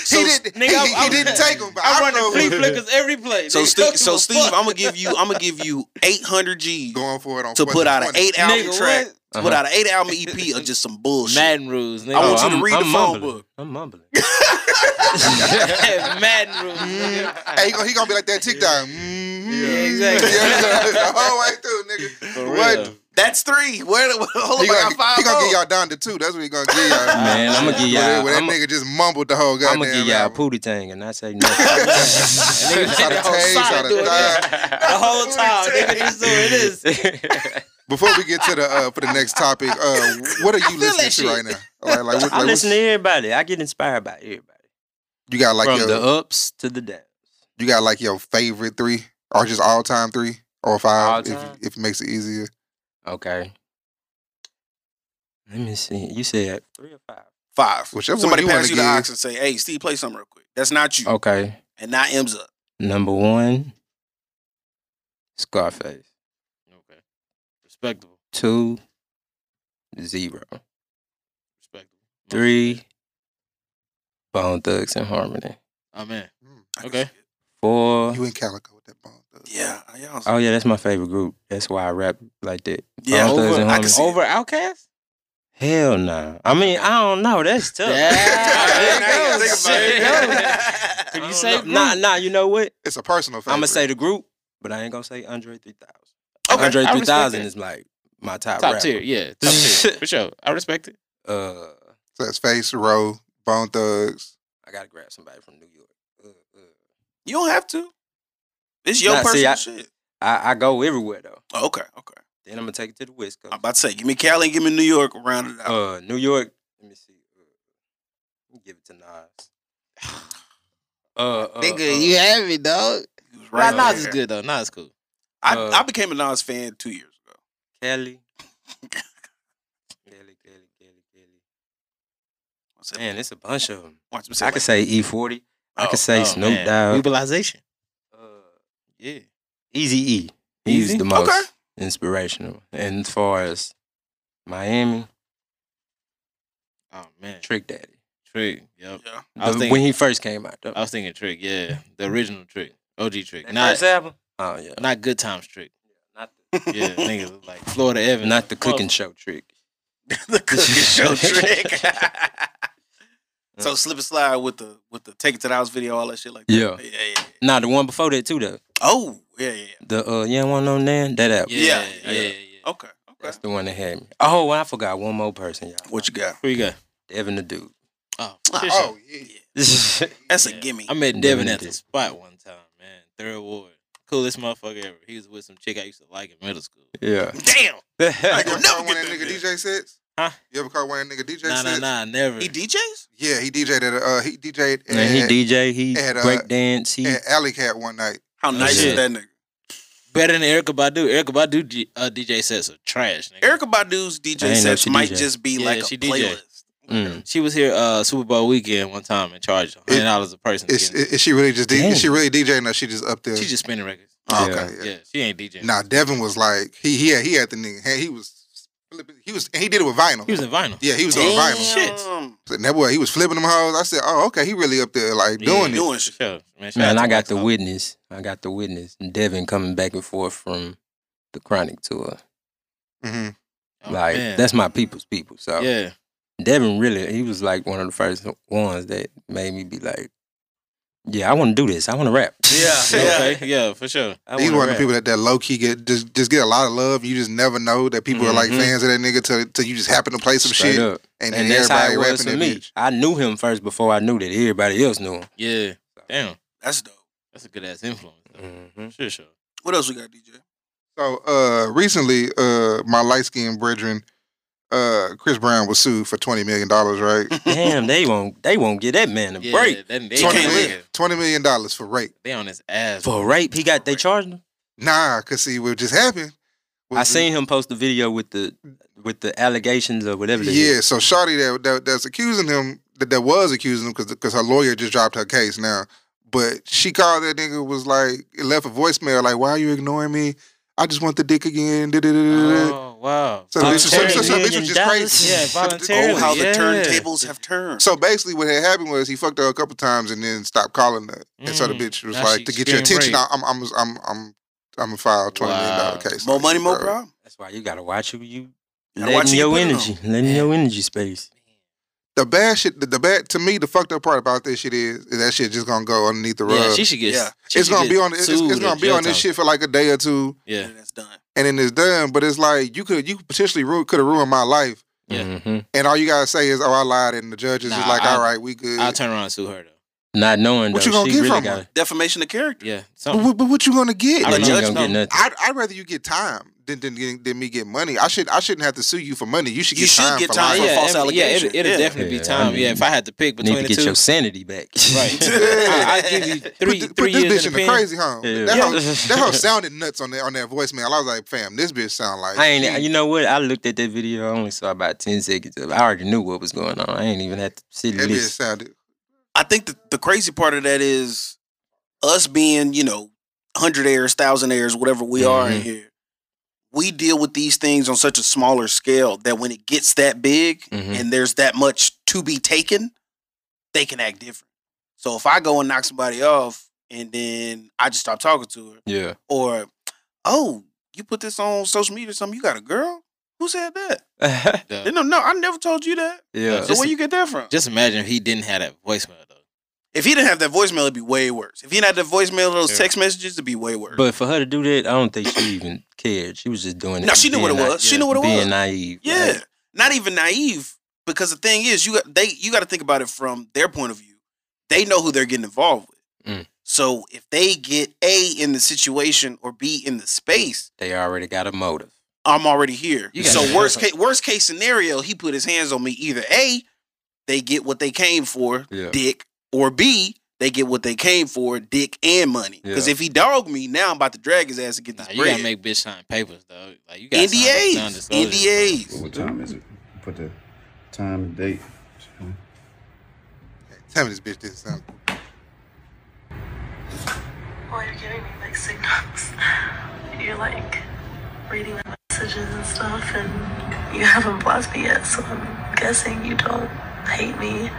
Speaker 2: so, so,
Speaker 5: he didn't.
Speaker 6: nigga,
Speaker 5: he,
Speaker 6: I-
Speaker 5: he
Speaker 6: I-
Speaker 5: didn't take them. But
Speaker 6: I'm
Speaker 5: I
Speaker 6: running
Speaker 5: don't know.
Speaker 6: flea
Speaker 5: if
Speaker 6: flickers every play.
Speaker 2: so
Speaker 6: nigga.
Speaker 2: Steve,
Speaker 6: Give
Speaker 2: so
Speaker 6: a
Speaker 2: Steve,
Speaker 6: fuck.
Speaker 2: I'm gonna give you, I'm gonna give you 800 G
Speaker 5: he's going for it on
Speaker 2: to put out an
Speaker 5: 20.
Speaker 2: eight
Speaker 6: Nigga,
Speaker 2: album
Speaker 6: what?
Speaker 2: track, to put
Speaker 4: Uh-huh.
Speaker 2: out an eight album EP of just some bullshit.
Speaker 6: Madden rules, nigga.
Speaker 2: I want you
Speaker 4: I'm-
Speaker 2: to read
Speaker 4: I'm
Speaker 2: the phone
Speaker 4: mumbling.
Speaker 2: book.
Speaker 4: I'm mumbling.
Speaker 6: Madden rules. nigga.
Speaker 5: Hey, he gonna, he gonna be like that TikTok. Mm,
Speaker 6: Yeah, exactly.
Speaker 5: the whole way through, nigga.
Speaker 6: For
Speaker 5: what?
Speaker 6: real.
Speaker 2: That's three. Where, where hold
Speaker 5: He
Speaker 2: up,
Speaker 5: gonna,
Speaker 2: I got
Speaker 5: he
Speaker 2: five
Speaker 5: gonna get
Speaker 2: more.
Speaker 5: y'all down to two. That's what he gonna get y'all.
Speaker 4: Man, I'ma give y'all-
Speaker 5: Well, that
Speaker 4: I'ma-
Speaker 5: nigga just mumbled the whole
Speaker 4: I'm
Speaker 5: goddamn.
Speaker 4: gonna give y'all a
Speaker 5: album.
Speaker 4: pootie thing and not say nothing.
Speaker 6: Nigga,
Speaker 5: Out
Speaker 6: the
Speaker 5: of
Speaker 6: whole
Speaker 5: taste,
Speaker 6: side
Speaker 5: out of
Speaker 6: doing
Speaker 5: time.
Speaker 6: this. The whole time, nigga, just doing this.
Speaker 5: Before we get to the uh, for the next topic, uh, what are you
Speaker 6: feel
Speaker 5: listening
Speaker 6: that
Speaker 5: to
Speaker 6: shit.
Speaker 5: right now? Like, like, what,
Speaker 4: I
Speaker 5: like
Speaker 4: listen to
Speaker 5: what's-
Speaker 4: everybody. I get inspired by everybody.
Speaker 5: you got like
Speaker 4: From
Speaker 5: your
Speaker 4: the ups to the downs.
Speaker 5: you got like your favorite three or just all time three or
Speaker 4: All
Speaker 5: five if,
Speaker 4: time?
Speaker 5: if it makes it easier.
Speaker 4: Okay. Let me see. You said three or five.
Speaker 2: Five.
Speaker 5: Whichever
Speaker 2: Somebody
Speaker 5: one you wanna
Speaker 2: pass you the
Speaker 5: give.
Speaker 2: ox and say, "Hey, Steve, play something real quick." That's not you,
Speaker 4: Okay.
Speaker 2: and not M's up.
Speaker 4: Number one, Scarface.
Speaker 6: Okay. Respectable.
Speaker 4: Two, zero.
Speaker 6: Respectable.
Speaker 4: Three, Bone Thugs and Harmony.
Speaker 6: I'm in.
Speaker 2: I can
Speaker 6: Okay.
Speaker 2: see it.
Speaker 4: Four.
Speaker 5: You in Calico with that bone? thug.
Speaker 2: Hmm. Yeah. I- y'all-
Speaker 4: Oh yeah, that's my favorite group. That's why I rap like that.
Speaker 2: Yeah.
Speaker 4: Bone Thugs
Speaker 2: Over-
Speaker 4: and
Speaker 2: I can
Speaker 4: Harmony.
Speaker 2: see it.
Speaker 6: Over Outcast?
Speaker 4: Hell nah. I mean, I don't know. That's tough.
Speaker 6: Yeah.
Speaker 2: Now you gotta
Speaker 6: goes.
Speaker 2: think about it.
Speaker 6: Could
Speaker 4: I
Speaker 6: you
Speaker 4: don't
Speaker 6: say
Speaker 4: know. Nah,
Speaker 6: group?
Speaker 4: nah. You know what?
Speaker 5: It's a personal favorite.
Speaker 4: I'm gonna say the group, but I ain't gonna say Andre 3000.
Speaker 2: Okay,
Speaker 4: Andre
Speaker 6: I respect
Speaker 4: 3000
Speaker 6: that.
Speaker 4: is like my top,
Speaker 6: Top
Speaker 4: rapper.
Speaker 6: tier, yeah. Top tier. For sure. I respect it.
Speaker 4: Uh,
Speaker 5: so that's Face Row, Bone Thugs.
Speaker 4: I gotta grab somebody from New York. Uh, uh.
Speaker 2: You don't have to. It's your
Speaker 4: Nah, see,
Speaker 2: personal
Speaker 4: I-
Speaker 2: shit.
Speaker 4: I, I go everywhere though.
Speaker 2: Oh, okay. Okay.
Speaker 4: Then I'm gonna take it to the West Coast.
Speaker 2: I'm about to say, give me Cali and give me New York. Round it out.
Speaker 4: Uh, New York. Let me see. Uh, let me give it to Nas. Uh, uh, uh,
Speaker 6: have me, dog.
Speaker 2: He was
Speaker 6: Nah,
Speaker 2: right
Speaker 6: Nas
Speaker 2: there.
Speaker 6: is good, though. Nas is cool.
Speaker 2: I,
Speaker 4: Uh,
Speaker 2: I became a Nas fan two years ago.
Speaker 4: Kelly. Kelly, Kelly, Kelly, Kelly.
Speaker 2: I said,
Speaker 4: Man, it's a bunch of them.
Speaker 2: watch him say
Speaker 4: I could
Speaker 2: like,
Speaker 4: say E40. I
Speaker 2: oh,
Speaker 4: could say
Speaker 6: Oh,
Speaker 4: Snoop
Speaker 6: man.
Speaker 4: Dogg.
Speaker 6: Utilization.
Speaker 4: Uh,
Speaker 6: Yeah.
Speaker 4: Easy E. He's
Speaker 6: Eazy?
Speaker 4: the most
Speaker 2: Okay.
Speaker 4: inspirational. And as far as Miami,
Speaker 6: Oh, man.
Speaker 4: Trick Daddy.
Speaker 6: Trick. Yep.
Speaker 2: Yeah.
Speaker 6: I was
Speaker 4: The-
Speaker 6: thinking-
Speaker 4: when he first came out, though.
Speaker 6: I was thinking Trick, yeah. The original Trick. OG Trick.
Speaker 4: That
Speaker 6: Not,
Speaker 4: first album. Oh yeah,
Speaker 6: not Good Times Trick.
Speaker 4: not
Speaker 6: Yeah, niggas look like Florida
Speaker 4: the,
Speaker 6: Evans.
Speaker 4: not the
Speaker 6: Motherfucker.
Speaker 4: cooking show trick.
Speaker 2: the cooking show trick. so slip and slide with the with the take it to the house video, all that shit like that.
Speaker 4: Yeah.
Speaker 2: yeah, yeah. yeah.
Speaker 4: Nah, the one before that too, though.
Speaker 2: Oh, yeah, yeah. yeah.
Speaker 4: The uh, you don't want no nan that album.
Speaker 6: Yeah,
Speaker 2: Yeah,
Speaker 6: yeah, Oh, yeah.
Speaker 2: yeah.
Speaker 6: yeah,
Speaker 2: Okay, okay.
Speaker 4: That's the one that had me. Oh, and I forgot one more person, y'all.
Speaker 2: What you got?
Speaker 6: Who you got?
Speaker 4: Devin the dude.
Speaker 6: Oh,
Speaker 5: Oh yeah.
Speaker 2: That's
Speaker 6: Yeah.
Speaker 2: a gimme.
Speaker 6: I met
Speaker 4: Devin
Speaker 6: Devin at
Speaker 4: did.
Speaker 6: the spot one time, man. Third ward. Coolest motherfucker ever. He was with some chick I used to like in middle school.
Speaker 4: yeah.
Speaker 2: Damn,
Speaker 5: You
Speaker 2: I
Speaker 5: ever
Speaker 2: never
Speaker 5: caught one
Speaker 2: get
Speaker 5: of that
Speaker 2: that
Speaker 5: nigga
Speaker 2: bitch.
Speaker 5: DJ sets?
Speaker 6: Huh?
Speaker 5: You ever caught one of that nigga DJ
Speaker 6: Nah, nah,
Speaker 5: sets?
Speaker 6: nah, never.
Speaker 2: he DJs.
Speaker 5: Yeah, he DJed at a, uh, he DJed at,
Speaker 4: Man, he DJ, he
Speaker 5: and, uh,
Speaker 4: break dance, he
Speaker 5: at Alley Cat one night.
Speaker 2: How nice
Speaker 4: shit.
Speaker 2: is that nigga?
Speaker 6: Better than Erica Badu. Erica Badu D- uh, DJ sets are trash, nigga.
Speaker 2: Erica Badu's DJ
Speaker 4: know
Speaker 2: sets
Speaker 4: she
Speaker 2: might
Speaker 4: DJ.
Speaker 2: just be
Speaker 6: Yeah,
Speaker 2: like a
Speaker 6: she DJ.
Speaker 2: playlist.
Speaker 4: mm.
Speaker 6: She was here uh, Super Bowl weekend one time and charged hundred dollars a person. to
Speaker 5: Is,
Speaker 6: get in.
Speaker 5: is she really just D-
Speaker 4: Dang.
Speaker 5: is she really DJing or she just up there?
Speaker 6: she just spinning records.
Speaker 5: Oh,
Speaker 4: Yeah.
Speaker 5: okay.
Speaker 6: Yeah,
Speaker 5: yeah.
Speaker 6: she ain't DJing.
Speaker 5: Nah, Devin was like he he had, he had the nigga. He, he was flipping. He was and he did it with vinyl.
Speaker 6: he was in vinyl.
Speaker 5: yeah, he was on
Speaker 2: Damn.
Speaker 5: vinyl. So that boy, he was flipping them hoes. I said, oh okay, he really up there like doing it.
Speaker 2: Doing shit.
Speaker 6: Sure. Man, shout
Speaker 4: Man,
Speaker 6: out
Speaker 4: I
Speaker 6: to
Speaker 4: got the
Speaker 6: Wax
Speaker 4: witness. I got the witness. Devin coming back and forth from the chronic tour.
Speaker 5: Mhm.
Speaker 6: Oh,
Speaker 4: like
Speaker 6: man.
Speaker 4: that's my people's people. So
Speaker 6: yeah.
Speaker 4: Devin really, he was like one of the first ones that made me be like, yeah, I want to do this. I want to rap.
Speaker 2: Yeah, yeah.
Speaker 6: Okay. Yeah, for sure.
Speaker 4: I
Speaker 5: He's
Speaker 4: wanna
Speaker 5: one of the
Speaker 4: rap.
Speaker 5: people that, that low key get just just get a lot of love. You just never know that people are like
Speaker 4: Mhm.
Speaker 5: fans of that nigga till, till you just happen to play some
Speaker 4: Straight
Speaker 5: shit
Speaker 4: up.
Speaker 5: and, then
Speaker 4: And that's how
Speaker 5: everybody
Speaker 4: it was
Speaker 5: rapping
Speaker 4: for
Speaker 5: that
Speaker 4: me.
Speaker 5: bitch.
Speaker 4: I knew him first before I knew that everybody else knew him.
Speaker 6: Yeah. Damn.
Speaker 2: That's dope.
Speaker 6: That's a good ass influence. though.
Speaker 4: Mm-hmm.
Speaker 6: Sure, sure.
Speaker 2: What else we got, DJ?
Speaker 5: So uh recently, uh my light skinned brethren, uh Chris Brown was sued for twenty million dollars, right?
Speaker 4: Damn, they won't they won't get that man a
Speaker 6: Yeah,
Speaker 4: break.
Speaker 6: Then they,
Speaker 5: Twenty
Speaker 2: can't
Speaker 5: million,
Speaker 6: live.
Speaker 5: $20 million dollars for rape.
Speaker 6: they on his ass.
Speaker 4: For rape, he got they charged him.
Speaker 5: Nah, cause see what just happened Was
Speaker 4: I
Speaker 5: it-
Speaker 4: seen him post the video with the with the allegations or whatever. it is.
Speaker 5: Yeah, so Shotty that, that that's accusing him that, that was accusing him because her lawyer just dropped her case now. But she called that nigga was like it left a voicemail like why are you ignoring me? I just want the dick again. da-da-da-da-da."
Speaker 6: Oh wow.
Speaker 5: So, bitch, so, so, so,
Speaker 6: Voluntarily.
Speaker 5: bitch was just crazy.
Speaker 6: Yeah,
Speaker 2: Oh,
Speaker 6: voluntarily.
Speaker 2: how the
Speaker 6: yeah.
Speaker 2: turntables have turned.
Speaker 5: So basically, what had happened was he fucked her a couple times and then stopped calling her. And so the
Speaker 6: Mm,
Speaker 5: bitch was
Speaker 6: now
Speaker 5: like,
Speaker 6: she
Speaker 5: "To get your
Speaker 6: getting
Speaker 5: attention,
Speaker 6: raped.
Speaker 5: I'm I'm I'm I'm I'm gonna file twenty million dollar
Speaker 6: Wow.
Speaker 5: case.
Speaker 2: more
Speaker 5: on
Speaker 2: money,
Speaker 5: you,
Speaker 2: more
Speaker 5: bro.
Speaker 2: problem.
Speaker 4: That's why you gotta watch who you
Speaker 2: Gotta watch E
Speaker 4: letting
Speaker 2: who you
Speaker 4: your
Speaker 2: put it on.
Speaker 4: energy, letting your energy space.
Speaker 5: The bad shit. The, the bad to me, the fucked up part about this shit is, is that shit just gonna go underneath the rug.
Speaker 6: Yeah, she should get.
Speaker 2: Yeah.
Speaker 6: she
Speaker 5: it's
Speaker 6: should
Speaker 5: gonna
Speaker 6: get
Speaker 5: be on. It's, it's
Speaker 6: sued
Speaker 5: it's
Speaker 6: or
Speaker 5: gonna be
Speaker 6: jail
Speaker 5: on this
Speaker 6: time.
Speaker 5: shit for like a day or two,
Speaker 6: Yeah.
Speaker 2: And that's done.
Speaker 5: and then it's done. But it's like you could you potentially ru- could have ruined my life,
Speaker 6: Yeah.
Speaker 4: Mhm.
Speaker 5: and all you gotta say is, "Oh, I lied," and the judge is just
Speaker 6: Nah,
Speaker 5: like,
Speaker 6: I-
Speaker 5: "All right, we good."
Speaker 6: I'll turn around and sue her though.
Speaker 4: Not knowing
Speaker 5: What
Speaker 4: though,
Speaker 5: you gonna
Speaker 4: she
Speaker 5: get
Speaker 4: really
Speaker 5: from
Speaker 4: gotta,
Speaker 2: Defamation of character.
Speaker 6: Yeah.
Speaker 5: but,
Speaker 6: Something.
Speaker 5: what- but what you gonna get?
Speaker 6: I
Speaker 4: yeah,
Speaker 6: don't
Speaker 4: you
Speaker 6: know.
Speaker 4: ain't gonna get
Speaker 6: No.
Speaker 4: nothing.
Speaker 5: I'd, I'd rather you get time than, than getting than me get money. I should I shouldn't have to sue you for money. You should
Speaker 2: You
Speaker 5: get
Speaker 2: should
Speaker 5: time
Speaker 2: get
Speaker 5: for
Speaker 2: time,
Speaker 5: lying.
Speaker 2: for false
Speaker 6: Ah, yeah, it, yeah,
Speaker 2: allegation.
Speaker 6: it, it'll
Speaker 2: Yeah.
Speaker 6: definitely
Speaker 4: Yeah,
Speaker 6: be
Speaker 4: I
Speaker 6: time.
Speaker 4: mean,
Speaker 6: yeah, if I had to pick
Speaker 4: Need
Speaker 6: between
Speaker 4: to
Speaker 6: the
Speaker 4: get
Speaker 6: two,
Speaker 4: your sanity back.
Speaker 6: right? I, I give you three,
Speaker 5: put,
Speaker 6: three
Speaker 5: put
Speaker 6: years in
Speaker 5: this bitch in
Speaker 6: the
Speaker 5: the
Speaker 6: pen.
Speaker 5: crazy home.
Speaker 4: Yeah.
Speaker 5: That,
Speaker 4: Yeah.
Speaker 5: hoe, that hoe sounded nuts on that on that voicemail. I was like, fam, this bitch sound like
Speaker 4: I ain't. You know what? I looked at that video. I only saw about ten seconds of. it. I already knew what was going on. I ain't even had to sit
Speaker 5: that
Speaker 4: and
Speaker 5: bitch
Speaker 4: listen.
Speaker 5: sounded.
Speaker 2: I think the, the crazy part of that is us being, you know, hundred airs, thousand airs, whatever we are in
Speaker 4: Mhm.
Speaker 2: here. We deal with these things on such a smaller scale that when it gets that big
Speaker 4: Mhm.
Speaker 2: and there's that much to be taken, they can act different. So if I go and knock somebody off and then I just stop talking to her,
Speaker 4: Yeah.
Speaker 2: or oh, you put this on social media or something, you got a girl? Who said that?
Speaker 4: yeah.
Speaker 6: Uh.
Speaker 2: Then, No, no, I never told you that.
Speaker 4: Yeah.
Speaker 2: So
Speaker 6: Just-
Speaker 2: where you get that from?
Speaker 6: Just imagine if he didn't have that voicemail though.
Speaker 2: If he didn't have that voicemail, it'd be way worse. If he didn't have that voicemail, those
Speaker 6: Yeah.
Speaker 2: text messages, it'd be way worse.
Speaker 4: But for her to do that, I don't think she even cared. She was just doing it.
Speaker 2: no, she knew what it
Speaker 4: being na-
Speaker 2: was. She
Speaker 6: yeah,
Speaker 2: knew what it was.
Speaker 4: Being naive.
Speaker 2: yeah,
Speaker 4: Like,
Speaker 2: not even naive. Because the thing is, you got they you got to think about it from their point of view. They know who they're getting involved with.
Speaker 4: Mm.
Speaker 2: So if they get A in the situation or B in the space,
Speaker 4: they already got a motive.
Speaker 2: I'm already here.
Speaker 6: You
Speaker 2: So
Speaker 6: gotta-
Speaker 2: worst case worst case scenario, he put his hands on me. Either A, they get what they came for,
Speaker 4: Yeah.
Speaker 2: dick, or B, they get what they came for, dick and money. Because
Speaker 4: Yeah.
Speaker 2: if he dog me, now I'm about to drag his ass and get
Speaker 6: Nah,
Speaker 2: this
Speaker 6: you
Speaker 2: bread.
Speaker 6: gotta make bitch sign papers though. Like you got
Speaker 2: NDAs, NDAs.
Speaker 7: What time is it? Put the time and date.
Speaker 5: Tell me this bitch didn't sound.
Speaker 8: Well, you're giving me like signals. You're like reading my messages and stuff, and you haven't blocked me yet, so I'm guessing you don't hate me.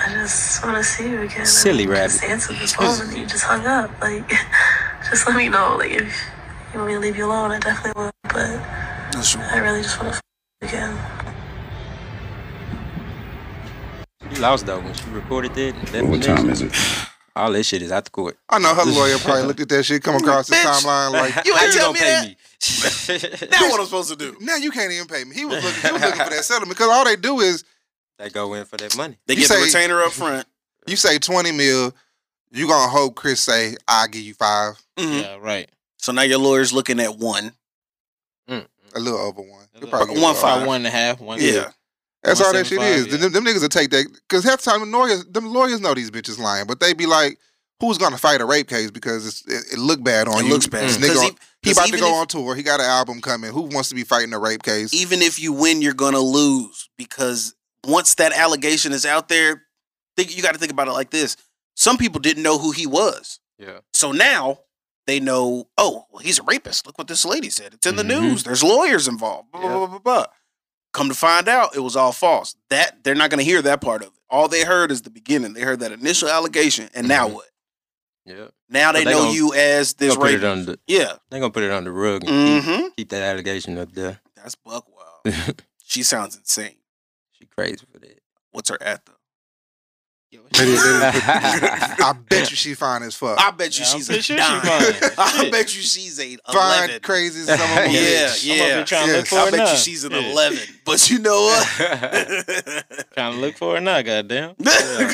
Speaker 8: I just want to see you again.
Speaker 4: Silly
Speaker 8: and
Speaker 4: rabbit.
Speaker 8: Just answer the phone, and you just hung up. Like, just let me know. Like, if you want me to leave you alone, I definitely will. But I really just want to you again.
Speaker 4: She lost though when she reported that. and that
Speaker 7: What time
Speaker 4: connection.
Speaker 7: is it?
Speaker 4: All that shit is out the court.
Speaker 5: I know her lawyer probably looked at that shit, come across his
Speaker 2: Bitch.
Speaker 5: timeline like,
Speaker 2: You
Speaker 4: How
Speaker 2: ain't tell me that.
Speaker 4: pay me.
Speaker 2: Now what I'm supposed to do?
Speaker 5: now you can't even pay me. He was looking, he was looking for that settlement because all they do is
Speaker 4: they go in for that money.
Speaker 2: They
Speaker 5: You
Speaker 2: get
Speaker 5: say-
Speaker 2: the retainer up front.
Speaker 5: you say twenty mil, you gonna hope Chris say I give you five,
Speaker 2: Mhm.
Speaker 6: Yeah, right.
Speaker 2: So now your lawyer's looking at one.
Speaker 5: a little over one.
Speaker 6: A
Speaker 5: He'll
Speaker 6: little-
Speaker 5: probably give
Speaker 2: One
Speaker 5: you
Speaker 2: five.
Speaker 6: Five one and a half, one.
Speaker 2: Yeah.
Speaker 5: That's all that shit
Speaker 6: 175,
Speaker 5: is.
Speaker 6: yeah.
Speaker 5: Them, them niggas will take that because half the time the lawyers, them lawyers know these bitches lying, but they be like, "Who's gonna fight a rape case because it's, it, it look bad on
Speaker 2: It
Speaker 5: Oh, you?
Speaker 2: looks bad.
Speaker 5: This
Speaker 2: 'Cause
Speaker 5: nigga,
Speaker 2: e-
Speaker 5: on- he
Speaker 2: 'cause
Speaker 5: about to
Speaker 2: even
Speaker 5: go
Speaker 2: if- E,
Speaker 5: on tour. He got an album coming. Who wants to be fighting a rape case?
Speaker 2: Even if you win, you're gonna lose because once that allegation is out there, think you got to think about it like this. Some people didn't know who he was.
Speaker 4: Yeah.
Speaker 2: So now they know. Oh, well, he's a rapist. Look what this lady said. It's in the
Speaker 4: Mhm.
Speaker 2: news. There's lawyers involved. Blah, blah, blah, blah, blah. Come to find out, it was all false. That they're not gonna hear that part of it. All they heard is the beginning. They heard that initial allegation, and now
Speaker 4: Mhm.
Speaker 2: what?
Speaker 4: Yeah.
Speaker 2: Now
Speaker 4: So
Speaker 2: they,
Speaker 4: they
Speaker 2: know
Speaker 4: gonna-
Speaker 2: you as
Speaker 4: They
Speaker 2: this
Speaker 4: gonna put it
Speaker 2: rapist.
Speaker 4: under.
Speaker 2: Yeah.
Speaker 4: They gonna put it on the rug and keep,
Speaker 2: Mm-hmm.
Speaker 4: keep that allegation up there.
Speaker 2: That's Buck Wild. she sounds insane.
Speaker 4: She crazy for that.
Speaker 2: What's her at though?
Speaker 5: I bet you she fine as fuck.
Speaker 2: I bet you
Speaker 6: Yeah, I'm
Speaker 2: she's a
Speaker 6: pretty sure she
Speaker 2: dime.
Speaker 6: fine.
Speaker 2: I
Speaker 6: Shit.
Speaker 2: bet you she's a
Speaker 5: fine,
Speaker 2: eleven.
Speaker 5: crazy son of a
Speaker 4: Yeah,
Speaker 5: bitch.
Speaker 2: yeah.
Speaker 6: I'm up here trying to look
Speaker 5: Yes.
Speaker 6: for
Speaker 2: I
Speaker 6: it
Speaker 2: bet
Speaker 6: now.
Speaker 2: you she's an
Speaker 6: Yeah.
Speaker 2: eleven. But you know what?
Speaker 6: Trying to look for it now. Goddamn. Yeah.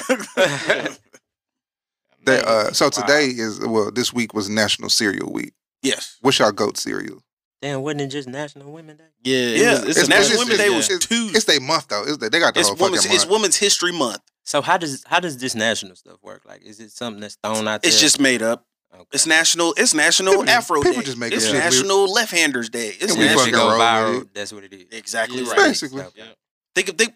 Speaker 5: They,
Speaker 6: Man,
Speaker 5: uh, so
Speaker 6: wow.
Speaker 5: today is well, this week was National Cereal Week.
Speaker 2: yes.
Speaker 5: What's y'all goat cereal?
Speaker 4: Damn, wasn't it just National Women Day?
Speaker 6: Yeah,
Speaker 2: Yeah,
Speaker 6: it was-
Speaker 2: it's
Speaker 6: a
Speaker 2: National
Speaker 6: good
Speaker 2: Women's Day
Speaker 6: shit,
Speaker 2: was
Speaker 6: yeah.
Speaker 5: it's,
Speaker 2: Tuesday.
Speaker 5: It's their month though. It's the, they got the
Speaker 2: It's
Speaker 5: whole fucking
Speaker 2: women's
Speaker 5: month.
Speaker 2: it's women's history month.
Speaker 4: So how does how does this national stuff work? Like, is it something that's thrown out there?
Speaker 2: It's just made up. It's national. It's national
Speaker 5: People-
Speaker 2: Afro
Speaker 5: people
Speaker 2: Day.
Speaker 5: just make
Speaker 2: it's
Speaker 5: up shit.
Speaker 2: national Left Handers Day. It's
Speaker 5: And we
Speaker 4: that
Speaker 5: fucking
Speaker 2: national.
Speaker 4: shit go
Speaker 5: roll with
Speaker 4: viral.
Speaker 5: it.
Speaker 4: That's what it is.
Speaker 2: Exactly
Speaker 6: Yeah.
Speaker 2: right.
Speaker 5: Basically.
Speaker 6: Yeah.
Speaker 2: Think think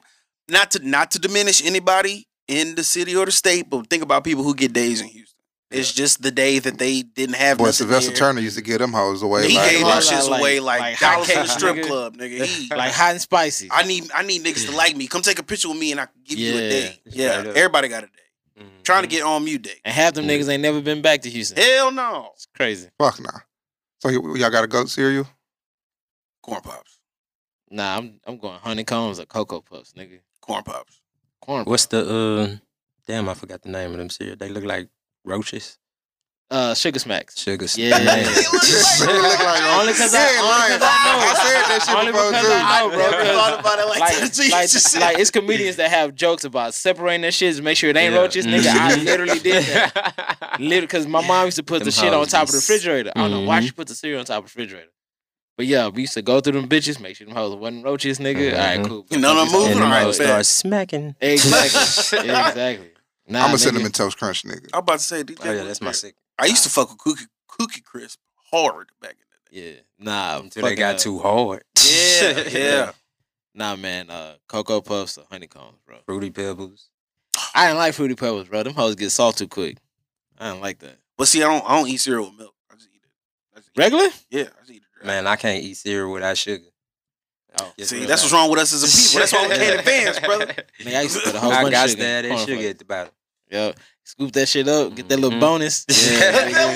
Speaker 2: not to not to diminish anybody in the city or the state, but think about people who get days in Houston. It's just the day that they didn't have.
Speaker 5: Boy,
Speaker 2: nothing
Speaker 5: Sylvester
Speaker 2: there.
Speaker 5: Turner used to give them hoes away.
Speaker 2: He
Speaker 5: like,
Speaker 2: gave
Speaker 5: like,
Speaker 2: them shits
Speaker 6: like-
Speaker 2: away like,
Speaker 6: like
Speaker 2: dollars at the
Speaker 6: hotcakes,
Speaker 2: strip
Speaker 6: nigga.
Speaker 2: club, nigga. He,
Speaker 6: Like hot and spicy.
Speaker 2: I need I need niggas to like me. Come take a picture with me, and I can give you a
Speaker 6: Yeah.
Speaker 2: day.
Speaker 4: Straight
Speaker 2: Yeah,
Speaker 4: up.
Speaker 2: everybody got a day.
Speaker 4: Mhm.
Speaker 2: Trying to get on mute day.
Speaker 6: and half them niggas ain't never been back to Houston.
Speaker 2: Hell no,
Speaker 6: It's crazy.
Speaker 5: fuck nah. So y- y'all got a goat cereal?
Speaker 2: corn pops,
Speaker 6: Nah, I'm I'm going honeycombs or cocoa puffs, nigga.
Speaker 2: corn pops.
Speaker 6: Corn.
Speaker 4: What's the uh? Damn, I forgot the name of them cereal. They look like roaches.
Speaker 6: Uh, sugar smacks.
Speaker 4: Sugar. s-
Speaker 6: Yeah.
Speaker 4: Man.
Speaker 2: They look like-
Speaker 6: Only 'cause I-
Speaker 5: ain't
Speaker 6: only
Speaker 5: lying.
Speaker 6: 'cause I know.
Speaker 5: said that shit
Speaker 6: Only
Speaker 5: before
Speaker 6: because
Speaker 5: too.
Speaker 6: I know,
Speaker 2: I
Speaker 6: bro,
Speaker 2: never
Speaker 6: because-
Speaker 2: thought about it like,
Speaker 6: Like,
Speaker 2: that.
Speaker 6: like,
Speaker 2: Jesus.
Speaker 6: like it's comedians that have jokes about separating that shit to make sure it ain't
Speaker 4: Yeah.
Speaker 6: roaches, nigga. I
Speaker 4: Mhm.
Speaker 6: literally did that. Literally, because my mom used to put the
Speaker 4: Them
Speaker 6: shit on
Speaker 4: hoes
Speaker 6: top of
Speaker 4: be
Speaker 6: the
Speaker 4: s-
Speaker 6: refrigerator. I don't know why
Speaker 4: Mhm.
Speaker 6: she put the cereal on top of the refrigerator. But yeah, we used to go through them bitches, make sure them hoes wasn't roaches, nigga. All right,
Speaker 4: Mhm.
Speaker 6: cool.
Speaker 2: You know them
Speaker 4: and
Speaker 2: moving
Speaker 4: them
Speaker 2: right
Speaker 4: hoes
Speaker 2: back.
Speaker 4: start smacking.
Speaker 6: Exactly. exactly. Nah,
Speaker 5: I'm a
Speaker 6: nigga.
Speaker 5: cinnamon toast crunch nigga.
Speaker 2: I'm about to say, dude,
Speaker 4: Oh yeah, that's my sick.
Speaker 2: I used to fuck with Cookie Cookie Crisp hard back in
Speaker 6: Yeah. Nah.
Speaker 4: Until they
Speaker 6: fucking,
Speaker 4: got
Speaker 6: uh,
Speaker 4: too hard.
Speaker 2: the day. Yeah, yeah.
Speaker 6: Nah, man. Uh, Cocoa Puffs or honeycombs, bro.
Speaker 4: Fruity Pebbles.
Speaker 6: I didn't like Fruity Pebbles, bro. Them hoes get salt too quick. I didn't like that.
Speaker 2: But see, I don't I don't eat cereal with milk. I just eat it. I just eat it.
Speaker 6: Regular?
Speaker 2: Yeah, I just eat it. dry.
Speaker 4: Man, I can't eat cereal without sugar.
Speaker 6: Oh.
Speaker 4: Just
Speaker 2: see,
Speaker 4: real
Speaker 2: that's
Speaker 4: bad.
Speaker 2: what's wrong with us as a people. That's why we can't advance, brother.
Speaker 6: Nigga, I used to put a whole
Speaker 4: I
Speaker 6: bunch
Speaker 4: got
Speaker 6: of sugar.
Speaker 4: that
Speaker 6: in
Speaker 4: and
Speaker 6: cornflakes.
Speaker 4: sugar at the bottom.
Speaker 6: Yo, scoop that shit up, get that little
Speaker 4: Mhm.
Speaker 6: bonus. Mm-hmm. Yeah,
Speaker 4: Yeah.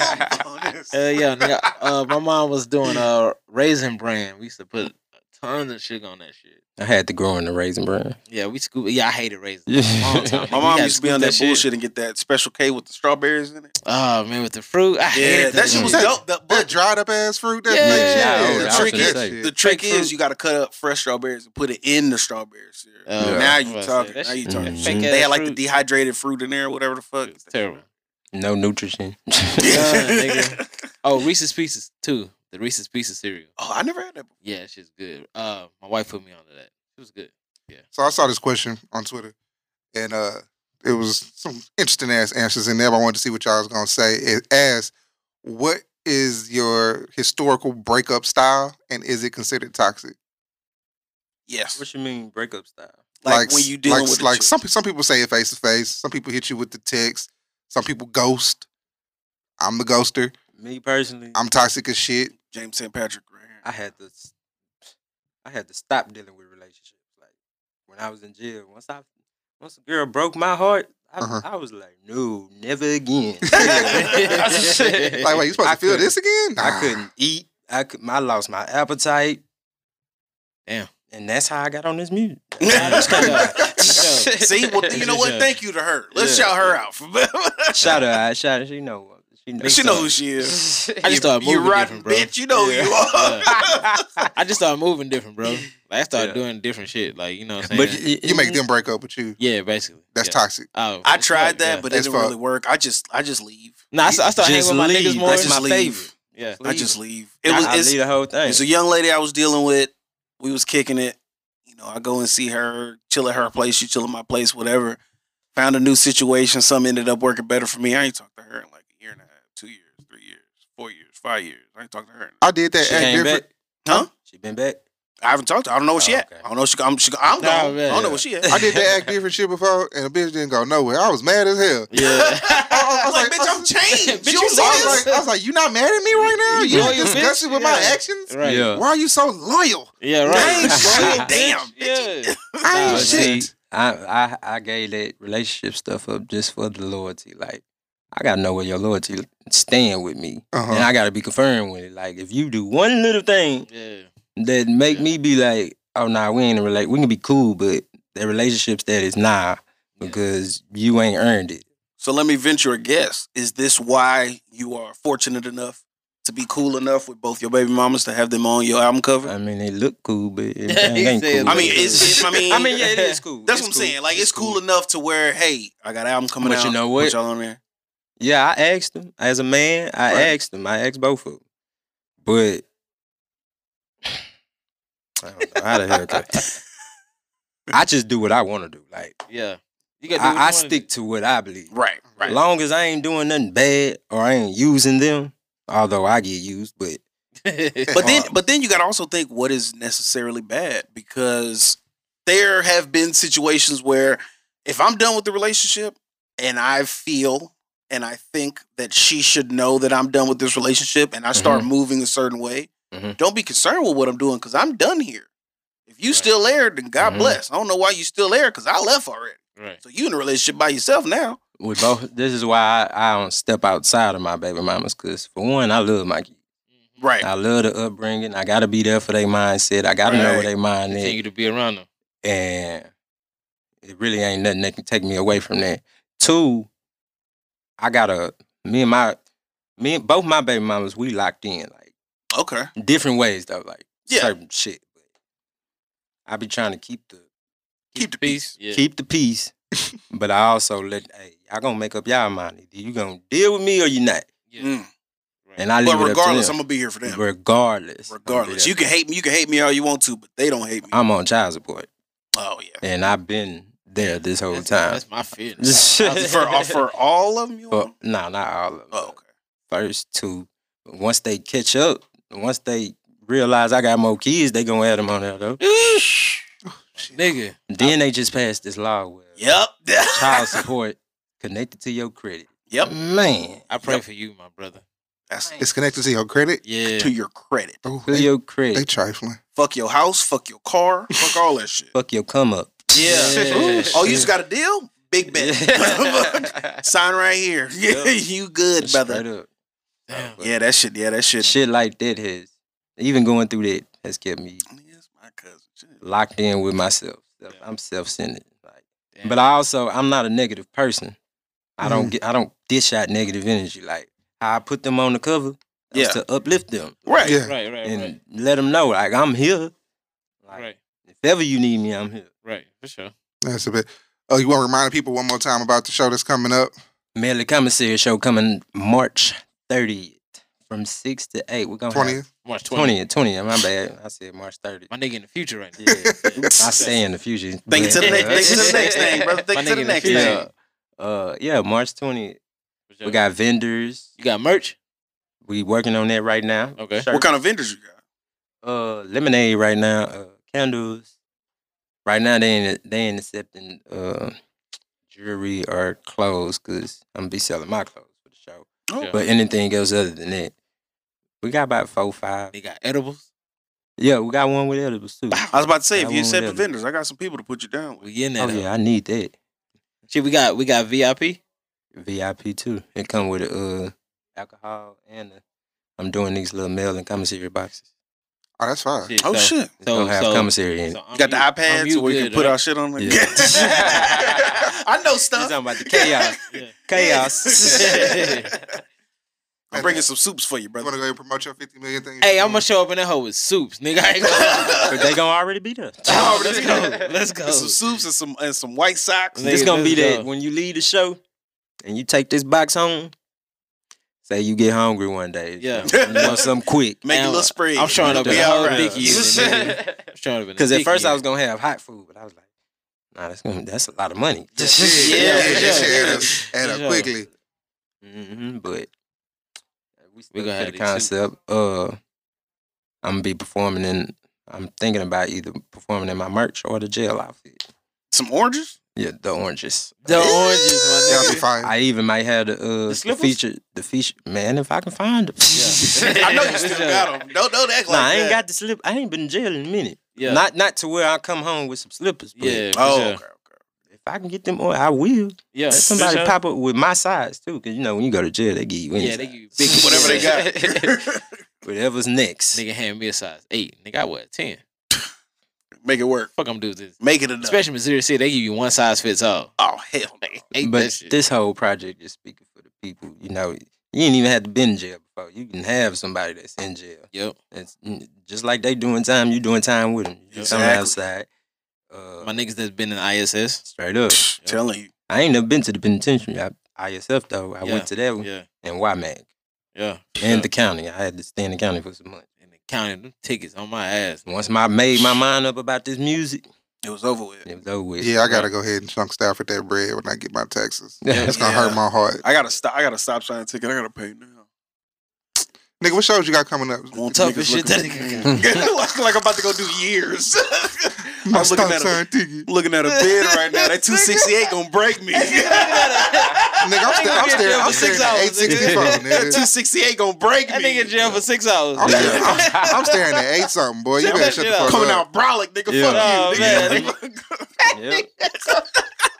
Speaker 2: That's
Speaker 6: Hell yeah, nigga. Uh, my mom was doing uh raisin bran. We used to put tons of sugar on that shit.
Speaker 4: I had to grow in the raisin bran.
Speaker 6: Yeah, we scoop. Yeah, I hated raisins. Long time.
Speaker 4: Yeah.
Speaker 2: My
Speaker 6: We
Speaker 2: mom
Speaker 6: gotta
Speaker 2: used to be
Speaker 6: scoop
Speaker 2: on that,
Speaker 6: that shit.
Speaker 2: bullshit and get that special K with the strawberries in it.
Speaker 6: Oh man, with the fruit, I
Speaker 2: Yeah,
Speaker 6: hated
Speaker 2: that shit
Speaker 6: shit.
Speaker 2: was
Speaker 5: That-
Speaker 2: dope. The,
Speaker 5: That
Speaker 2: but
Speaker 5: dried up ass fruit. That
Speaker 6: Yeah.
Speaker 5: makes
Speaker 6: Yeah,
Speaker 5: yeah,
Speaker 4: I
Speaker 2: was
Speaker 5: that
Speaker 2: gonna
Speaker 5: shit-
Speaker 2: say.
Speaker 5: that
Speaker 2: the
Speaker 5: shit.
Speaker 2: trick
Speaker 6: Fake
Speaker 2: is
Speaker 6: fruit.
Speaker 2: you got to cut up fresh strawberries and put it in the strawberry syrup.
Speaker 6: Oh,
Speaker 5: Yeah.
Speaker 2: Now
Speaker 6: I
Speaker 2: you
Speaker 6: was
Speaker 2: talking.
Speaker 6: saying, that
Speaker 2: now you
Speaker 6: shit-
Speaker 2: talking.
Speaker 4: Mhm.
Speaker 6: fake
Speaker 2: They
Speaker 6: ass
Speaker 2: had like the
Speaker 6: fruit.
Speaker 2: dehydrated fruit in there, whatever the fuck.
Speaker 6: It's terrible.
Speaker 4: No nutrition.
Speaker 6: Yeah, nigga. Oh, Reese's Pieces too. The Reese's Pieces cereal.
Speaker 2: Oh, I never had that.
Speaker 6: Yeah, that shit's good. Uh, my wife put me onto that. It was good.
Speaker 5: So I saw this question on Twitter, and uh, it was some interesting ass answers in there. But I wanted to see what y'all was gonna say. It asked, "What is your historical breakup style, and is it considered toxic?"
Speaker 2: Yes,
Speaker 4: you mean breakup style?
Speaker 2: like, when
Speaker 5: s-
Speaker 2: you dealing
Speaker 5: like,
Speaker 2: with the
Speaker 5: like
Speaker 2: chick.
Speaker 5: some pe- some people say it face to face. Some people hit you with the text. Some people ghost. I'm the ghoster.
Speaker 4: Me personally,
Speaker 5: I'm toxic as shit.
Speaker 2: James St. Patrick right here.
Speaker 4: I had to, s- I had to stop dealing with relationships. Like when I was in jail, once I, once a girl broke my heart, I,
Speaker 5: Uh-huh.
Speaker 4: I was like, no, never again.
Speaker 5: Like, wait, you supposed
Speaker 4: I
Speaker 5: to feel
Speaker 4: couldn't-
Speaker 5: this again?
Speaker 4: I couldn't eat. I could. I lost my appetite.
Speaker 6: Damn.
Speaker 4: And that's how I got on this music.
Speaker 6: that's kinda-
Speaker 2: See, well, you
Speaker 6: It's
Speaker 2: know
Speaker 6: just
Speaker 2: what?
Speaker 6: a-
Speaker 2: Thank you to her. Let's
Speaker 4: Yeah.
Speaker 2: shout her out. For
Speaker 4: Shout her out. Shout her. She know. She know.
Speaker 2: she know who she is.
Speaker 6: I just started
Speaker 2: you
Speaker 6: moving
Speaker 2: rotten
Speaker 6: different, bro.
Speaker 2: bitch. You know
Speaker 4: Yeah.
Speaker 2: who you are.
Speaker 6: I just started moving different, bro. Like I started
Speaker 4: Yeah.
Speaker 6: doing different shit. Like you know what I'm saying?
Speaker 4: But y-
Speaker 5: You make
Speaker 4: y-
Speaker 5: them break up with you.
Speaker 6: yeah, basically.
Speaker 5: That's
Speaker 6: yeah.
Speaker 5: toxic.
Speaker 6: Oh,
Speaker 2: I
Speaker 6: it's tough,
Speaker 2: tried that,
Speaker 6: yeah.
Speaker 2: but it
Speaker 5: That's
Speaker 2: didn't
Speaker 5: fuck.
Speaker 2: really work. I just, I just leave.
Speaker 6: nah, I, s- I started hanging
Speaker 4: Just
Speaker 6: with my
Speaker 4: leave.
Speaker 6: niggas more.
Speaker 4: That's
Speaker 2: Just
Speaker 4: my
Speaker 2: leave.
Speaker 4: favorite.
Speaker 6: yeah,
Speaker 2: I just leave. It
Speaker 4: I-
Speaker 2: was.
Speaker 4: I
Speaker 2: it's,
Speaker 4: leave the whole thing.
Speaker 2: it's a young lady I was dealing with. We was kicking it. You know, I go and see her, chill at her place. She chill at my place, whatever. Found a new situation. Some ended up working better for me. I ain't talked to her in like a year and a half, two years, three years, four years, five years. I ain't talked to her. in-
Speaker 5: I did that.
Speaker 4: She
Speaker 5: act
Speaker 4: came
Speaker 5: different.
Speaker 4: back.
Speaker 2: Huh?
Speaker 4: She been back.
Speaker 2: I haven't talked to her. I don't know where she
Speaker 4: Oh,
Speaker 2: at.
Speaker 4: okay.
Speaker 2: I don't know. if She, I'm, she, I'm
Speaker 6: Nah,
Speaker 2: gone. I
Speaker 6: man.
Speaker 2: don't know where she at.
Speaker 5: I did that act different shit before, and a bitch didn't go nowhere. I was mad as hell.
Speaker 6: yeah.
Speaker 5: I was
Speaker 2: I was like, bitch, I'm changed.
Speaker 6: Bitch,
Speaker 2: you
Speaker 6: you
Speaker 2: see
Speaker 5: I was
Speaker 2: this?
Speaker 5: like, I was like, you not mad at me right now? You
Speaker 6: You
Speaker 5: ain't
Speaker 6: loyal, bitch?
Speaker 5: disgusted with my
Speaker 6: Yeah.
Speaker 5: actions?
Speaker 6: right.
Speaker 4: Yeah.
Speaker 5: Why are you so loyal?
Speaker 6: Yeah,
Speaker 2: Dang,
Speaker 6: right.
Speaker 2: shit,
Speaker 6: Bitch,
Speaker 2: damn,
Speaker 6: Yeah.
Speaker 5: I ain't
Speaker 4: But
Speaker 6: Oh,
Speaker 5: shit.
Speaker 4: see, I, I I gave that relationship stuff up just for the loyalty. Like I gotta know where your loyalty stand with me,
Speaker 5: Uh-huh.
Speaker 4: and I gotta be confirmed with it. Like if you do one little thing
Speaker 6: Yeah.
Speaker 4: that make
Speaker 6: Yeah.
Speaker 4: me be like, oh nah, we ain't relate. We can be cool, but that relationship status nah, because you ain't earned it.
Speaker 2: So let me venture a guess. Is this why you are fortunate enough to be cool enough with both your baby mamas to have them on your album cover?
Speaker 4: I mean, it look cool, but it
Speaker 6: He
Speaker 4: ain't
Speaker 6: said
Speaker 4: cool.
Speaker 2: I mean, it's, it's I mean,
Speaker 4: I mean, yeah, it is cool.
Speaker 2: that's
Speaker 4: It's
Speaker 2: what I'm
Speaker 4: cool.
Speaker 2: saying. Like, it's, cool, enough to where, hey, I got an album coming
Speaker 4: But
Speaker 2: out.
Speaker 4: you know what?
Speaker 2: Put y'all on there.
Speaker 4: Yeah, I asked him as a man. I
Speaker 2: Right.
Speaker 4: asked him. I asked both of them, but I don't know how the hell. I just do what I want to do. Like
Speaker 6: Yeah. You gotta do what you
Speaker 4: I, I
Speaker 6: wanna
Speaker 4: stick to what I believe.
Speaker 2: Right, right.
Speaker 4: Long as I ain't doing nothing bad or I ain't using them, although I get used, but
Speaker 6: do.
Speaker 2: But
Speaker 4: Uh,
Speaker 2: then, but then you got to also think what is necessarily bad because there have been situations where if I'm done with the relationship and I feel and I think that she should know that I'm done with this relationship
Speaker 4: Mm-hmm.
Speaker 2: and I start moving a certain way,
Speaker 4: Mhm.
Speaker 2: don't be concerned with what I'm doing because I'm done here. If you still there, then God
Speaker 4: Mhm.
Speaker 2: bless. I don't know why you still there because I left already.
Speaker 6: right.
Speaker 2: So you in a relationship by yourself now.
Speaker 4: with both, this is why I, I don't step outside of my baby mamas. Cause for one, I love my kids.
Speaker 2: Right.
Speaker 4: Mm-hmm. I love the upbringing. I gotta be there for their mindset. I gotta know where
Speaker 2: Right.
Speaker 4: their mind is.
Speaker 6: Continue to be around them.
Speaker 4: and it really ain't nothing that can take me away from that. Two, I gotta me and my me and both my baby mamas, we locked in like
Speaker 2: Okay.
Speaker 4: different ways though, like
Speaker 2: Yeah.
Speaker 4: certain shit. But I be trying to keep the
Speaker 2: Keep the
Speaker 6: Peace. Yeah.
Speaker 4: keep the peace, but I also let hey, I gonna make up y'all mind. Either you gonna deal with me or you not,
Speaker 6: yeah.
Speaker 2: Mm.
Speaker 6: Right.
Speaker 4: and I leave
Speaker 2: But
Speaker 4: it
Speaker 2: regardless, I'm
Speaker 4: up
Speaker 2: gonna be here for
Speaker 4: to them.
Speaker 2: them.
Speaker 4: regardless, I'ma be
Speaker 2: Regardless,
Speaker 4: there
Speaker 2: you
Speaker 4: for
Speaker 2: can
Speaker 4: them.
Speaker 2: hate me. You can hate me all you want to, but they don't hate me.
Speaker 4: I'm on child support,
Speaker 2: oh yeah.
Speaker 4: and I've been there this whole
Speaker 6: that's,
Speaker 4: time.
Speaker 6: That's my fear.
Speaker 2: Uh, for all- for all of them. You
Speaker 4: But
Speaker 2: want?
Speaker 4: no, Oh, not all of them.
Speaker 2: Oh, okay.
Speaker 4: First two. But once they catch up, once they realize I got more kids, they gonna add them on there though.
Speaker 6: Nigga.
Speaker 4: Then they just passed this law where
Speaker 2: Yep.
Speaker 4: child support connected to your credit.
Speaker 2: Yep.
Speaker 4: Man.
Speaker 6: I pray for you, my brother.
Speaker 2: That's
Speaker 5: It's connected to your credit.
Speaker 6: Yeah.
Speaker 2: to your credit.
Speaker 5: Oh,
Speaker 4: To
Speaker 5: they,
Speaker 4: your
Speaker 5: they
Speaker 4: credit.
Speaker 5: trifling.
Speaker 2: Fuck your house. Fuck your car. Fuck all that shit.
Speaker 4: Fuck your come up.
Speaker 6: Yeah.
Speaker 2: Oh, you just got a deal? Big bet. Sign right here. Yeah, you good,
Speaker 4: Straight
Speaker 2: brother.
Speaker 4: up.
Speaker 6: Damn.
Speaker 2: Yeah, that shit. Yeah, that shit.
Speaker 4: Shit like that has even going through that has kept me
Speaker 2: Yes, my cousin. Shit.
Speaker 4: locked in with myself.
Speaker 6: Yeah.
Speaker 4: I'm self centered. Like
Speaker 6: Damn. Mm.
Speaker 4: But I also I'm not a negative person. I don't get I don't dish out negative energy. Like how I put them on the cover was
Speaker 2: Yeah.
Speaker 4: to uplift them
Speaker 2: Right.
Speaker 5: Yeah.
Speaker 6: Right, right,
Speaker 4: and
Speaker 6: right.
Speaker 4: let them know like I'm here. Like
Speaker 6: Right,
Speaker 4: if ever you need me, I'm here.
Speaker 6: right. For sure.
Speaker 5: That's a bit. Oh, you want to remind people one more time about the show that's coming up?
Speaker 4: Manly Commissary show coming March 30th from six to eight. We're gonna
Speaker 5: Twentieth.
Speaker 6: March 20th.
Speaker 4: twentieth, twentieth. My bad. I said March 30th.
Speaker 6: My nigga in the future right now.
Speaker 4: Yeah, I say in the future.
Speaker 2: Thank you to the
Speaker 4: but,
Speaker 2: next. Thank you to the
Speaker 4: uh,
Speaker 2: next thing, brother. Thank
Speaker 6: My
Speaker 2: you to
Speaker 6: nigga
Speaker 2: the
Speaker 6: in
Speaker 2: next
Speaker 6: the
Speaker 2: thing.
Speaker 6: future.
Speaker 4: Yeah, uh, yeah, March 20th.
Speaker 6: For sure.
Speaker 4: We got vendors.
Speaker 6: You got merch?
Speaker 4: We working on that right now.
Speaker 6: Okay.
Speaker 4: Shirts.
Speaker 2: What kind of vendors you got?
Speaker 4: uh lemonade right now, uh candles. Right now they ain't they ain't accepting uh jewelry or clothes because I'm gonna be selling my clothes for the show.
Speaker 2: Oh.
Speaker 6: Yeah.
Speaker 4: But anything else other than that, we got about four five.
Speaker 6: They got edibles.
Speaker 4: Yeah, we got one with edibles too.
Speaker 2: I was about to say, if
Speaker 4: Got
Speaker 2: you
Speaker 4: one with
Speaker 2: accept the
Speaker 4: edibles.
Speaker 2: vendors, I got some people to put you down with.
Speaker 6: We getting that.
Speaker 4: Oh
Speaker 6: up.
Speaker 4: yeah, I need that
Speaker 6: Shit, we got we got VIP.
Speaker 4: VIP too. It come with uh alcohol and i I'm doing these little mail and commissary boxes.
Speaker 5: Oh, that's fine.
Speaker 6: Shit,
Speaker 2: Oh
Speaker 6: so-
Speaker 2: shit!
Speaker 4: It don't have commissary in it.
Speaker 6: so I'm
Speaker 2: You got the
Speaker 6: you- I'm
Speaker 2: iPads where you
Speaker 6: good,
Speaker 2: can put
Speaker 6: right?
Speaker 2: our shit on. Like,
Speaker 4: Yeah.
Speaker 2: I know
Speaker 4: You
Speaker 2: stuff.
Speaker 4: talking about the chaos?
Speaker 6: Yeah.
Speaker 4: chaos.
Speaker 2: I'm bringing some soups for you,
Speaker 5: You want
Speaker 2: brother.
Speaker 5: to go and promote your fifty million thing?
Speaker 6: Hey, I'm gonna show up in that hole with soups, nigga. I ain't gonna...
Speaker 4: But they gonna already be there.
Speaker 6: Oh, let's go. Let's go.
Speaker 2: Get some soups and some and some white socks.
Speaker 6: Nigga,
Speaker 4: This gonna be
Speaker 6: let's
Speaker 4: that
Speaker 6: go.
Speaker 4: when you leave the show and you take this box home. Say you get hungry one day.
Speaker 6: Yeah.
Speaker 4: You want something quick.
Speaker 2: Make a
Speaker 6: Now,
Speaker 2: little spread.
Speaker 6: I'm showing up in
Speaker 2: Be
Speaker 6: a
Speaker 2: all
Speaker 6: whole
Speaker 2: right.
Speaker 6: dicky unit, nigga. I'm showing up in a
Speaker 4: Because at
Speaker 6: dicky
Speaker 4: first I
Speaker 6: unit.
Speaker 4: was gonna have hot food, but I was like, Nah, that's gonna that's a lot of money.
Speaker 5: Yeah,
Speaker 6: Yeah,
Speaker 5: yeah,
Speaker 6: for
Speaker 5: yeah,
Speaker 6: sure.
Speaker 5: yeah, Add
Speaker 6: For
Speaker 5: up
Speaker 6: sure.
Speaker 5: quickly.
Speaker 4: hmm but we
Speaker 6: We
Speaker 4: still
Speaker 6: gonna
Speaker 4: got
Speaker 6: have
Speaker 4: the
Speaker 6: these
Speaker 4: concept. Uh, I'm gonna be performing in. I'm thinking about either performing in my merch or the jail outfit.
Speaker 2: Some oranges.
Speaker 4: Yeah, the oranges.
Speaker 6: the oranges,
Speaker 5: That'll be fine.
Speaker 4: I even might have the uh the,
Speaker 6: slippers?
Speaker 4: feature the feature man if I can find them.
Speaker 6: my nigga.
Speaker 2: I know you still got them. Don't don't act
Speaker 4: Nah,
Speaker 2: like
Speaker 4: I ain't
Speaker 2: that.
Speaker 4: got the slip. I ain't been in jail in a minute.
Speaker 6: Yeah.
Speaker 4: Not not to where I come home with some slippers. But
Speaker 6: Yeah. for
Speaker 2: Oh,
Speaker 6: sure.
Speaker 2: okay,
Speaker 4: If I can get them on, I will.
Speaker 6: yeah.
Speaker 4: Let
Speaker 6: for
Speaker 4: somebody
Speaker 6: sure.
Speaker 4: pop up with my size too, because you know when you go to jail they give you any
Speaker 6: Yeah, they
Speaker 4: size.
Speaker 6: give you big
Speaker 2: Whatever they got.
Speaker 4: whatever's next.
Speaker 6: Nigga hand me a size eight. Nigga, I wear a ten.
Speaker 2: Make it work.
Speaker 6: Fuck, I'm dudes this.
Speaker 2: Make it enough.
Speaker 6: Especially Missouri City, they give you one size fits all.
Speaker 2: oh hell, no.
Speaker 6: Ain't
Speaker 4: but
Speaker 6: that shit.
Speaker 4: this whole project is speaking for the people. You know, you ain't even had to been in jail before. You can have somebody that's in jail.
Speaker 6: Yep.
Speaker 4: It's mm, just like they doing time. You doing time with them. You
Speaker 2: Exactly.
Speaker 4: coming outside. Uh,
Speaker 6: My niggas that's been in ISS.
Speaker 4: straight up.
Speaker 2: telling you.
Speaker 4: I ain't never been to the penitentiary. I, ISF though. I
Speaker 6: Yeah,
Speaker 4: went to that one
Speaker 6: Yeah.
Speaker 4: and WMAC
Speaker 6: Yeah.
Speaker 4: and the county. I had to stay in the county for some months.
Speaker 6: and counting them tickets on my ass.
Speaker 4: Once my made my mind up about this music,
Speaker 2: It was over with.
Speaker 4: It was over with.
Speaker 5: Yeah, I gotta go ahead and chunk Stafford that bread when I get my taxes.
Speaker 4: Yeah.
Speaker 5: That's gonna hurt my heart.
Speaker 2: I gotta stop. I gotta stop signing ticket. I gotta pay now.
Speaker 5: Nigga, what shows you got coming up?
Speaker 2: Want
Speaker 5: Niggas
Speaker 2: tough as shit.
Speaker 5: looking-
Speaker 2: like, like I'm about to go do years. I'm
Speaker 5: My
Speaker 2: looking
Speaker 5: stop
Speaker 2: at a,
Speaker 5: sign ticket.
Speaker 2: looking at a bid right now. That 268 gonna break me.
Speaker 5: Nigga, I'm, sta- I'm
Speaker 6: That nigga
Speaker 5: staring.
Speaker 6: jail
Speaker 5: I'm
Speaker 6: for six
Speaker 5: staring at eight
Speaker 6: hours, nigga.
Speaker 5: sixty something, nigga.
Speaker 2: That 268 gonna break me.
Speaker 6: That nigga in jail for six hours.
Speaker 5: I'm staring, I'm, I'm staring at eight something, boy. You
Speaker 6: Check
Speaker 5: better
Speaker 6: that
Speaker 5: shut the
Speaker 6: shit out.
Speaker 5: fuck
Speaker 2: coming
Speaker 5: up.
Speaker 2: out brolic, nigga.
Speaker 4: Yeah.
Speaker 6: Oh,
Speaker 2: Fuck you, nigga.
Speaker 4: Yep.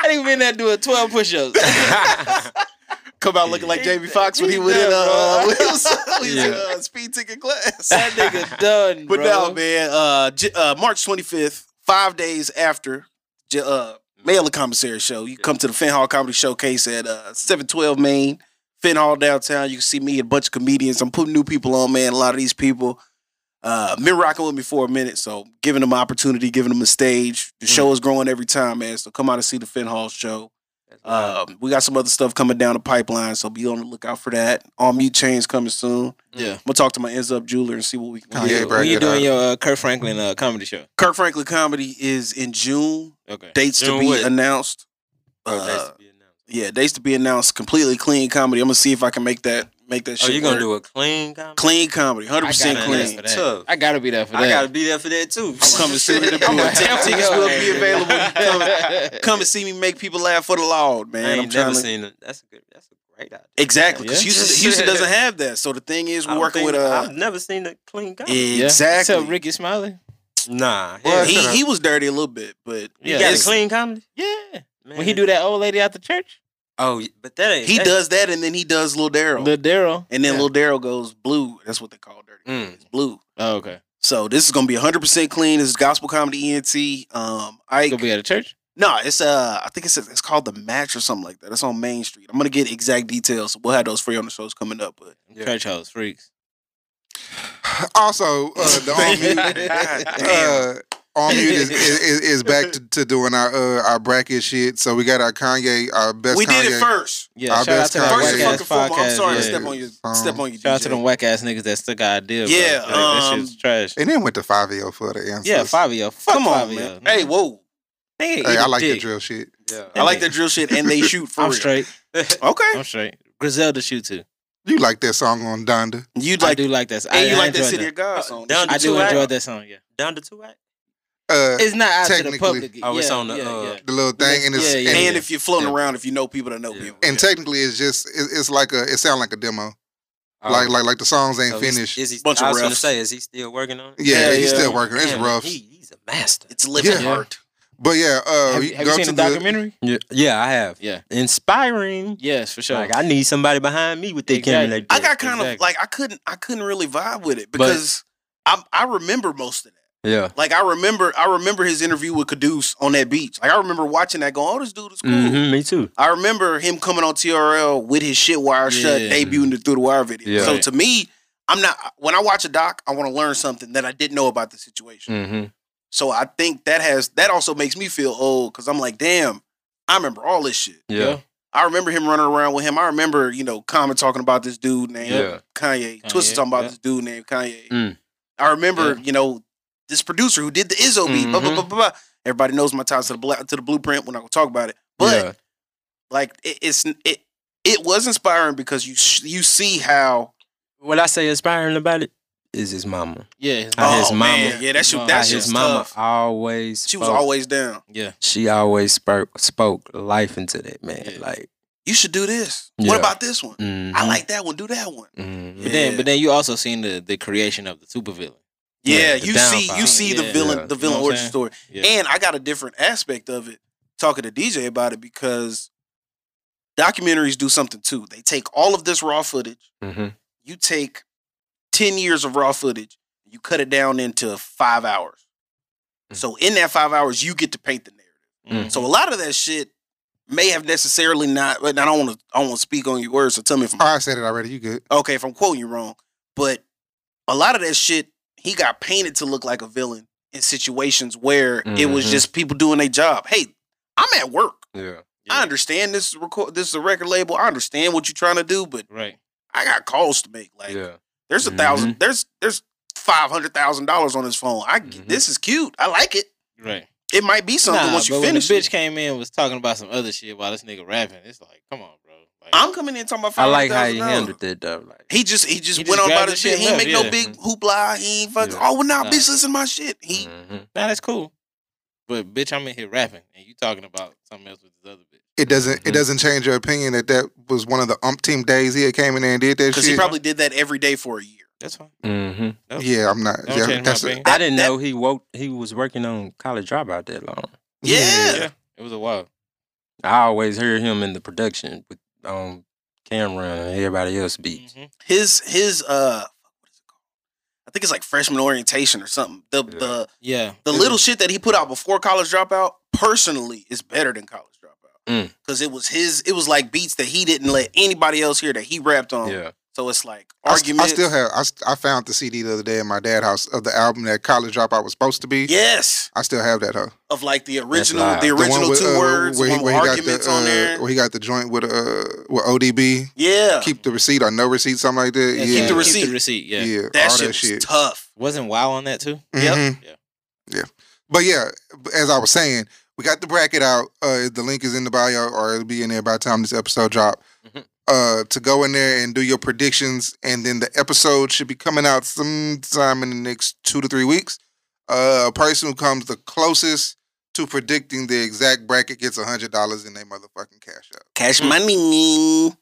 Speaker 6: I think we in there doing 12 push ups.
Speaker 2: Come out looking like Jamie Foxx when he
Speaker 6: He
Speaker 2: went in
Speaker 6: done,
Speaker 2: uh,
Speaker 6: bro.
Speaker 2: when he was, when he was in,
Speaker 4: Yeah.
Speaker 2: uh, speed ticket class.
Speaker 6: that nigga done,
Speaker 2: But
Speaker 6: bro.
Speaker 2: no, man. Uh, J- uh, March 25th, five days after J- uh, Mail a Commissary Show, you come to the Finn Hall Comedy Showcase at uh, 712 Main, Finn Hall downtown. You can see me and a bunch of comedians. I'm putting new people on, man. A lot of these people uh, been rocking with me for a minute, so giving them opportunity, giving them a stage. The show is growing every time, man. So come out and see the Finn Hall Show. Um, we got some other stuff coming down the pipeline, so be on the lookout for that. All mute chains coming soon.
Speaker 6: Yeah.
Speaker 2: I'm gonna talk to my ends up jeweler and see what we can
Speaker 5: Yeah,
Speaker 6: When you-
Speaker 2: do.
Speaker 5: bro,
Speaker 6: when you
Speaker 5: get
Speaker 6: doing
Speaker 5: out.
Speaker 6: your uh, Kurt Franklin uh, comedy show?
Speaker 2: Kirk Franklin comedy is in June.
Speaker 6: Okay.
Speaker 2: Dates to
Speaker 4: June
Speaker 2: be
Speaker 4: what?
Speaker 2: announced.
Speaker 4: Oh, that's
Speaker 2: Uh,
Speaker 4: to be announced.
Speaker 2: yeah, dates to be announced. Completely clean comedy. I'm gonna see if I can make that make that.
Speaker 4: Oh,
Speaker 2: Shit
Speaker 4: you gonna
Speaker 2: work.
Speaker 4: do a clean comedy?
Speaker 2: clean comedy? 100 percent
Speaker 6: I gotta be there
Speaker 2: clean.
Speaker 6: for that.
Speaker 4: Tough.
Speaker 6: I gotta be there for that.
Speaker 4: I gotta be there for that too.
Speaker 2: I'm coming to see you. Tickets tickets will be available. You Come, come and see me make people laugh for the Lord,
Speaker 4: I
Speaker 2: man. I'm
Speaker 4: ain't never
Speaker 2: trying to.
Speaker 4: seen it. That's a good. That's a great idea.
Speaker 2: Exactly, because
Speaker 6: Yeah.
Speaker 2: Houston, Houston doesn't have that. So the thing is,
Speaker 4: I
Speaker 2: we're
Speaker 4: don't
Speaker 2: working
Speaker 4: think-
Speaker 2: with uh,
Speaker 4: I've never seen a clean comedy.
Speaker 6: Yeah.
Speaker 2: exactly.
Speaker 6: Tell Ricky Smiley.
Speaker 4: Nah,
Speaker 5: Well,
Speaker 4: hell,
Speaker 5: it's-
Speaker 4: he,
Speaker 2: he he was dirty a little bit, but
Speaker 4: you
Speaker 6: Yeah.
Speaker 4: got a
Speaker 2: it's-
Speaker 4: clean comedy.
Speaker 6: Yeah.
Speaker 4: Man.
Speaker 6: When he do that old lady out the church,
Speaker 4: Oh, but that ain't.
Speaker 2: he
Speaker 4: that-
Speaker 2: does that, and then he does Lil Daryl,
Speaker 6: Lil Daryl.
Speaker 2: and then
Speaker 6: Yeah.
Speaker 2: Lil Daryl goes blue. That's what they call dirty.
Speaker 4: Mm.
Speaker 2: It's blue.
Speaker 6: Oh, okay.
Speaker 2: So this is gonna be 100 percent clean. This is gospel comedy ENT. Um, I
Speaker 6: Go be at a church.
Speaker 2: no, it's uh, I think it's it's called the match or something like that. It's on Main Street. I'm gonna get exact details. We'll have those for you on the shows coming up. But
Speaker 4: Yeah.
Speaker 6: Church hoes, freaks.
Speaker 5: Also, uh, the on mute
Speaker 2: God damn.
Speaker 5: uh, on mute is, is, is, is back to, to doing our uh, our bracket shit. So we got our Kanye, our best.
Speaker 2: we
Speaker 5: Kanye.
Speaker 2: did it first.
Speaker 6: Yeah.
Speaker 5: Our
Speaker 6: shout out
Speaker 5: best
Speaker 6: to that
Speaker 5: Kanye.
Speaker 2: First
Speaker 6: whack
Speaker 2: and
Speaker 6: ass
Speaker 2: fucking foremost. I'm
Speaker 6: podcast.
Speaker 2: sorry to
Speaker 5: yeah.
Speaker 2: step on you.
Speaker 5: Um,
Speaker 2: step on you.
Speaker 6: Shout out to
Speaker 2: DJ.
Speaker 6: them whack ass niggas that still got idea. bro.
Speaker 2: Yeah,
Speaker 6: Like, that
Speaker 2: um,
Speaker 6: shit's trash.
Speaker 5: And then went to Fabio for the answers.
Speaker 6: Yeah, oh, Fabio. Fuck
Speaker 2: Come on,
Speaker 6: Fabio.
Speaker 2: man. Hey, whoa.
Speaker 6: Hey,
Speaker 5: Hey, I like
Speaker 6: dick.
Speaker 5: the drill shit.
Speaker 2: I like that drill shit, and they shoot for
Speaker 6: I'm
Speaker 2: real.
Speaker 6: straight.
Speaker 2: Okay,
Speaker 6: I'm straight. Griselda shoot too.
Speaker 5: You like that song on Donda?
Speaker 2: you'd
Speaker 6: I
Speaker 2: like,
Speaker 6: do like that. I,
Speaker 2: and you
Speaker 6: I
Speaker 2: like that
Speaker 6: enjoyed
Speaker 2: City of God song.
Speaker 4: Down to
Speaker 6: I do
Speaker 4: two
Speaker 6: enjoy
Speaker 4: act.
Speaker 6: that song. Yeah,
Speaker 4: Down to two act.
Speaker 5: Uh,
Speaker 6: it's not out to the
Speaker 5: technically-
Speaker 6: public.
Speaker 4: Oh, it's
Speaker 6: yeah,
Speaker 4: on the,
Speaker 6: yeah,
Speaker 4: uh,
Speaker 6: yeah.
Speaker 5: the little thing, and it's
Speaker 6: Yeah, yeah,
Speaker 5: and,
Speaker 2: and if you're floating
Speaker 4: Yeah.
Speaker 2: around, if you know people that know
Speaker 4: Yeah.
Speaker 2: people,
Speaker 5: and technically it's just it, it's like a it sound like a demo.
Speaker 4: Oh,
Speaker 5: Like like like the songs ain't
Speaker 4: so he's-
Speaker 5: finished.
Speaker 4: Is he,
Speaker 2: Bunch of
Speaker 4: I was gonna
Speaker 2: refs.
Speaker 4: say, is he still working on it?
Speaker 5: yeah,
Speaker 2: Yeah,
Speaker 5: he's
Speaker 2: yeah.
Speaker 5: still working. It's
Speaker 4: Damn,
Speaker 5: rough.
Speaker 4: He, he's a master.
Speaker 2: it's living
Speaker 5: Yeah.
Speaker 2: art.
Speaker 5: But yeah, uh,
Speaker 2: Oh,
Speaker 6: Have,
Speaker 5: you
Speaker 6: you- have
Speaker 5: go
Speaker 6: you seen
Speaker 5: to
Speaker 6: the documentary?
Speaker 4: Yeah, yeah, I have.
Speaker 6: Yeah.
Speaker 4: Inspiring.
Speaker 6: Yes, for sure.
Speaker 4: Like I need somebody behind me with their
Speaker 6: Exactly.
Speaker 4: camera. Like
Speaker 2: I
Speaker 4: that.
Speaker 2: got kind of
Speaker 6: exactly.
Speaker 2: like I couldn't I couldn't really vibe with it because I I remember most of that.
Speaker 4: yeah.
Speaker 2: Like I remember I remember his interview with Caduce on that beach. Like I remember watching that going, oh this dude is cool.
Speaker 6: Mm-hmm.
Speaker 4: Mhm, me too.
Speaker 2: I remember him coming on TRL with his shit wired shut,
Speaker 6: Yeah.
Speaker 2: debuting the through the wire video.
Speaker 4: Yeah.
Speaker 2: So
Speaker 6: Right.
Speaker 2: to me, I'm not when I watch a doc, I want to learn something that I didn't know about the situation.
Speaker 6: Mm.
Speaker 4: Mm-hmm.
Speaker 2: So I think that has that also makes me feel old because I'm like, damn, I remember all this shit.
Speaker 4: Yeah.
Speaker 2: I remember him running around with him. I remember, you know, Common talking about this dude named
Speaker 4: Yeah.
Speaker 2: Kanye.
Speaker 6: Kanye,
Speaker 2: Twisted talking about
Speaker 6: yeah.
Speaker 2: this dude named Kanye.
Speaker 4: Mm.
Speaker 2: I remember, you know, this producer who did the Izzo beat. Blah, blah,
Speaker 4: Mhm.
Speaker 2: blah, blah, blah. Everybody knows my ties to the bla- to the blueprint. We're not gonna talk about it, but
Speaker 4: yeah.
Speaker 2: like it, it's it it was inspiring because you sh- you see how
Speaker 4: what I say inspiring about it is his mama.
Speaker 6: yeah,
Speaker 4: How his
Speaker 2: oh,
Speaker 4: mama-
Speaker 2: man, yeah, that
Speaker 6: his
Speaker 2: shit
Speaker 6: mama-
Speaker 2: that
Speaker 6: how
Speaker 4: his
Speaker 2: shit's
Speaker 4: mama Oh.
Speaker 2: tough.
Speaker 4: always
Speaker 2: She was
Speaker 4: spoke-
Speaker 2: always down.
Speaker 6: yeah.
Speaker 4: she always spoke spoke life into that man.
Speaker 6: Yeah.
Speaker 4: Like
Speaker 2: You should do this.
Speaker 4: Yeah.
Speaker 2: What about this one? I
Speaker 4: mhm,
Speaker 2: like that one. Do that one.
Speaker 4: mhm.
Speaker 6: But then,
Speaker 2: Yeah.
Speaker 6: but then you also seen the the creation of the supervillain.
Speaker 2: Yeah,
Speaker 4: the
Speaker 2: you see, you
Speaker 4: downfall.
Speaker 2: see the
Speaker 6: Yeah.
Speaker 2: villain,
Speaker 4: Yeah.
Speaker 2: the
Speaker 6: You know
Speaker 2: villain
Speaker 6: what I'm
Speaker 2: origin
Speaker 6: saying?
Speaker 2: story,
Speaker 6: Yeah.
Speaker 2: and I got a different aspect of it talking to DJ about it because documentaries do something too. They take all of this raw footage.
Speaker 4: Mhm.
Speaker 2: You take ten years of raw footage, you cut it down into five hours.
Speaker 4: Mm.
Speaker 2: So in that five hours, you get to paint the narrative.
Speaker 6: Mm.
Speaker 2: So a lot of that shit may have necessarily not. And I don't want to. I don't want to speak on your words. So tell me if I'm
Speaker 5: Oh, I said it already. You good?
Speaker 2: okay, if I'm quoting you wrong, but a lot of that shit, he got painted to look like a villain in situations where it was
Speaker 6: Mm-hmm.
Speaker 4: Mhm.
Speaker 2: just people doing their job. Hey, I'm at work.
Speaker 4: Yeah.
Speaker 2: I understand this record. This is a record label. I understand what you're trying to do, but
Speaker 6: Right.
Speaker 2: I got calls to make. Like,
Speaker 4: Yeah.
Speaker 6: Mm-hmm.
Speaker 2: there's a 1000 There's there's five hundred thousand dollars on his phone. I
Speaker 6: Mhm.
Speaker 2: this is cute. I like it.
Speaker 6: Right.
Speaker 2: It might be something
Speaker 6: Nah,
Speaker 2: once
Speaker 6: but
Speaker 2: you
Speaker 6: when the
Speaker 2: finish.
Speaker 6: bitch
Speaker 2: it.
Speaker 6: came in and was talking about some other shit while this nigga rapping. It's like, come on, bro. Like,
Speaker 2: I'm coming in talking about
Speaker 4: I
Speaker 2: five
Speaker 4: like
Speaker 2: hundred
Speaker 4: how
Speaker 2: thousand
Speaker 4: you
Speaker 2: dollars.
Speaker 4: handled that though. Like
Speaker 2: He just he just
Speaker 6: He just
Speaker 2: went on
Speaker 6: grabbed
Speaker 2: about
Speaker 6: the
Speaker 2: his shit.
Speaker 6: shit
Speaker 2: He ain't
Speaker 6: and
Speaker 2: make
Speaker 6: left,
Speaker 2: no
Speaker 6: yeah.
Speaker 2: big hoopla. He ain't fucking.
Speaker 4: Yeah.
Speaker 2: Oh, well, nah,
Speaker 6: Nah.
Speaker 2: bitch, listen to my shit. He
Speaker 4: mhm.
Speaker 6: nah, that's cool. But bitch, I'm in here rapping and you talking about something else with this other bitch.
Speaker 5: It doesn't. It
Speaker 4: Mhm.
Speaker 5: doesn't change your opinion that that was one of the umpteen days he had came in there and did that
Speaker 2: because
Speaker 5: shit.
Speaker 2: he probably did that every day for a year.
Speaker 6: That's fine.
Speaker 4: Mhm.
Speaker 6: Nope.
Speaker 5: yeah, I'm not.
Speaker 6: Don't
Speaker 5: yeah,
Speaker 6: change my
Speaker 5: that's a-
Speaker 6: opinion.
Speaker 4: I didn't
Speaker 2: that-
Speaker 4: know he woke. He was working on college dropout that long.
Speaker 2: Yeah.
Speaker 6: Yeah, it was a while.
Speaker 4: I always heard him in the production with um Cameron and everybody else beats.
Speaker 6: Mhm.
Speaker 2: His his uh, what is it called? I think it's like freshman orientation or something. The
Speaker 4: Yeah.
Speaker 2: the
Speaker 6: Yeah,
Speaker 2: the little shit that he put out before college dropout personally is better than college dropout
Speaker 4: Mm.
Speaker 2: because it was his it was like beats that he didn't let anybody else hear that he rapped on
Speaker 4: Yeah,
Speaker 2: so it's like
Speaker 5: I st-
Speaker 2: argument
Speaker 5: I, still have. I, st- I found the CD the other day in my dad's house of the album that College Dropout was supposed to be.
Speaker 2: yes
Speaker 5: I still have that, huh?
Speaker 2: of like the original
Speaker 4: live.
Speaker 2: the
Speaker 5: The one
Speaker 2: original
Speaker 5: with,
Speaker 2: two
Speaker 5: uh,
Speaker 2: words one with
Speaker 5: got
Speaker 2: arguments
Speaker 5: the,
Speaker 2: on
Speaker 5: uh,
Speaker 2: there
Speaker 5: Where he got the joint with uh with ODB.
Speaker 2: yeah
Speaker 5: Keep the receipt or no receipt, something like that.
Speaker 6: Yeah,
Speaker 5: Yeah,
Speaker 2: Keep the receipt.
Speaker 6: Yeah,
Speaker 5: Yeah,
Speaker 2: that
Speaker 5: all
Speaker 2: shit
Speaker 5: that
Speaker 2: was
Speaker 5: shit.
Speaker 2: tough
Speaker 6: wasn't wow on that too.
Speaker 2: Yep.
Speaker 5: Mhm.
Speaker 6: Yeah.
Speaker 5: yeah. But yeah, as I was saying, we got the bracket out. Uh, the link is in the bio, or it'll be in there by the time this episode drop.
Speaker 4: Mhm.
Speaker 5: Uh, to go in there and do your predictions, and then the episode should be coming out sometime in the next two to three weeks. Uh, a person who comes the closest to predicting the exact bracket gets a hundred dollars in their motherfucking cash out.
Speaker 2: cash money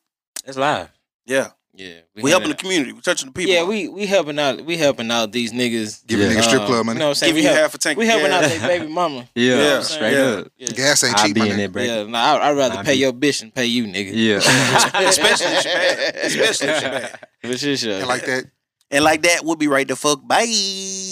Speaker 4: it's live.
Speaker 2: yeah
Speaker 6: Yeah,
Speaker 2: we
Speaker 6: handling
Speaker 2: helping the
Speaker 6: that.
Speaker 2: community we touching the people
Speaker 6: Yeah, we we helping out. We helping out these niggas.
Speaker 5: Giving
Speaker 4: Yeah.
Speaker 5: niggas strip
Speaker 6: Um,
Speaker 5: club
Speaker 6: You
Speaker 5: money.
Speaker 6: know what I'm saying?
Speaker 2: give
Speaker 6: We,
Speaker 2: you
Speaker 6: help,
Speaker 2: half a tank
Speaker 6: we helping out
Speaker 2: yeah.
Speaker 6: their baby mama.
Speaker 4: Yeah,
Speaker 6: You know what I'm
Speaker 4: straight
Speaker 6: saying?
Speaker 4: up.
Speaker 6: Yeah.
Speaker 5: Gas ain't
Speaker 4: I
Speaker 5: cheap,
Speaker 4: be
Speaker 5: my
Speaker 4: in
Speaker 5: nigga.
Speaker 4: that bracket.
Speaker 6: Yeah, nah, I'd, I'd rather
Speaker 4: I
Speaker 6: pay
Speaker 4: be-
Speaker 6: your bitch and pay you, nigga.
Speaker 4: Yeah.
Speaker 2: Especially if she bad. Especially if she bad.
Speaker 6: But shit, shit.
Speaker 5: And like that,
Speaker 2: and like that we'll be right the fuck bye
Speaker 6: Mm-hmm.